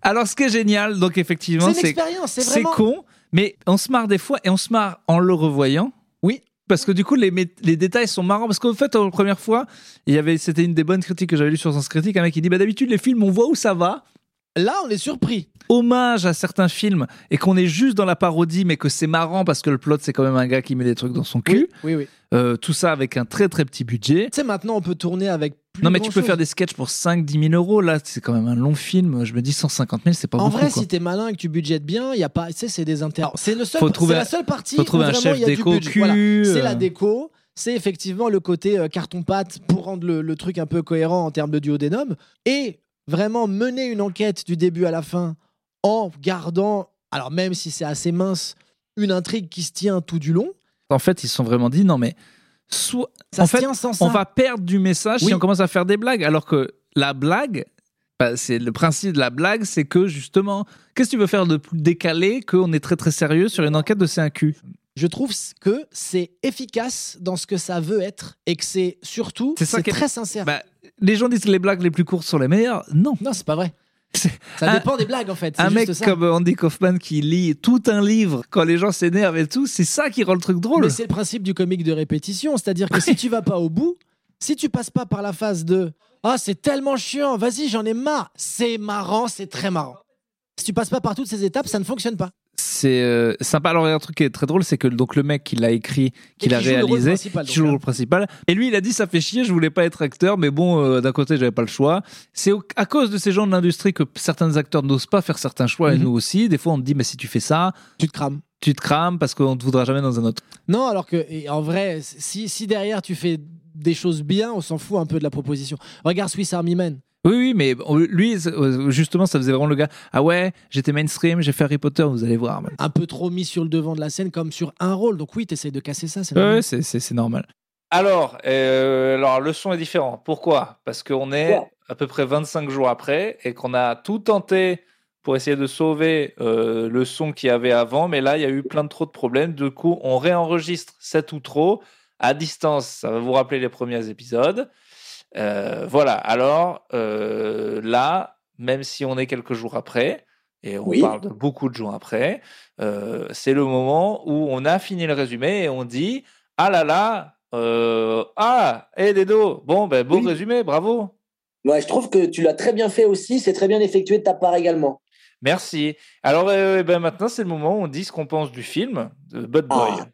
Speaker 2: Alors, ce qui est génial, donc
Speaker 1: C'est
Speaker 2: effectivement,
Speaker 1: une
Speaker 2: c'est
Speaker 1: expérience, c'est
Speaker 2: c'est
Speaker 1: vraiment.
Speaker 2: con, mais on se marre des fois et on se marre en le revoyant.
Speaker 1: Oui.
Speaker 2: Parce que du coup, les, mé- les détails sont marrants. Parce qu'en fait, la première fois, il y avait, c'était une des bonnes critiques que j'avais lues sur Sens Critique. Un mec qui dit bah, D'habitude, les films, on voit où ça va.
Speaker 1: Là, on est surpris.
Speaker 2: hommage à certains films et qu'on est juste dans la parodie, mais que c'est marrant parce que le plot, c'est quand même un gars qui met des trucs dans son cul.
Speaker 1: Oui, oui, oui.
Speaker 2: Euh, tout ça avec un très très petit budget.
Speaker 1: Tu sais, maintenant, on peut tourner avec plus
Speaker 2: non, mais tu peux
Speaker 1: grand-chose.
Speaker 2: faire des sketchs pour 5-10 000 euros. Là, c'est quand même un long film. Je me dis 150 000, c'est pas
Speaker 1: En
Speaker 2: beaucoup.
Speaker 1: vrai,
Speaker 2: quoi.
Speaker 1: si t'es malin et que tu budgètes bien, il y a pas, tu sais, c'est des inter. C'est le seul.
Speaker 2: Faut trouver
Speaker 1: c'est
Speaker 2: un-
Speaker 1: la seule partie.
Speaker 2: Faut trouver
Speaker 1: où
Speaker 2: un
Speaker 1: vraiment
Speaker 2: chef
Speaker 1: il y a du
Speaker 2: déco
Speaker 1: budget.
Speaker 2: cul.
Speaker 1: Voilà. C'est
Speaker 2: euh,
Speaker 1: la déco. C'est effectivement le côté euh, carton-pâte pour rendre le, le truc un peu cohérent en termes de duo des noms. Et vraiment mener une enquête du début à la fin en gardant, alors même si c'est assez mince, une intrigue qui se tient tout du long.
Speaker 2: En fait, ils se sont vraiment dit non, mais soit
Speaker 1: Ça
Speaker 2: En
Speaker 1: se
Speaker 2: fait,
Speaker 1: tient sans ça.
Speaker 2: on va perdre du message si
Speaker 1: Oui.
Speaker 2: on commence à faire des blagues. Alors que la blague. bah, c'est le principe de la blague, c'est que justement, qu'est-ce que tu veux faire de plus décalé qu'on est très très sérieux sur une enquête de c'est un cul
Speaker 1: Je trouve que c'est efficace dans ce que ça veut être et que c'est surtout
Speaker 2: C'est ça
Speaker 1: c'est
Speaker 2: qui est-
Speaker 1: très sincère.
Speaker 2: Bah, les gens disent que les blagues les plus courtes sont les meilleures. Non.
Speaker 1: Non, c'est pas vrai.
Speaker 2: C'est-
Speaker 1: Ça
Speaker 2: un-
Speaker 1: dépend des blagues en fait. c'est
Speaker 2: Un
Speaker 1: juste
Speaker 2: mec
Speaker 1: ça.
Speaker 2: comme Andy Kaufman qui lit tout un livre quand les gens s'énervent et tout, c'est ça qui rend le truc drôle.
Speaker 1: Mais c'est le principe du comique de répétition, c'est-à-dire que si tu vas pas au bout, si tu passes pas par la phase de ah c'est tellement chiant, vas-y j'en ai marre, c'est marrant, c'est très marrant. Si tu passes pas par toutes ces étapes, ça ne fonctionne pas.
Speaker 2: C'est euh, sympa. Alors, il y a un truc qui est très drôle, c'est que donc, le mec qui l'a écrit, qui
Speaker 1: Et
Speaker 2: l'a
Speaker 1: qui joue le rôle
Speaker 2: réalisé,
Speaker 1: principal,
Speaker 2: qui
Speaker 1: donc,
Speaker 2: joue le
Speaker 1: hein.
Speaker 2: rôle principal. Et lui, il a dit Ça fait chier, je voulais pas être acteur, mais bon, euh, d'un côté, j'avais pas le choix. C'est au- à cause de ces gens de l'industrie que certains acteurs n'osent pas faire certains choix, et
Speaker 1: Mhm.
Speaker 2: nous aussi. Des fois, on te dit Mais si tu fais ça,
Speaker 1: hein. Tu te crames.
Speaker 2: tu te crames parce qu'on te voudra jamais dans un autre.
Speaker 1: Non, alors que et en vrai, si, si derrière tu fais des choses bien, on s'en fout un peu de la proposition. Regarde Swiss Army Man.
Speaker 2: Oui, oui, mais bon, lui, c'est- euh, justement, ça faisait vraiment le gars. Ah ouais, j'étais mainstream, j'ai fait Harry Potter, vous allez voir.
Speaker 1: Un peu trop mis sur le devant de la scène comme sur un rôle. Donc oui, t'essayes de casser ça. c'est normal.
Speaker 2: Ouais, c'est, c'est- c'est normal. Alors, euh, alors, le son est différent. Pourquoi Parce qu'on est
Speaker 1: Pourquoi
Speaker 2: à peu près 25 jours après et qu'on a tout tenté pour essayer de sauver euh, le son qu'il y avait avant, mais là, il y a eu plein de trop de problèmes. Du coup, on réenregistre cet outro à distance. Ça va vous rappeler les premiers épisodes. Euh, voilà, alors euh, là, même si on est quelques jours après, et on
Speaker 1: Oui.
Speaker 2: parle de beaucoup de jours après, euh, c'est le moment où on a fini le résumé et on dit Ah là là, euh, ah, et Dedo, bon, ben, beau
Speaker 3: Oui.
Speaker 2: résumé, bravo,
Speaker 3: Ouais, je trouve que tu l'as très bien fait aussi, c'est très bien effectué de ta part également.
Speaker 2: merci. Alors euh, eh ben, maintenant, c'est le moment où on dit ce qu'on pense du film de Bud Boy.
Speaker 3: Ah.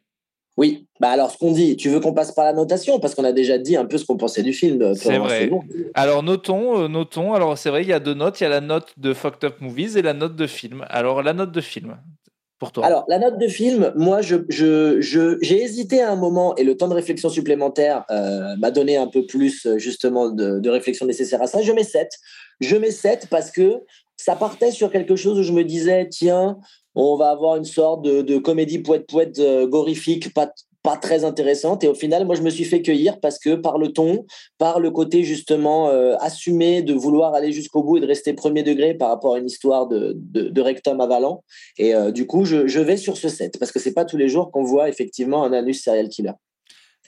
Speaker 3: Oui, bah alors ce qu'on dit, tu veux qu'on passe par la notation parce qu'on a déjà dit un peu ce qu'on pensait du film. euh,
Speaker 2: C'est
Speaker 3: Florent,
Speaker 2: vrai.
Speaker 3: bon.
Speaker 2: Alors notons, euh, notons, alors c'est vrai, il y a deux notes, il y a la note de Fucked Up Movies et la note de film. Alors la note de film, pour toi.
Speaker 3: Alors la note de film, moi je je- je- j'ai hésité à un moment et le temps de réflexion supplémentaire euh, m'a donné un peu plus euh, justement de, de réflexion nécessaire à ça. Je mets 7. Je mets 7 parce que ça partait sur quelque chose où je me disais tiens, on va avoir une sorte de, de comédie poète-poète euh, gorifique, pas pas très intéressante et au final moi je me suis fait cueillir parce que par le ton par le côté justement euh, assumé de vouloir aller jusqu'au bout et de rester premier degré par rapport à une histoire de, de, de rectum avalant. Et euh, du coup, je, je vais sur ce set parce que c'est pas tous les jours qu'on voit effectivement un anus serial killer.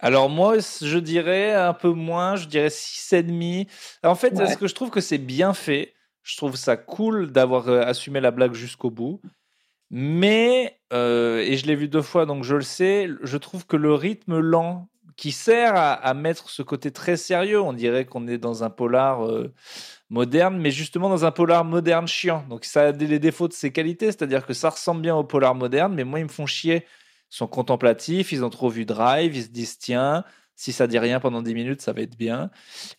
Speaker 2: Alors moi, c- je dirais un peu moins, je dirais 6,5. En fait,
Speaker 3: Ouais.
Speaker 2: ce que je trouve que c'est bien fait, je trouve ça cool d'avoir euh, assumé la blague jusqu'au bout. Mais, euh, et je l'ai vu deux fois, donc je le sais, je trouve que le rythme lent qui sert à, à mettre ce côté très sérieux, on dirait qu'on est dans un polar euh, moderne, mais justement dans un polar moderne chiant. Donc ça a des- les défauts de ses qualités, c'est-à-dire que ça ressemble bien au polar moderne, mais moi, ils me font chier sont contemplatifs, ils ont trop vu Drive, ils se disent tiens, si ça dit rien pendant 10 minutes, ça va être bien.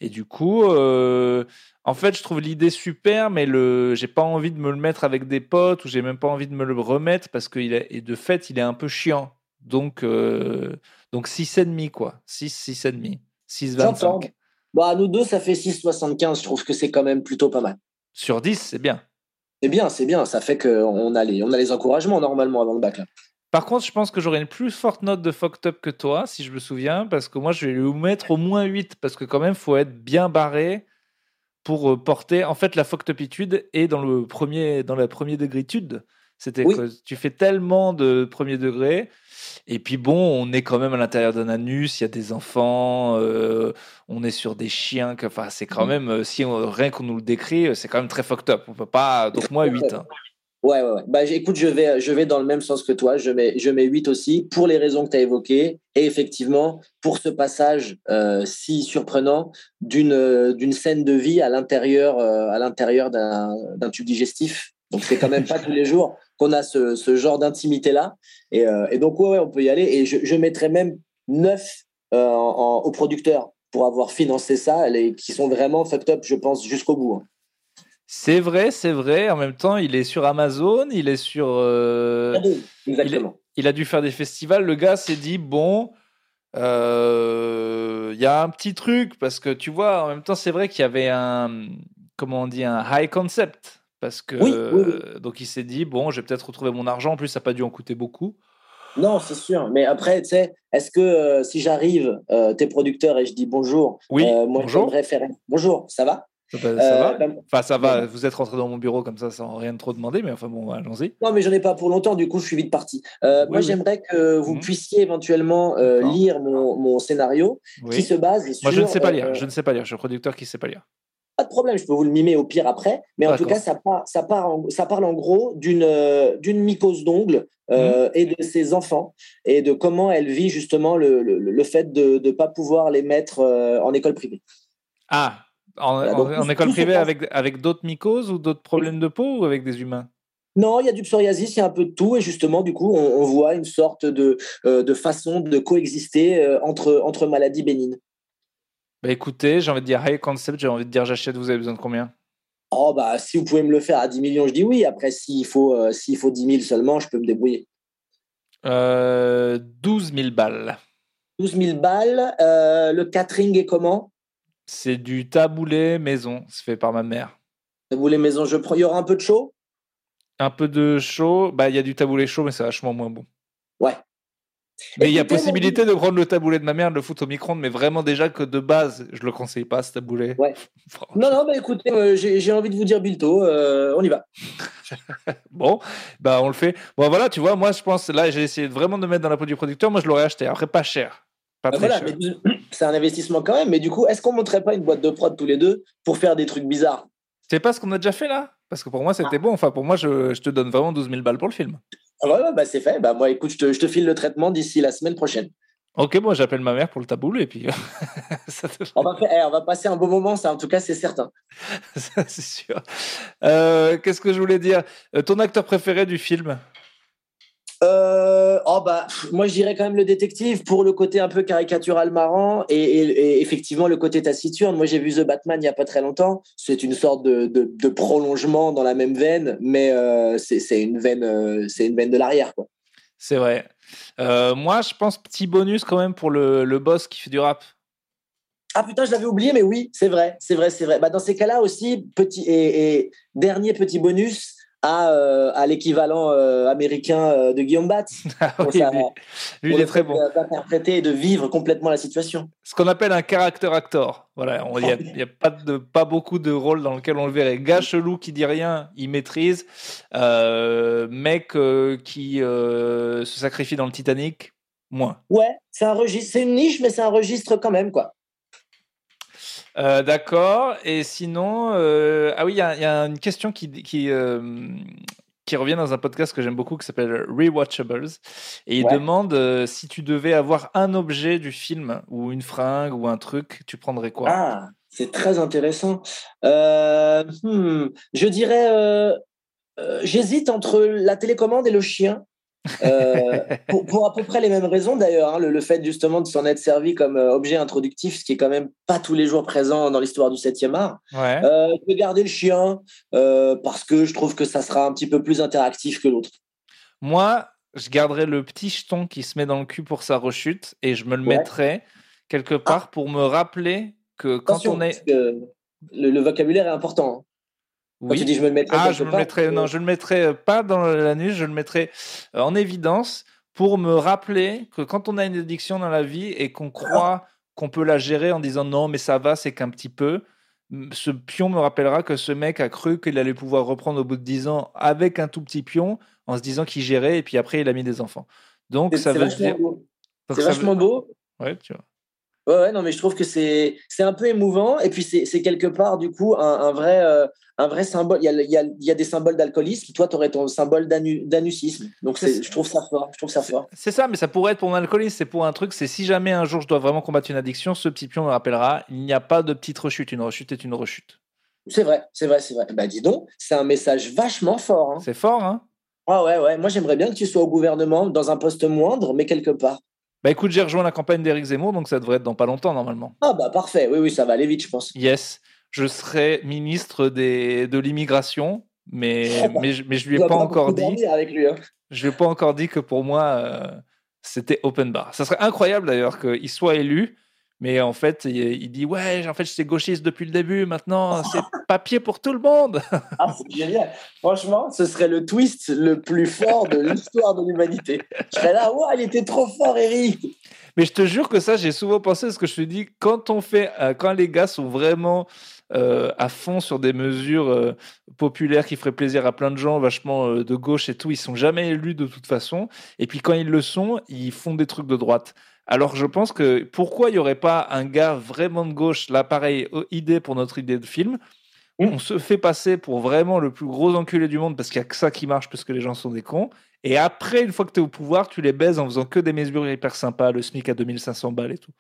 Speaker 2: Et du coup, euh, en fait, je trouve l'idée super, mais le, j'ai pas envie de me le mettre avec des potes ou j'ai même pas envie de me le remettre parce que il est, et de fait, il est un peu chiant. Donc, euh, donc 6,5 quoi. 6, 6,5. 6,25.
Speaker 3: J'entends. Bah, nous deux, ça fait 6,75. Je trouve que c'est quand même plutôt pas mal.
Speaker 2: Sur 10, c'est bien.
Speaker 3: C'est bien, c'est bien. Ça fait qu'on a, les- on a les encouragements normalement avant le bac. Là.
Speaker 2: Par contre, je pense que j'aurais une plus forte note de fucked up que toi, si je me souviens, parce que moi, je vais lui mettre au moins 8, parce que quand même, faut être bien barré pour euh, porter. En fait, la fucked upitude est dans, le premier, dans la premier degritude. C'était
Speaker 3: Oui.
Speaker 2: que tu fais tellement de premier degré, et puis bon, on est quand même à l'intérieur d'un anus, il y a des enfants, euh, on est sur des chiens, que- enfin, c'est quand même, euh, si on- rien qu'on nous le décrit, euh, c'est quand même très fucked up. On peut pas. Donc, moi, 8. hein.
Speaker 3: Ouais, ouais, ouais. Bah, j- écoute, je vais, je vais dans le même sens que toi. Je mets, je mets 8 aussi, pour les raisons que tu as évoquées. Et effectivement, pour ce passage euh, si surprenant d'une euh, d'une scène de vie à l'intérieur euh, à l'intérieur d'un d'un tube digestif. Donc, c'est quand même pas tous les jours qu'on a ce, ce genre d'intimité-là. Et, euh, et donc, ouais, ouais, on peut y aller. Et je, je mettrais même 9 euh, en- en- aux producteurs pour avoir financé ça, les, qui sont vraiment fucked up, je pense, jusqu'au bout. hein.
Speaker 2: C'est vrai, c'est vrai. En même temps, il est sur Amazon, il est sur. euh,
Speaker 3: Ah, Exactement.
Speaker 2: il a dû faire des festivals. Le gars s'est dit bon, euh, il y a un petit truc parce que tu vois, en même temps, c'est vrai qu'il y avait un comment on dit un high concept parce que
Speaker 3: Oui, oui, oui.
Speaker 2: euh, donc il s'est dit bon, j'ai peut-être retrouvé mon argent. En plus, ça n'a pas dû en coûter beaucoup.
Speaker 3: Non, c'est sûr. Mais après, tu sais, est-ce que euh, si j'arrive, euh, t'es producteur et je dis bonjour,
Speaker 2: Oui,
Speaker 3: euh, moi
Speaker 2: bonjour.
Speaker 3: j'aimerais faire. Bonjour, ça va
Speaker 2: Ça, va-
Speaker 3: Euh,
Speaker 2: ça va.
Speaker 3: ben,
Speaker 2: Enfin, ça va. Vous êtes rentré dans mon bureau comme ça, sans rien de trop demander. Mais enfin bon, allons-y.
Speaker 3: Non, mais j'en ai pas pour longtemps, du coup, je suis vite parti. Euh,
Speaker 2: Oui,
Speaker 3: moi,
Speaker 2: oui.
Speaker 3: j'aimerais que vous
Speaker 2: Mhm.
Speaker 3: puissiez éventuellement euh,
Speaker 2: D'accord.
Speaker 3: lire mon, mon scénario qui
Speaker 2: Oui.
Speaker 3: se base sur.
Speaker 2: Moi, je ne sais pas lire.
Speaker 3: euh,
Speaker 2: Je ne sais pas lire. Je suis un producteur qui ne sait pas lire.
Speaker 3: pas de problème, je peux vous le mimer au pire après, mais en tout
Speaker 2: D'accord.
Speaker 3: cas, ça, par- ça, part en- ça parle en gros d'une euh, d'une mycose d'ongle euh,
Speaker 2: Mhm.
Speaker 3: et de ses enfants et de comment elle vit justement le, le, le fait de ne pas pouvoir les mettre euh, en école privée.
Speaker 2: Ah, en,
Speaker 3: Voilà,
Speaker 2: en-
Speaker 3: donc tout-
Speaker 2: en école
Speaker 3: tout se
Speaker 2: privée
Speaker 3: passe-
Speaker 2: avec, avec d'autres mycoses ou d'autres problèmes de peau ou avec des humains
Speaker 3: Non, il y a du psoriasis, il y a un peu de tout, et justement, du coup, on, on voit une sorte de, euh, de façon de coexister euh, entre, entre maladies bénignes.
Speaker 2: Bah écoutez, j'ai envie de dire high concept, j'ai envie de dire j'achète, vous avez besoin de combien
Speaker 3: Oh, bah, si vous pouvez me le faire à 10 millions, je dis oui. Après, s'il faut, euh, s'il faut 10 000 seulement, je peux me débrouiller.
Speaker 2: euh, 12 000 balles.
Speaker 3: 12 000 balles, euh, le catering est comment
Speaker 2: C'est du taboulé maison, c'est fait par ma mère.
Speaker 3: Vous les maisons, je prends. Il y aura un peu de chaud
Speaker 2: Un peu de chaud, bah il y a du taboulé chaud, mais c'est vachement moins bon.
Speaker 3: Ouais.
Speaker 2: Mais il y a
Speaker 3: Écoutez, mon-
Speaker 2: possibilité de prendre le taboulé de ma mère, de le foutre au micro-ondes, mais vraiment déjà que de base, je le conseille pas ce taboulé.
Speaker 3: Ouais. Non, non, bah écoutez, euh, j'ai j'ai envie de vous dire Bilto, euh, on y va.
Speaker 2: Bon, bah on le fait. Bon voilà, tu vois, moi je pense là j'ai essayé vraiment de mettre dans la peau du producteur. Moi je l'aurais acheté. Après pas cher, pas
Speaker 3: Bah,
Speaker 2: très
Speaker 3: voilà,
Speaker 2: cher.
Speaker 3: mais c'est un investissement quand même. Mais du coup, est-ce qu'on monterait pas une boîte de prod tous les deux pour faire des trucs bizarres
Speaker 2: C'est pas ce qu'on a déjà fait là Parce que pour moi c'était bon. Enfin pour moi je, je te donne vraiment 12 000 balles pour le film.
Speaker 3: Ah Ouais, ouais, bah c'est fait. Bah moi, écoute, je te, je te file le traitement d'ici la semaine prochaine.
Speaker 2: Ok, bon j'appelle ma mère pour le taboulé et puis ça te-
Speaker 3: On va, faire- eh, on va passer un bon moment, ça, en tout cas, c'est certain.
Speaker 2: ça, c'est sûr. Euh, Qu'est-ce que je voulais dire Euh, Ton acteur préféré du film
Speaker 3: Euh, oh bah, pff, moi, je dirais quand même le détective pour le côté un peu caricatural marrant et, et- et effectivement le côté taciturne. Moi, j'ai vu The Batman il y a pas très longtemps. C'est une sorte de, de- de prolongement dans la même veine, mais euh, c'est c'est une veine, euh, c'est une veine de l'arrière, quoi.
Speaker 2: C'est vrai. Euh, moi je pense petit bonus quand même pour le, le boss qui fait du rap.
Speaker 3: Ah putain, je l'avais oublié, mais oui, c'est vrai, c'est vrai, c'est vrai. Bah, dans ces cas-là aussi, petit et, et dernier petit bonus à, euh, à l'équivalent euh, américain euh, de Guillaume Batz.
Speaker 2: Ah
Speaker 3: Pour
Speaker 2: oui,
Speaker 3: ça,
Speaker 2: lui, lui,
Speaker 3: pour
Speaker 2: il
Speaker 3: le
Speaker 2: est très
Speaker 3: fait
Speaker 2: bon.
Speaker 3: de- D'interpréter et de vivre complètement la situation.
Speaker 2: ce qu'on appelle un caractère actor. Voilà, il
Speaker 3: Oh.
Speaker 2: n'y a, y a pas, de, pas beaucoup de rôles dans lesquels on le verrait. Gars chelou qui dit rien, il maîtrise. Euh, mec euh, qui euh, se sacrifie dans le Titanic, moins.
Speaker 3: Ouais, c'est un registre, c'est une niche, mais c'est un registre quand même, quoi.
Speaker 2: Euh, D'accord. Et sinon, euh, ah oui, il y, a- y a une question qui, qui, euh, qui revient dans un podcast que j'aime beaucoup qui s'appelle Rewatchables. Et il
Speaker 3: Ouais.
Speaker 2: demande euh, si tu devais avoir un objet du film ou une fringue ou un truc, tu prendrais quoi
Speaker 3: Ah, c'est très intéressant. Euh, hmm, je dirais, euh, euh, j'hésite entre la télécommande et le chien. Euh, pour, pour à peu près les mêmes raisons d'ailleurs, hein, le, le fait justement de s'en être servi comme euh, objet introductif, ce qui est quand même pas tous les jours présent dans l'histoire du 7e art.
Speaker 2: Ouais.
Speaker 3: Euh, je vais garder le chien euh, parce que je trouve que ça sera un petit peu plus interactif que l'autre.
Speaker 2: Moi, je garderais le petit jeton qui se met dans le cul pour sa rechute et je me le
Speaker 3: Ouais. Ah.
Speaker 2: mettrais quelque part pour me rappeler que quand
Speaker 3: Attention,
Speaker 2: on
Speaker 3: parce
Speaker 2: est.
Speaker 3: que le, le vocabulaire est important. hein. Quand tu dis je me le mettrai
Speaker 2: Ah,
Speaker 3: quelque
Speaker 2: je me le
Speaker 3: part,
Speaker 2: mettrai,
Speaker 3: euh,
Speaker 2: non, je le mettrai euh, pas dans l'anus, je le mettrai euh, en évidence pour me rappeler que quand on a une addiction dans la vie et
Speaker 3: Ah.
Speaker 2: qu'on croit qu'on peut la gérer en disant non, mais ça va, c'est qu'un petit peu, m- ce pion me rappellera que ce mec a cru qu'il allait pouvoir reprendre au bout de 10 ans avec un tout petit pion en se disant qu'il gérait et puis après il a mis des enfants. Donc
Speaker 3: c'est-
Speaker 2: ça
Speaker 3: c'est
Speaker 2: veut
Speaker 3: vachement
Speaker 2: dire.
Speaker 3: beau.
Speaker 2: donc
Speaker 3: C'est
Speaker 2: ça veut-
Speaker 3: vachement beau.
Speaker 2: Ouais, tu vois.
Speaker 3: Ouais, ouais, non, mais je trouve que c'est c'est un peu émouvant et puis c'est c'est quelque part du coup un, un vrai euh, un vrai symbole. Il y a, le- il y a- il y a des symboles d'alcoolisme. Toi, tu aurais ton symbole d'anu- d'anucisme. Donc
Speaker 2: C'est
Speaker 3: c'est-
Speaker 2: ça.
Speaker 3: je trouve ça fort. Je trouve ça
Speaker 2: C'est-
Speaker 3: fort.
Speaker 2: C'est ça, mais ça pourrait être pour mon alcoolisme, c'est pour un truc, c'est si jamais un jour je dois vraiment combattre une addiction, ce petit pion me rappellera, il n'y a pas de petite rechute, une rechute est une rechute.
Speaker 3: C'est vrai, c'est vrai, c'est vrai. Bah dis donc, c'est un message vachement fort. hein.
Speaker 2: C'est fort, hein
Speaker 3: Ah ouais, ouais. Moi, j'aimerais bien que tu sois au gouvernement dans un poste moindre, mais quelque part.
Speaker 2: Bah écoute, j'ai rejoint la campagne d'Éric Zemmour, donc ça devrait être dans pas longtemps normalement.
Speaker 3: Ah bah parfait. Oui, oui, ça va aller vite, je pense.
Speaker 2: Yes, je serai ministre des, de l'immigration, mais,
Speaker 3: Oh,
Speaker 2: mais, je- mais je lui ai
Speaker 3: Tu vas
Speaker 2: pas encore
Speaker 3: beaucoup
Speaker 2: dit,
Speaker 3: dormir avec lui. hein.
Speaker 2: je lui ai pas encore dit que pour moi euh, c'était open bar. Ça serait incroyable d'ailleurs qu'il soit élu. Mais en fait, il, il dit ouais, en fait, j'étais gauchiste depuis le début. Maintenant, c'est papier pour tout le monde.
Speaker 3: Ah, c'est génial. Franchement, ce serait le twist le plus fort de l'histoire de l'humanité. Je serais là, ouais, il était trop fort, Eric.
Speaker 2: Mais je te jure que ça, j'ai souvent pensé à ce que je te dis. Quand on fait, euh, quand les gars sont vraiment euh, à fond sur des mesures euh, populaires qui feraient plaisir à plein de gens, vachement euh, de gauche et tout, ils sont jamais élus de toute façon. Et puis quand ils le sont, ils font des trucs de droite. Alors je pense que pourquoi il n'y aurait pas un gars vraiment de gauche, là pareil, au- idée pour notre idée de film.
Speaker 3: Mm.
Speaker 2: On se fait passer pour vraiment le plus gros enculé du monde parce qu'il n'y a que ça qui marche parce que les gens sont des cons. Et après, une fois que tu es au pouvoir, tu les baises en faisant que des mesures hyper sympas, le SMIC à 2500 balles et tout.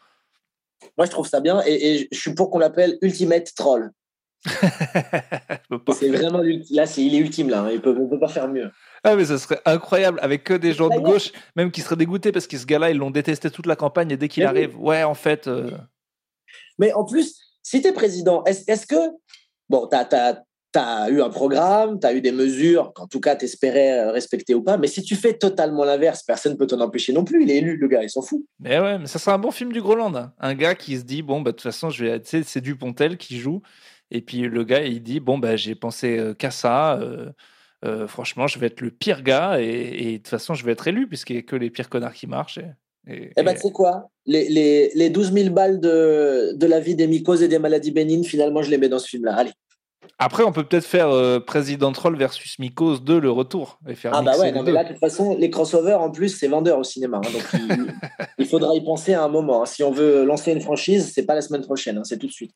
Speaker 3: Moi, je trouve ça bien et, et je suis pour qu'on l'appelle Ultimate Troll. C'est vraiment l'ulti- là, c'est il est ultime là. hein. Il peut, on peut pas faire mieux.
Speaker 2: ah, mais ça serait incroyable avec que des gens de
Speaker 3: D'ailleurs-
Speaker 2: gauche, même qui seraient dégoûtés parce que ce gars-là, ils l'ont détesté toute la campagne et dès qu'il
Speaker 3: Mais Bah oui.
Speaker 2: arrive, ouais, en fait, euh,
Speaker 3: Mais en plus, si t'es président, est-ce est-ce que bon, t'as as, eu un programme, t'as eu des mesures qu'en tout cas t'espérais euh, respecter ou pas. Mais si tu fais totalement l'inverse, personne peut t'en empêcher non plus. Il est élu, le gars, il s'en fout.
Speaker 2: mais ouais, mais ça serait un bon film du Groland. hein. Un gars qui se dit, bon, bah, de toute façon, je vais, tu sais, c'est Dupontel qui joue. Et puis le gars, il dit, bon, bah, j'ai pensé euh, qu'à ça. euh, euh, franchement, je vais être le pire gars et, et de toute façon, je vais être élu puisqu'il n'y a que les pires connards qui marchent. Et, et-
Speaker 3: Eh ben,
Speaker 2: et-
Speaker 3: tu sais quoi les, les, les 12 000 balles de, de la vie des mycoses et des maladies bénignes, finalement, je les mets dans ce film-là. Allez.
Speaker 2: Après, on peut peut-être faire euh, Président Troll versus Mycose 2, le retour. Et faire
Speaker 3: Ah bah
Speaker 2: mixer
Speaker 3: ouais,
Speaker 2: les
Speaker 3: non, mais
Speaker 2: deux.
Speaker 3: là, de toute façon, les crossovers, en plus, c'est vendeur au cinéma. hein, donc, il, il faudra y penser à un moment. hein. Si on veut lancer une franchise, c'est pas la semaine prochaine, hein, c'est tout de suite.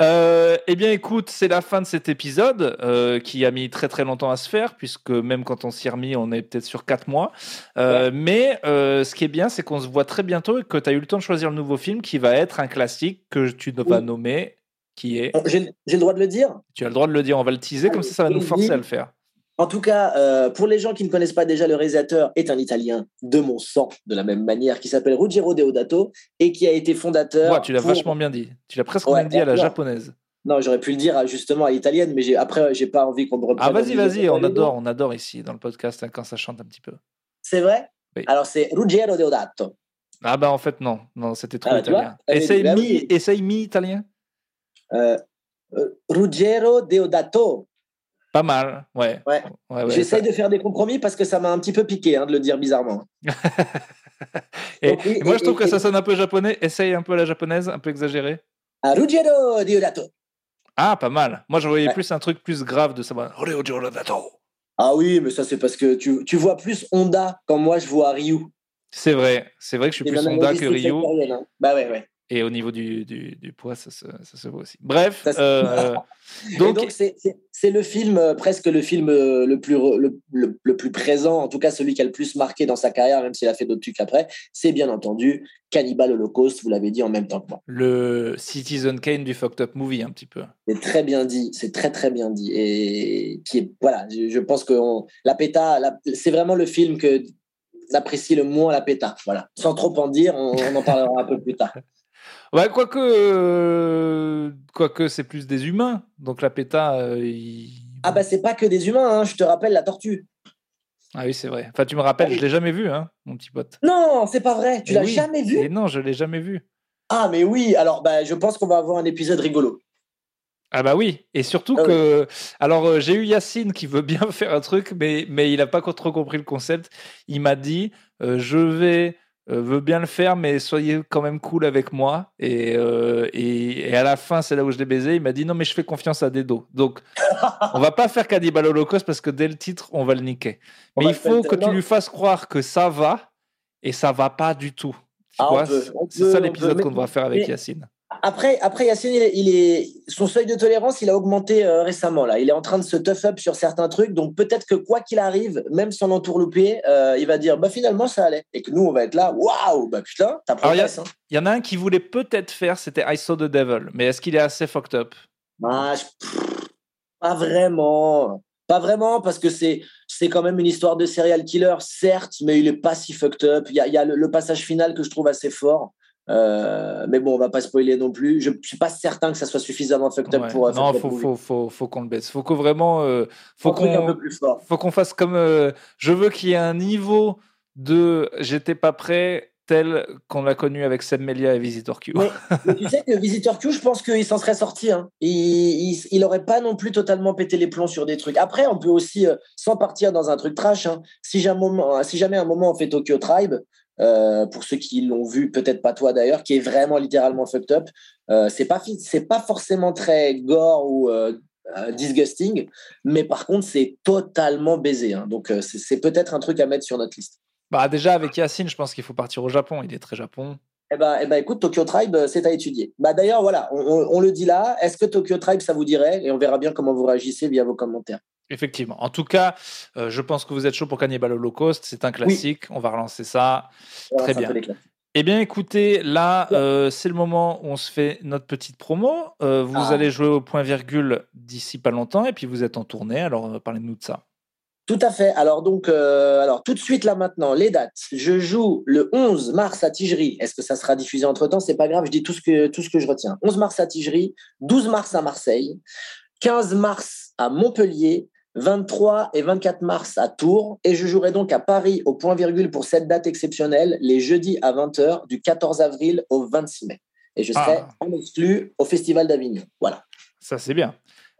Speaker 2: Euh, eh bien, écoute, c'est la fin de cet épisode euh, qui a mis très très longtemps à se faire, puisque même quand on s'y est remis, on est peut-être sur 4 mois. Euh, Mais euh, ce qui est bien, c'est qu'on se voit très bientôt et que tu as eu le temps de choisir le nouveau film qui va être un classique que tu ne vas
Speaker 3: Oui.
Speaker 2: nommer, qui est.
Speaker 3: Bon, J'ai j'ai le droit de le dire
Speaker 2: Tu as le droit de le dire, on va le teaser, comme ça, ça va
Speaker 3: Je
Speaker 2: nous
Speaker 3: le
Speaker 2: forcer
Speaker 3: dis.
Speaker 2: à le faire.
Speaker 3: En tout cas, euh, pour les gens qui ne connaissent pas déjà, le réalisateur est un Italien de mon sang, de la même manière, qui s'appelle Ruggero Deodato et qui a été fondateur.
Speaker 2: Ouais, tu l'as
Speaker 3: pour-
Speaker 2: vachement bien dit. Tu l'as presque
Speaker 3: Ouais,
Speaker 2: même dit à la
Speaker 3: d'accord.
Speaker 2: japonaise.
Speaker 3: Non, j'aurais pu le dire à- justement à l'italienne, mais j'ai- après, j'ai pas envie qu'on me reprenne.
Speaker 2: Ah, vas-y, vas-y, on
Speaker 3: Les-
Speaker 2: adore, on adore ici dans le podcast hein, quand ça chante un petit peu.
Speaker 3: C'est vrai
Speaker 2: Oui.
Speaker 3: Alors, c'est Ruggero Deodato.
Speaker 2: Ah bah en fait non, non c'était trop
Speaker 3: Ah bah, tu
Speaker 2: italien.
Speaker 3: vois, t'avais
Speaker 2: Essaye
Speaker 3: dit, bah
Speaker 2: mi,
Speaker 3: oui.
Speaker 2: essaye mi italien.
Speaker 3: Euh, euh, Ruggero Deodato.
Speaker 2: Pas mal, ouais.
Speaker 3: Ouais.
Speaker 2: Ah ouais, ouais,
Speaker 3: J'essaye
Speaker 2: ça-
Speaker 3: de faire des compromis parce que ça m'a un petit peu piqué hein, de le dire bizarrement.
Speaker 2: Et,
Speaker 3: Donc, oui,
Speaker 2: et moi je
Speaker 3: et-
Speaker 2: trouve que
Speaker 3: et-
Speaker 2: ça sonne un peu japonais. Essaye un peu la japonaise, un peu exagéré.
Speaker 3: Ah, Ruggero Deodato.
Speaker 2: Ah pas mal. Moi je voyais
Speaker 3: Ouais.
Speaker 2: plus un truc plus grave de savoir. Ore ojo ore dato.
Speaker 3: Ah oui, mais ça, c'est parce que tu, tu vois plus Honda quand moi je vois Ryu.
Speaker 2: C'est vrai, c'est vrai que je suis
Speaker 3: Et
Speaker 2: plus
Speaker 3: dans la
Speaker 2: Honda que
Speaker 3: logistique
Speaker 2: Rio
Speaker 3: sectorielle, hein. Bah ouais, ouais.
Speaker 2: et au niveau du, du, du poids ça se, ça se voit aussi. Bref,
Speaker 3: Ça se-
Speaker 2: euh,
Speaker 3: Et
Speaker 2: donc,
Speaker 3: Donc c'est- c'est c'est le film, euh, presque le film euh, le plus, re- le, le- le plus présent, en tout cas celui qui a le plus marqué dans sa carrière, même s'il a fait d'autres trucs après, c'est bien entendu Cannibal Holocaust, vous l'avez dit en même temps que moi.
Speaker 2: le Citizen Kane du fucked up movie un petit peu.
Speaker 3: C'est très bien dit, c'est très très bien dit. Et qui est, voilà, je, je pense que on- la PETA, la- c'est vraiment le film que j'apprécie le moins la PETA. Voilà. Sans trop en dire, on, on en parlera un peu plus tard.
Speaker 2: Ouais, Bah, quoique, euh, quoique c'est plus des humains. Donc la PETA, euh, il-
Speaker 3: Ah bah c'est pas que des humains, hein, je te rappelle la tortue.
Speaker 2: Ah oui, c'est vrai. Enfin, tu me rappelles,
Speaker 3: Ah oui.
Speaker 2: je l'ai jamais vu, hein, mon petit pote.
Speaker 3: Non, c'est pas vrai, tu
Speaker 2: Eh
Speaker 3: l'as
Speaker 2: oui.
Speaker 3: jamais vu
Speaker 2: Et non, je l'ai jamais vu.
Speaker 3: Ah, mais oui, alors bah, je pense qu'on va avoir un épisode rigolo.
Speaker 2: Ah bah oui, et surtout
Speaker 3: Ah
Speaker 2: que... Alors euh, j'ai eu Yacine qui veut bien faire un truc, mais, mais il n'a pas trop compris le concept. Il m'a dit, euh, je vais, euh, veux bien le faire, mais soyez quand même cool avec moi. Et, euh, et, et à la fin, c'est là où je l'ai baisé, il m'a dit, non mais je fais confiance à Dedo. Donc on va pas faire Cannibal Holocaust parce que dès le titre, on va le niquer.
Speaker 3: On
Speaker 2: Mais
Speaker 3: va
Speaker 2: il
Speaker 3: le faire
Speaker 2: faut que tu
Speaker 3: tellement-
Speaker 2: lui fasses croire que ça va, et ça va pas du tout. Tu
Speaker 3: Ah, on
Speaker 2: vois,
Speaker 3: peut-
Speaker 2: c'est-
Speaker 3: on
Speaker 2: c'est
Speaker 3: peut-
Speaker 2: ça
Speaker 3: on
Speaker 2: l'épisode
Speaker 3: peut-
Speaker 2: qu'on devra faire avec
Speaker 3: mais-
Speaker 2: Yacine.
Speaker 3: Après, après Yacine, il est, il est- son seuil de tolérance, il a augmenté euh, récemment. Là. Il est en train de se tough up sur certains trucs. Donc peut-être que quoi qu'il arrive, même si on entourloupé, euh, il va dire bah, finalement ça allait. Et que nous, on va être là waouh, bah putain, t'as
Speaker 2: Alors, il y a-
Speaker 3: progressé. hein.
Speaker 2: Il y en a un qui voulait peut-être faire, c'était I Saw the Devil, mais est-ce qu'il est assez fucked up
Speaker 3: Ah, je- pff, Pas vraiment. Pas vraiment, parce que c'est c'est quand même une histoire de serial killer, certes, mais il est pas si fucked up. Il y a, il y a le, le passage final que je trouve assez fort. Euh, mais bon, on va pas spoiler non plus. Je suis pas certain que ça soit suffisamment fucked up
Speaker 2: Ouais.
Speaker 3: pour. euh,
Speaker 2: Non,
Speaker 3: fucked up
Speaker 2: faut,
Speaker 3: pour lui.
Speaker 2: faut, faut, faut qu'on le baisse. Faut qu'on vraiment. euh, faut
Speaker 3: Un truc un
Speaker 2: qu'on
Speaker 3: peu plus fort.
Speaker 2: faut qu'on fasse comme. euh, je veux qu'il y ait un niveau de j'étais pas prêt tel qu'on l'a connu avec Sam Melia et Visitor Q.
Speaker 3: Ouais. Mais tu sais que Visiteur Q, je pense qu'il s'en serait sorti. hein. Il, il, il aurait pas non plus totalement pété les plombs sur des trucs. Après, on peut aussi, euh, sans partir dans un truc trash, hein, si, jamais, un moment- si jamais un moment on fait Tokyo Tribe, euh, pour ceux qui l'ont vu, peut-être pas toi d'ailleurs, qui est vraiment littéralement fucked up, euh, c'est pas, fi- c'est pas forcément très gore ou euh, euh, disgusting, mais par contre, c'est totalement baisé. hein. Donc, euh, c'est- c'est peut-être un truc à mettre sur notre liste.
Speaker 2: Bah, déjà, avec Yacine, je pense qu'il faut partir au Japon. Il est très Japon.
Speaker 3: Eh ben, eh ben, écoute, Tokyo Tribe, euh, c'est à étudier. Bah, D'ailleurs, voilà, on, on- on le dit là. Est-ce que Tokyo Tribe, ça vous dirait Et on verra bien comment vous réagissez via vos commentaires.
Speaker 2: Effectivement. En tout cas, euh, je pense que vous êtes chaud pour Cannibal Holocaust. C'est un classique. On va relancer ça.
Speaker 3: On
Speaker 2: Très
Speaker 3: lance un
Speaker 2: bien.
Speaker 3: peu les classes.
Speaker 2: Eh bien, écoutez, là,
Speaker 3: Ouais.
Speaker 2: euh, c'est le moment où on se fait notre petite promo. Euh, vous
Speaker 3: Ah.
Speaker 2: allez jouer au point-virgule d'ici pas longtemps, et puis vous êtes en tournée, alors euh, parlez-nous de ça.
Speaker 3: Tout à fait. Alors, donc, euh, alors, tout de suite, là, maintenant, les dates. Je joue le 11 mars à Tigerie. Est-ce que ça sera diffusé entre temps C'est pas grave, je dis tout ce, que, tout ce que je retiens. 11 mars à Tigerie, 12 mars à Marseille, 15 mars à Montpellier, 23 et 24 mars à Tours. Et je jouerai donc à Paris au point virgule pour cette date exceptionnelle, les jeudis à 20h, du 14 avril au 26 mai. Et je serai
Speaker 2: Ah.
Speaker 3: en exclu au Festival d'Avignon. Voilà.
Speaker 2: Ça, c'est bien.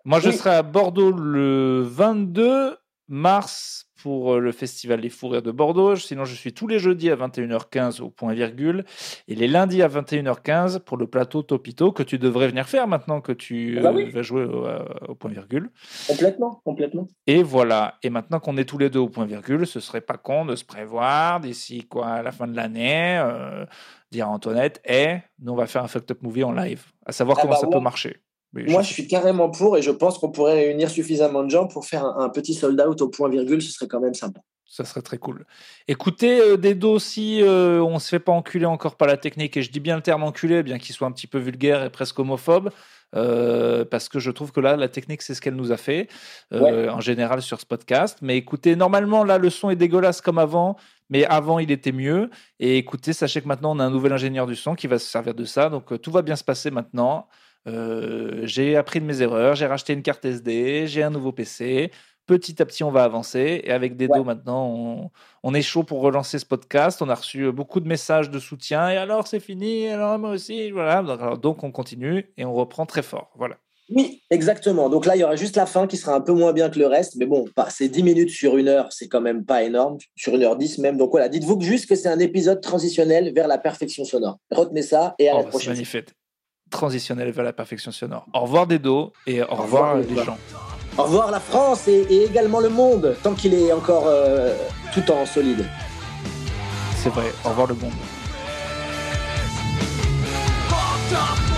Speaker 2: Moi, je
Speaker 3: Oui.
Speaker 2: serai à Bordeaux le 22 mars pour euh, le festival des Fous Rires de Bordeaux. Sinon, je suis tous les jeudis à 21h15 au point-virgule, et les lundis à 21h15 pour le plateau Topito, que tu devrais venir faire maintenant que tu
Speaker 3: Ah bah
Speaker 2: euh,
Speaker 3: oui.
Speaker 2: vas jouer au- euh, au point-virgule.
Speaker 3: Complètement, complètement.
Speaker 2: Et voilà. Et maintenant qu'on est tous les deux au point virgule, ce serait pas con de se prévoir d'ici quoi à la fin de l'année, euh, dire à Antoinette, eh, nous on va faire un fucked up movie en live. À savoir
Speaker 3: Ah
Speaker 2: comment
Speaker 3: bah
Speaker 2: ça
Speaker 3: ouais.
Speaker 2: peut marcher. Mais
Speaker 3: Moi,
Speaker 2: je-
Speaker 3: je suis carrément pour et je pense qu'on pourrait réunir suffisamment de gens pour faire un, un petit sold-out au point-virgule. Ce serait quand même sympa.
Speaker 2: Ça serait très cool. Écoutez, euh, Dedo, si euh, on se fait pas enculer encore par la technique, et je dis bien le terme enculé, bien qu'il soit un petit peu vulgaire et presque homophobe, euh, parce que je trouve que là, la technique, c'est ce qu'elle nous a fait, euh,
Speaker 3: Ouais.
Speaker 2: en général sur ce podcast. Mais écoutez, normalement, là, le son est dégueulasse comme avant, mais avant, il était mieux. Et écoutez, sachez que maintenant, on a un nouvel ingénieur du son qui va se servir de ça, donc euh, tout va bien se passer maintenant. Euh, j'ai appris de mes erreurs, j'ai racheté une carte SD, j'ai un nouveau PC petit à petit, on va avancer. Et avec Dedo,
Speaker 3: Ouais.
Speaker 2: maintenant, on, on est chaud pour relancer ce podcast. On a reçu euh, beaucoup de messages de soutien. Et alors, c'est fini. Alors, moi aussi. Voilà. Donc, alors, donc, on continue et on reprend très fort. Voilà.
Speaker 3: Oui, exactement. Donc là, il y aura juste la fin qui sera un peu moins bien que le reste. Mais bon, pas- c'est 10 minutes sur une heure, c'est quand même pas énorme. Sur une heure 10 même. Donc voilà, dites-vous que juste que c'est un épisode transitionnel vers la perfection sonore. Retenez ça et à
Speaker 2: Oh,
Speaker 3: la
Speaker 2: bah, c'est
Speaker 3: prochaine.
Speaker 2: magnifique. Transitionnel vers la perfection sonore. Au revoir, Dedo. Et au, revoir,
Speaker 3: revoir,
Speaker 2: euh,
Speaker 3: Dedo.
Speaker 2: les gens.
Speaker 3: Au revoir la France et, et également le monde, tant qu'il est encore euh, tout en solide.
Speaker 2: C'est vrai. Au revoir, le monde.
Speaker 4: fucked up